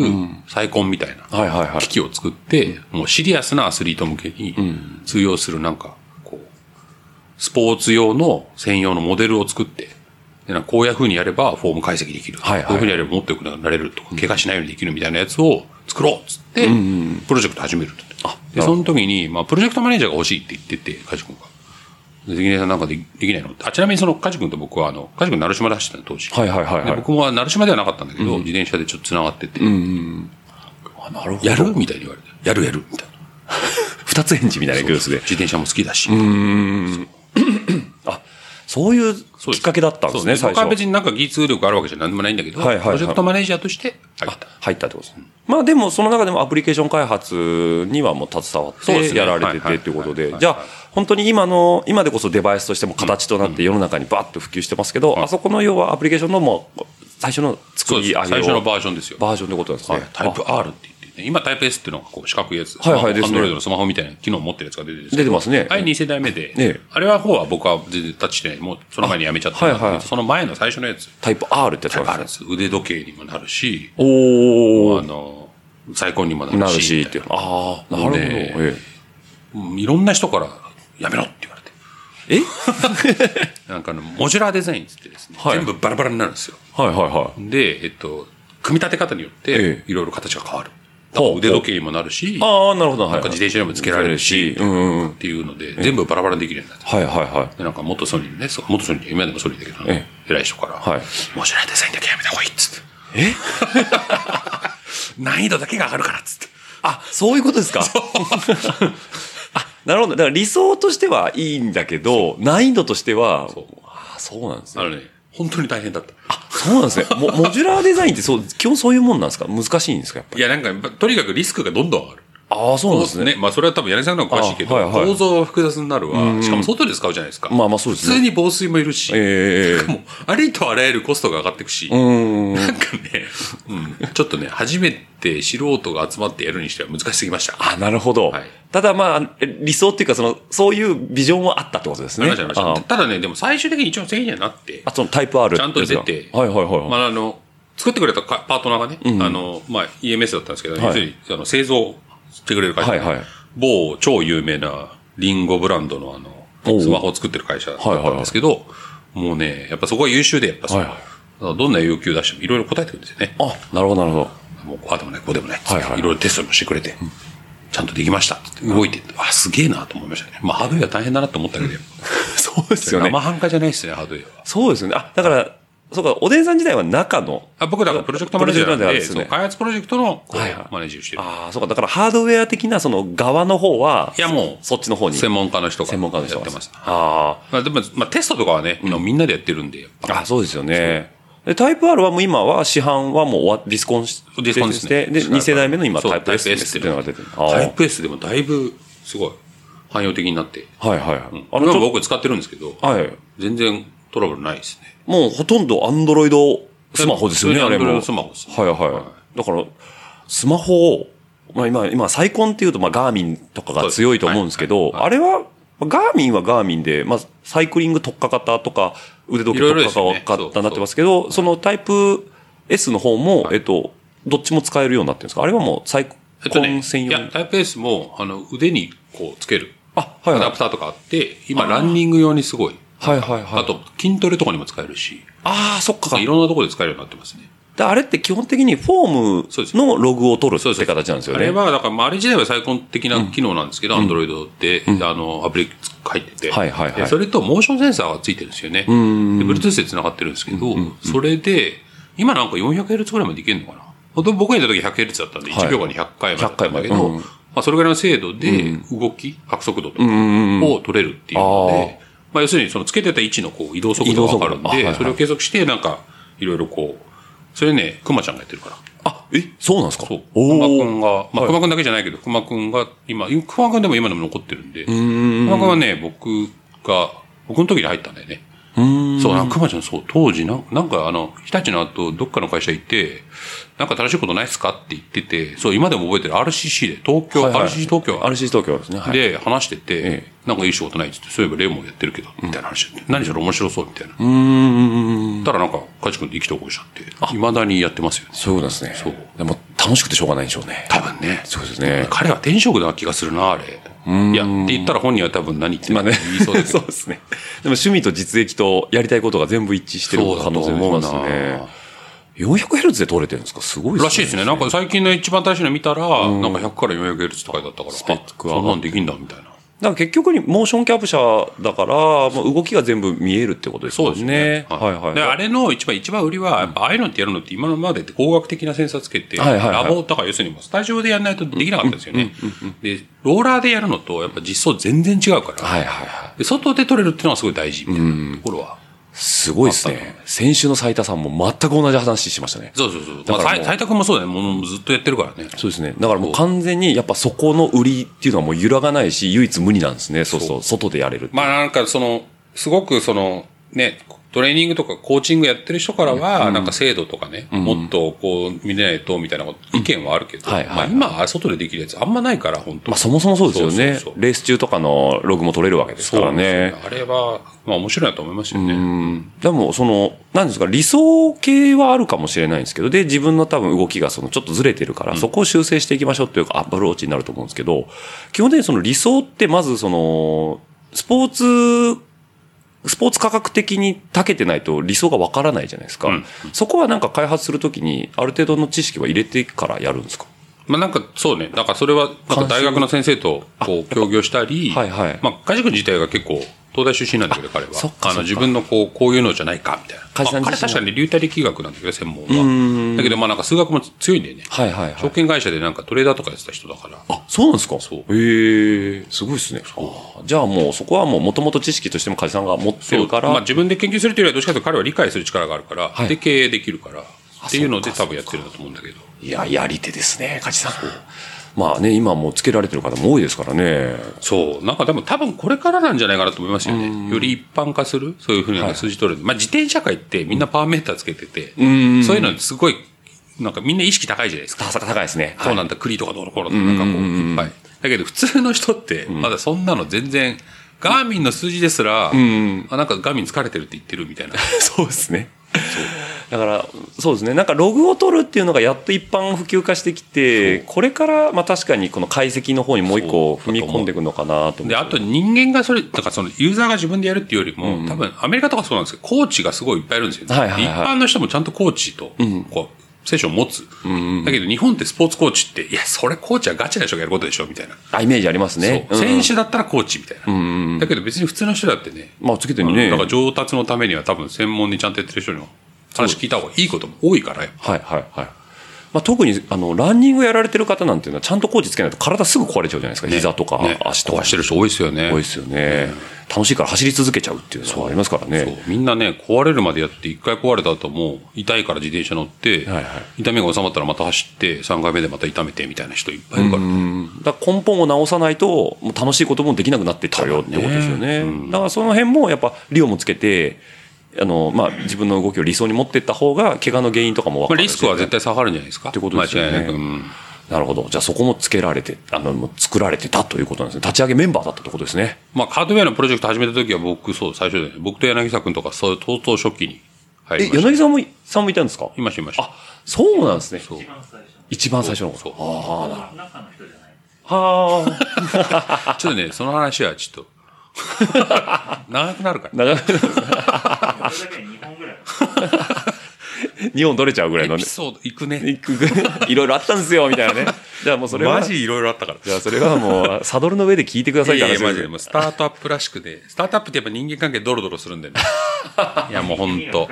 [SPEAKER 6] 再コンみたい
[SPEAKER 3] はいはいは
[SPEAKER 6] ない機器を作って、もうシリアスなアスリート向けに通用するなんか、こう、スポーツ用の専用のモデルを作って、でなんかこういうふうにやればフォーム解析できる。
[SPEAKER 3] はいはい
[SPEAKER 6] こういうふうにやればもっと良くなれるとか、怪我しないようにできるみたいなやつを作ろうっつって、プロジェクト始めると。で、その時に、まあ、プロジェクトマネージャーが欲しいって言ってて、カジ君が。関根さんなんかでできないのあちなみにその、カジ君と僕は、あの、カジ君、鳴島出してたの、当時。
[SPEAKER 3] はいはいはいはい
[SPEAKER 6] で僕も鳴島ではなかったんだけど、自転車でちょっと繋がってて、
[SPEAKER 3] あなるほど。
[SPEAKER 6] やるみたいに言われて、やるやるみたいな。
[SPEAKER 3] 二つ返事みたいなグルースで。
[SPEAKER 6] 自転車も好きだし。
[SPEAKER 3] そういうきっかけだったんですね、
[SPEAKER 6] そ
[SPEAKER 3] 最
[SPEAKER 6] う僕は別
[SPEAKER 3] 初。
[SPEAKER 6] になんか技術力あるわけじゃ何でもないんだけど、
[SPEAKER 3] はいはいはい
[SPEAKER 6] プロジェクトマネージャーとして入っ
[SPEAKER 3] あ
[SPEAKER 6] た。
[SPEAKER 3] 入ったってことですね。まあでも、その中でもアプリケーション開発にはもう携わっ
[SPEAKER 6] そうです
[SPEAKER 3] て
[SPEAKER 6] ね
[SPEAKER 3] やられて
[SPEAKER 6] はいは
[SPEAKER 3] て
[SPEAKER 6] い
[SPEAKER 3] っていうこと
[SPEAKER 6] はい
[SPEAKER 3] で
[SPEAKER 6] は、い
[SPEAKER 3] じゃあ本当に今の、今でこそデバイスとしても形となって世の中にバッと普及してますけど、あそこの要はアプリケーションのもう最初の
[SPEAKER 6] そ
[SPEAKER 3] 作
[SPEAKER 6] うで
[SPEAKER 3] り
[SPEAKER 6] す。
[SPEAKER 3] 上
[SPEAKER 6] 最
[SPEAKER 3] げ
[SPEAKER 6] 初の
[SPEAKER 3] を
[SPEAKER 6] バージョンですよ。
[SPEAKER 3] バージョンってことなんです
[SPEAKER 6] はい
[SPEAKER 3] ね。
[SPEAKER 6] タイプ R って言ってね、今タイプ S っていうのがこう四角いやつ。
[SPEAKER 3] はいはいですね
[SPEAKER 6] アンドロイドのスマホみたいな機能を持ってるやつが出てるんで
[SPEAKER 3] あ
[SPEAKER 6] すけ
[SPEAKER 3] 出
[SPEAKER 6] ど
[SPEAKER 3] てますね。
[SPEAKER 6] はい、2世代目で、
[SPEAKER 3] ええ
[SPEAKER 6] あれは方は僕は全然タッチしてない。もうその前にやめちゃった、
[SPEAKER 3] はいはい
[SPEAKER 6] その前の最初のやつ。
[SPEAKER 3] タイプ R ってやつ
[SPEAKER 6] あ
[SPEAKER 3] があ
[SPEAKER 6] る
[SPEAKER 3] る
[SPEAKER 6] ん
[SPEAKER 3] んで
[SPEAKER 6] で
[SPEAKER 3] す。
[SPEAKER 6] す。腕時計にもなるし、
[SPEAKER 3] お
[SPEAKER 6] あ
[SPEAKER 3] ー。
[SPEAKER 6] の、再婚にもなるし。
[SPEAKER 3] なるし、
[SPEAKER 6] み
[SPEAKER 3] ったてい。
[SPEAKER 6] いう
[SPEAKER 3] ああ、なるほど。
[SPEAKER 6] ね
[SPEAKER 3] え
[SPEAKER 6] うんいろんな人から、やめろって言われて。
[SPEAKER 3] え
[SPEAKER 6] なんかあの、モジュラーデザインっつってですね、
[SPEAKER 3] はい
[SPEAKER 6] 全部バラバラになるんですよ。
[SPEAKER 3] はいはいはい。
[SPEAKER 6] で、えっと、組み立て方によっ
[SPEAKER 3] え
[SPEAKER 6] て、
[SPEAKER 3] え
[SPEAKER 6] いろいろ形が変わる。
[SPEAKER 3] ほう
[SPEAKER 6] 腕時計にもなるし、なん
[SPEAKER 3] ああ、なるほど。はい。
[SPEAKER 6] か自転車にもつけられるし、
[SPEAKER 3] うんうんうん。
[SPEAKER 6] っていうので、全部バラバラにできるようになった。
[SPEAKER 3] はいはいは
[SPEAKER 6] で、なんか元ソニーのね、そう元ソニーって今でもソニーだけど、
[SPEAKER 3] え
[SPEAKER 6] 偉い人から、
[SPEAKER 3] はい
[SPEAKER 6] 面白いデザインだけやめた方がいいっつって。え 難易度だけが上がるからっつって。
[SPEAKER 3] あ、そういうことですか。 あなるほど。だから理想としてはいいんだけど、難易度としては、
[SPEAKER 6] そう
[SPEAKER 3] あそうなんです
[SPEAKER 6] あ
[SPEAKER 3] ね。
[SPEAKER 6] のね、本当に大変だった。
[SPEAKER 3] そうなんですね。もモジュラーデザインってそう、基本そういうもんなんですか難しいんですかやっぱ
[SPEAKER 6] い
[SPEAKER 3] り。
[SPEAKER 6] や、なんかやっぱ、とにかくリスクがどんどん上がる。
[SPEAKER 3] ああ、そうなんですね。
[SPEAKER 6] まあ、それは多分柳井さんの方が詳しいけど、
[SPEAKER 3] あはいはい
[SPEAKER 6] 構造は複雑になるわ。しかも外で使うじゃないですか。
[SPEAKER 3] まあまあそうですね
[SPEAKER 6] 普通に防水もいるし、
[SPEAKER 3] ええ
[SPEAKER 6] もう、ありとあらゆるコストが上がっていくし、
[SPEAKER 3] うん。
[SPEAKER 6] なんかね、うん、ちょっとね、初めて素人が集まってやるにしては難しすぎました。
[SPEAKER 3] あ、なるほど。
[SPEAKER 6] はい
[SPEAKER 3] ただまあ、理想っていうか、その、そういうビジョンはあったってことです
[SPEAKER 6] な
[SPEAKER 3] ね。
[SPEAKER 6] りました、なりま
[SPEAKER 3] あ
[SPEAKER 6] した。ただね、でも最終的に一応製品にはなって、
[SPEAKER 3] あ、そのタイプ R
[SPEAKER 6] ちゃんと出て
[SPEAKER 3] ですかはいはいはいはい。
[SPEAKER 6] まあ、あの、作ってくれたかパートナーがね、あの、まあ、EMS だったんですけど、
[SPEAKER 3] い
[SPEAKER 6] 要するに、あの、製造してくれる会社、
[SPEAKER 3] はいはい
[SPEAKER 6] 某超有名なリンゴブランドのあ
[SPEAKER 3] おう
[SPEAKER 6] の、スマホを作ってる会社だったんですけど、もうね、やっぱそこは優秀で、やっぱその
[SPEAKER 3] はいはい
[SPEAKER 6] どんな要求出してもいろいろ答えてくるんですよね。
[SPEAKER 3] あ、なるほどなるほど。
[SPEAKER 6] もう、ああでもない、こうでもないっつって、
[SPEAKER 3] はい
[SPEAKER 6] い
[SPEAKER 3] はい
[SPEAKER 6] ろいろテストもしてくれて、ちゃんとできましたっつって動いてって、あ、すげえなと思いましたね。まあ、ハードウェア大変だなと思ったけど、やっ
[SPEAKER 3] そうです
[SPEAKER 6] ぱ
[SPEAKER 3] よね。
[SPEAKER 6] 生半可じゃないですね、ハードウェアは。
[SPEAKER 3] そうですよね。あ、だから、そうか、おでんさん自体は中の。
[SPEAKER 6] あ僕だからプロジェクトマネージャーなんで、
[SPEAKER 3] プロジェクト
[SPEAKER 6] そ
[SPEAKER 3] マネージャー
[SPEAKER 6] う
[SPEAKER 3] なん
[SPEAKER 6] 開発プロジェクトのこう
[SPEAKER 3] はいはい
[SPEAKER 6] マネージをしてる。
[SPEAKER 3] ああ、そうか。だからハードウェア的なその側の方は、
[SPEAKER 6] いやもう
[SPEAKER 3] そっちの方に。
[SPEAKER 6] 専門家の人が
[SPEAKER 3] 専門家の人
[SPEAKER 6] やって
[SPEAKER 3] が
[SPEAKER 6] ます。
[SPEAKER 3] あ
[SPEAKER 6] まあ、でも、まあ、テストとかはね、みんなでやってるんで、やっ
[SPEAKER 3] あ。あ
[SPEAKER 6] ぱ。
[SPEAKER 3] そうですよね。で、タイプ R はもう今は市販はもう終わディスコンし
[SPEAKER 6] ディスコンです
[SPEAKER 3] し
[SPEAKER 6] ね
[SPEAKER 3] てで、2世代目の今
[SPEAKER 6] そう
[SPEAKER 3] タイプ S
[SPEAKER 6] タイ
[SPEAKER 3] で
[SPEAKER 6] プ S
[SPEAKER 3] すっていうのが出てる。ああ
[SPEAKER 6] タイプ S でもだいぶ、すごい、汎用的になって。
[SPEAKER 3] はいはい。
[SPEAKER 6] あ
[SPEAKER 3] あ
[SPEAKER 6] の、
[SPEAKER 3] の、
[SPEAKER 6] 今
[SPEAKER 3] ちょ
[SPEAKER 6] 僕使ってるんですけど、
[SPEAKER 3] はい。
[SPEAKER 6] 全然トラブルないですね。
[SPEAKER 3] もうほとんどアンドロイドスマホですよね、
[SPEAKER 6] 普
[SPEAKER 3] あ
[SPEAKER 6] 通に
[SPEAKER 3] れ
[SPEAKER 6] Android
[SPEAKER 3] も。
[SPEAKER 6] スマホですね
[SPEAKER 3] はいはい。だから、スマホを、まあ今、今、再婚っていうと、まあガーミンとかが強いと思うんですけど、
[SPEAKER 6] そうですは
[SPEAKER 3] あれは、まあガーミンはガーミンで、まあサイクリング特化型とか、腕時計
[SPEAKER 6] いろ
[SPEAKER 3] 特
[SPEAKER 6] いろですよね
[SPEAKER 3] 化型になってますけ
[SPEAKER 6] そ
[SPEAKER 3] ど、
[SPEAKER 6] う
[SPEAKER 3] そのタイプ S の方も、
[SPEAKER 6] い
[SPEAKER 3] えっと、どっちも使えるようになってるんですかあれはもう再
[SPEAKER 6] えっとね、
[SPEAKER 3] 婚専
[SPEAKER 6] い
[SPEAKER 3] 用。
[SPEAKER 6] や、タイプ S も、あの、腕にこう、つける。
[SPEAKER 3] あ、
[SPEAKER 6] ア
[SPEAKER 3] はいはい
[SPEAKER 6] ダプ。ターとかあって、今、ランニング用にすごい。
[SPEAKER 3] はいはいはい。
[SPEAKER 6] あ、と、筋トレとかにも使えるし、
[SPEAKER 3] ああ、そっか。
[SPEAKER 6] いろんなところで使えるようになってますね。
[SPEAKER 3] であれって基本的にフォ
[SPEAKER 6] そうで
[SPEAKER 3] ー
[SPEAKER 6] す
[SPEAKER 3] ムのログを取る
[SPEAKER 6] そう
[SPEAKER 3] って形なんですよね。
[SPEAKER 6] あれは、だから、まあ、あれ自体は最高的な機能なんですけど、アンドロイドで、あの、アプリ入ってて、
[SPEAKER 3] はいはいはい
[SPEAKER 6] でそれと、モーションセンサーがついてるんですよね。で、Bluetooth で繋がってるんですけど、それで、今なんか 400Hz ぐらいまでいけるのかな。ほんと僕がいた時 100Hz だったんで、
[SPEAKER 3] はい
[SPEAKER 6] 1秒間に100回までだったんだけ
[SPEAKER 3] 100回
[SPEAKER 6] ど、
[SPEAKER 3] までうん
[SPEAKER 6] まあ、それぐらいの精度で、動き、拍速度とかを取れるっていうの
[SPEAKER 3] うんうんうん
[SPEAKER 6] で、まあ、要するに、その、つけてた位置のこう移動速
[SPEAKER 3] 移
[SPEAKER 6] 度
[SPEAKER 3] 動
[SPEAKER 6] が
[SPEAKER 3] 速
[SPEAKER 6] わ
[SPEAKER 3] 度あ
[SPEAKER 6] かるん
[SPEAKER 3] はいはい
[SPEAKER 6] で、それを計測して、なんか、いろいろこう、それね、熊ちゃんがやってるから。
[SPEAKER 3] あ、え、そうなんですか
[SPEAKER 6] そう。
[SPEAKER 3] お
[SPEAKER 6] 熊く
[SPEAKER 3] ー
[SPEAKER 6] んが、ま
[SPEAKER 3] は
[SPEAKER 6] あ、
[SPEAKER 3] い
[SPEAKER 6] 熊くんだけじゃないけど、熊くんが今、熊くんでも今でも残ってるんで、熊くんはね、僕が、僕の時に入ったんだよね。そう、なんか熊ちゃん、そう、当時な、なんかあの、日立の後、どっかの会社行って、なんか正しいことないっすかって言ってて、そう、今でも覚えてる RCC で、東京、
[SPEAKER 3] はいはい
[SPEAKER 6] RCC 東京
[SPEAKER 3] RC 東京ですね。はい
[SPEAKER 6] で話してて、
[SPEAKER 3] え
[SPEAKER 6] なんかいい仕事ないっつって、そういえばレモンやってるけど、みたいな話、何しろ面白そう、みたいな。たらなんか、カチ君で意気投合しちゃって、未だにやってますよね。
[SPEAKER 3] そういうことですね。
[SPEAKER 6] そう
[SPEAKER 3] でも楽しくてしょうがないんでしょうね。
[SPEAKER 6] 多分ね。
[SPEAKER 3] そうですね
[SPEAKER 6] 彼は天職な気がするな、あれ。いや、って言ったら本人は多分何言ってる
[SPEAKER 3] まあ
[SPEAKER 6] か
[SPEAKER 3] ね
[SPEAKER 6] 言いそうだけど
[SPEAKER 3] そうですね。でも趣味と実益とやりたいことが全部一致してる
[SPEAKER 6] そうだ
[SPEAKER 3] 可
[SPEAKER 6] と
[SPEAKER 3] 能性
[SPEAKER 6] 思
[SPEAKER 3] も
[SPEAKER 6] う
[SPEAKER 3] あり
[SPEAKER 6] な
[SPEAKER 3] ますね。400Hz で撮れてるんですかすごいですね。
[SPEAKER 6] らしいですね。なんか最近の一番新しいの見たら、なんか100から 400Hz とかだったから、
[SPEAKER 3] ペックは
[SPEAKER 6] あそんなんできんだ、みたいな。
[SPEAKER 3] だから結局にモーションキャプチャーだから、もう動きが全部見えるってことです
[SPEAKER 6] そ
[SPEAKER 3] も
[SPEAKER 6] うで
[SPEAKER 3] ん
[SPEAKER 6] す
[SPEAKER 3] ね
[SPEAKER 6] ね。。
[SPEAKER 3] はいはい。
[SPEAKER 6] で、あれの一番、一番売りは、やっぱああいうのってやるのって今のまでって工学的なセンサーつけて、
[SPEAKER 3] はいはいはい
[SPEAKER 6] ラボとか要するにもうスタジオでやらないとできなかったんですよね。で、ローラーでやるのと、やっぱ実装全然違うから、
[SPEAKER 3] はいはいはい。
[SPEAKER 6] で外で撮れるっていうのはすごい大事みたいなところは。
[SPEAKER 3] すごいです
[SPEAKER 6] あった
[SPEAKER 3] ね。先週の斉田さんも全く同じ話しましたね。
[SPEAKER 6] そうそうそう。
[SPEAKER 3] だ
[SPEAKER 6] ま
[SPEAKER 3] か
[SPEAKER 6] あ、
[SPEAKER 3] らもう
[SPEAKER 6] さい斉田君もそうだね。もうずっとやってるからね。
[SPEAKER 3] そうですね。だからもう完全にやっぱそこの売りっていうのはもう揺らがないし、唯一無二なんですね。そうそう。外でやれるって。
[SPEAKER 6] まあなんかその、すごくその、ね、トレーニングとかコーチングやってる人からは、なんか制度とかね、もっとこう見ないとみたいなこと意見はあるけど、
[SPEAKER 3] はいはい
[SPEAKER 6] まあ今は外でできるやつあんまないから、本当
[SPEAKER 3] まあそもそもそうですよね
[SPEAKER 6] そうそうそう
[SPEAKER 3] レース中とかのログも取れるわけですからね。
[SPEAKER 6] あれは、まあ面白いなと思いましたよね。
[SPEAKER 3] でも、その、なんですか、理想系はあるかもしれないんですけど、で、自分の多分動きがそのちょっとずれてるから、そこを修正していきましょうっていうかアプローチになると思うんですけど、基本的にその理想ってまずその、スポーツスポーツ科学的に長けてないと理想がわからないじゃないですか。
[SPEAKER 6] うん
[SPEAKER 3] そこはなんか開発するときに、ある程度の知識は入れてからやるんですか
[SPEAKER 6] まあなんかそうね、だからそれはなんか大学の先生とこう協業したり、
[SPEAKER 3] はいはい
[SPEAKER 6] まあ梶君自体が結構東大出身なんだけど彼は。
[SPEAKER 3] そっかそっか
[SPEAKER 6] あの自分のこう、こういうのじゃないかみたいな。
[SPEAKER 3] 梶さん
[SPEAKER 6] まあ彼
[SPEAKER 3] 自身
[SPEAKER 6] 確
[SPEAKER 3] は
[SPEAKER 6] かに流体力学なんだけど専門は。だけどまあなんか数学も強いんだよね。
[SPEAKER 3] はいはいは
[SPEAKER 6] 証
[SPEAKER 3] い。
[SPEAKER 6] 券会社でなんかトレーダーとかやってた人だから。
[SPEAKER 3] あ、そうなんですか
[SPEAKER 6] そう
[SPEAKER 3] へえすごいですね。あーじゃあもうそこはもう元々知識としても梶さんが持ってるから。
[SPEAKER 6] まあ自分で研究するというよりはどっちかというと彼は理解する力があるから、
[SPEAKER 3] はい
[SPEAKER 6] で経営できるから、っていうの
[SPEAKER 3] そ
[SPEAKER 6] で
[SPEAKER 3] っか
[SPEAKER 6] 多分やってるんだと思うんだけど。
[SPEAKER 3] いや、やり手ですね、梶さん。まあね、今もうつけられてる方も多いですからね。
[SPEAKER 6] そう。なんかでも多分これからなんじゃないかなと思いますよね。より一般化するそういうふうになんか数字取れる。まあ自転車界ってみんなパワーメーターつけてて、そういうのすごい、なんかみんな意識高いじゃないですか。
[SPEAKER 3] 高いですね。
[SPEAKER 6] そうなんだ、栗とかどうのこうのとか、なんかこう、いっぱい。だけど普通の人って、まだそんなの全然、ガーミンの数字ですら、あなんかガーミン疲れてるって言ってるみたいな。
[SPEAKER 3] そうですね。だから、そうですね。なんかログを取るっていうのがやっと一般普及化してきて、これから、まあ確かにこの解析の方にもう一個
[SPEAKER 6] そ
[SPEAKER 3] 踏み
[SPEAKER 6] うだと思う
[SPEAKER 3] 込んでいくのかなと思
[SPEAKER 6] で、あと人間がそれ、だからそのユーザーが自分でやるっていうよりも、多分アメリカとかそうなんですけど、コーチがすごいいっぱいいるんですよね。
[SPEAKER 3] はいはいはい
[SPEAKER 6] 一般の人もちゃんとコーチと、こう、セッションを持つ。だけど日本ってスポーツコーチって、いや、それコーチはガチな人がやることでしょ、みたいな。
[SPEAKER 3] あ、イメージありますね。
[SPEAKER 6] そう。
[SPEAKER 3] うん
[SPEAKER 6] 選手だったらコーチみたいな。だけど別に普通の人だってね。
[SPEAKER 3] まあつけて
[SPEAKER 6] あ
[SPEAKER 3] る
[SPEAKER 6] の
[SPEAKER 3] ね。
[SPEAKER 6] だから上達のためには多分専門にちゃんとやってる人の話聞いた方がいいことも多いからやっぱ
[SPEAKER 3] はいはいはい。まあ、特にあのランニングやられてる方なんていうのはちゃんとコーチつけないと体すぐ壊れちゃうじゃないですか、膝とか
[SPEAKER 6] ね
[SPEAKER 3] 足とか、
[SPEAKER 6] 壊してる人多いですよね。
[SPEAKER 3] 多いですよね、楽しいから走り続けちゃうっていうのはありますからね
[SPEAKER 6] そうみんなね、壊れるまでやって、一回壊れた後も、痛いから自転車乗って、
[SPEAKER 3] はいは
[SPEAKER 6] 痛みが収まったらまた走って、3回目でまた痛めてみたいな人いっぱいいるから、
[SPEAKER 3] だから根本を直さないと、もう楽しいこともできなくなってっちゃうよってことですよね。
[SPEAKER 6] う
[SPEAKER 3] だからその辺もやっぱ、リオもつけて、あの、まあ、自分の動きを理想に持っていった方が、怪我の原因とかも分
[SPEAKER 6] ま
[SPEAKER 3] か
[SPEAKER 6] あ、
[SPEAKER 3] る。
[SPEAKER 6] リスクは絶対下がるんじゃないですか。
[SPEAKER 3] ってことですよね
[SPEAKER 6] 間違いなく。うん
[SPEAKER 3] なるほど。じゃあそこもつけられて、あの、もう作られてたということなんですね。立ち上げメンバーだったってことですね。
[SPEAKER 6] まあ、カードウェアのプロジェクト始めた時は僕、そう、最初だよね。僕と柳沢君とか、そういう、とうとう初期に入
[SPEAKER 3] え、
[SPEAKER 6] りました。
[SPEAKER 3] 柳さんも、さんもいたんですか
[SPEAKER 6] いました、いました。
[SPEAKER 3] あ、そうなんですね。
[SPEAKER 5] 一番最初の。
[SPEAKER 3] 一番最初のこ
[SPEAKER 6] そう
[SPEAKER 3] と。ああ、なる
[SPEAKER 5] 中の人じゃない。
[SPEAKER 3] ほ ど。はあ。
[SPEAKER 6] ちょっとね、その話はちょっ と、長くなるから。
[SPEAKER 3] 長く、
[SPEAKER 5] それだけで2本ぐらい。
[SPEAKER 3] 日本取れちゃうぐらいの
[SPEAKER 6] エ
[SPEAKER 3] ね
[SPEAKER 6] ピ。ソード、行くね。
[SPEAKER 3] いくぐいろいろあったんですよ、みたいなね。じゃあもうそれは。
[SPEAKER 6] マジいろいろあったから。
[SPEAKER 3] じゃあそれはもう、サドルの上で聞いてください
[SPEAKER 6] い
[SPEAKER 3] っ
[SPEAKER 6] や
[SPEAKER 3] て
[SPEAKER 6] いや、
[SPEAKER 3] 話
[SPEAKER 6] マ
[SPEAKER 3] で
[SPEAKER 6] ジで。
[SPEAKER 3] す
[SPEAKER 6] もうスタートアップらしくて、スタートアップってやっぱ人間関係ドロドロするんだよね。 いや、もうほんと。はい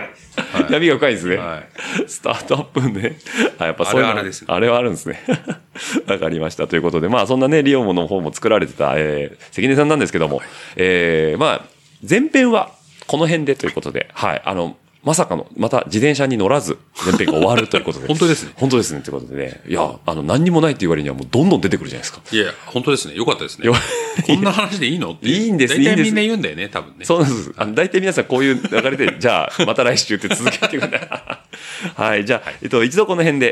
[SPEAKER 3] 闇が深いですね。
[SPEAKER 6] はい
[SPEAKER 3] スタートアップね。あ、やっぱそういうの
[SPEAKER 6] あれはあれですね
[SPEAKER 3] あれはあるんですね。 わかりました。ということで、まあそんなね、リオモの方も作られてた、えー、関根さんなんですけども、えー、まあ、前編はこの辺でということで、はい、あの、まさかの、また自転車に乗らず、前編が終わるということで。
[SPEAKER 6] 本当ですね。
[SPEAKER 3] 本当ですね。ということでね。いや、あの、何にもないって言われにはもうどんどん出てくるじゃないですか。
[SPEAKER 6] いや、本当ですね。よかったですね
[SPEAKER 3] よ。
[SPEAKER 6] こんな話でいいのって
[SPEAKER 3] いいんです
[SPEAKER 6] 大
[SPEAKER 3] いいん
[SPEAKER 6] 体
[SPEAKER 3] です
[SPEAKER 6] みんな言うんだよね、多分ね。
[SPEAKER 3] そうなんです。あの、大体皆さんこういう流れで、 じゃあ、また来週って続けてください。 はい。じゃあ、えっと、一度この辺で、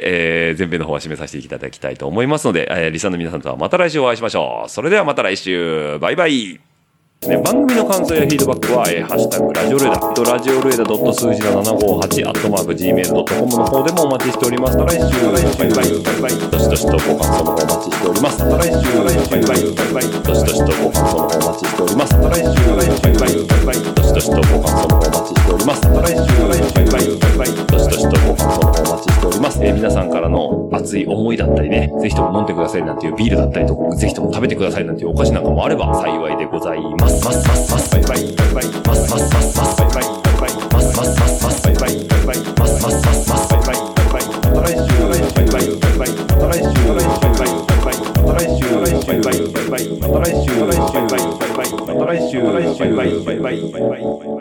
[SPEAKER 3] えー、前編の方は締めさせていただきたいと思いますので、えー、リサの皆さんとはまた来週お会いしましょう。それではまた来週。バイバイ。ね、番組の感想やフィードバックは、えー、ハッシュタグ、ラジオルエダ、えっとラジオルエダ数字の758、アットマーク、gmail.com の方でもお待ちしております。また来週、バイバイ、バイバイ、どしどしとご感想の方お待ちしております。また来週、バイバイ、バイバイ、どしどしとご感想の方お待ちしております。また来週、バイバイ、バイバイ、どしどしとご感想の方お待ちしております。また来週、バイバイ、バイバイ、どしどしとご感想の方お待ちしております。えー、皆さんからの熱い思いだったりね、ぜひとも飲んでくださいなんていうビールだったりとか、ぜひとも食べてくださいなんていうお菓子なんかもあれば幸いでございます。ますますますバイバイバイバイますますますますバイバイバイバイますますますますバイバイバイバイますますますますバイバイバイバイまた来週バイバイバイバイまた来週バイバイバイバイまた来週バイバイバイバイまた来週バイバイバイバイまた来週バイバイバイバイバイバイ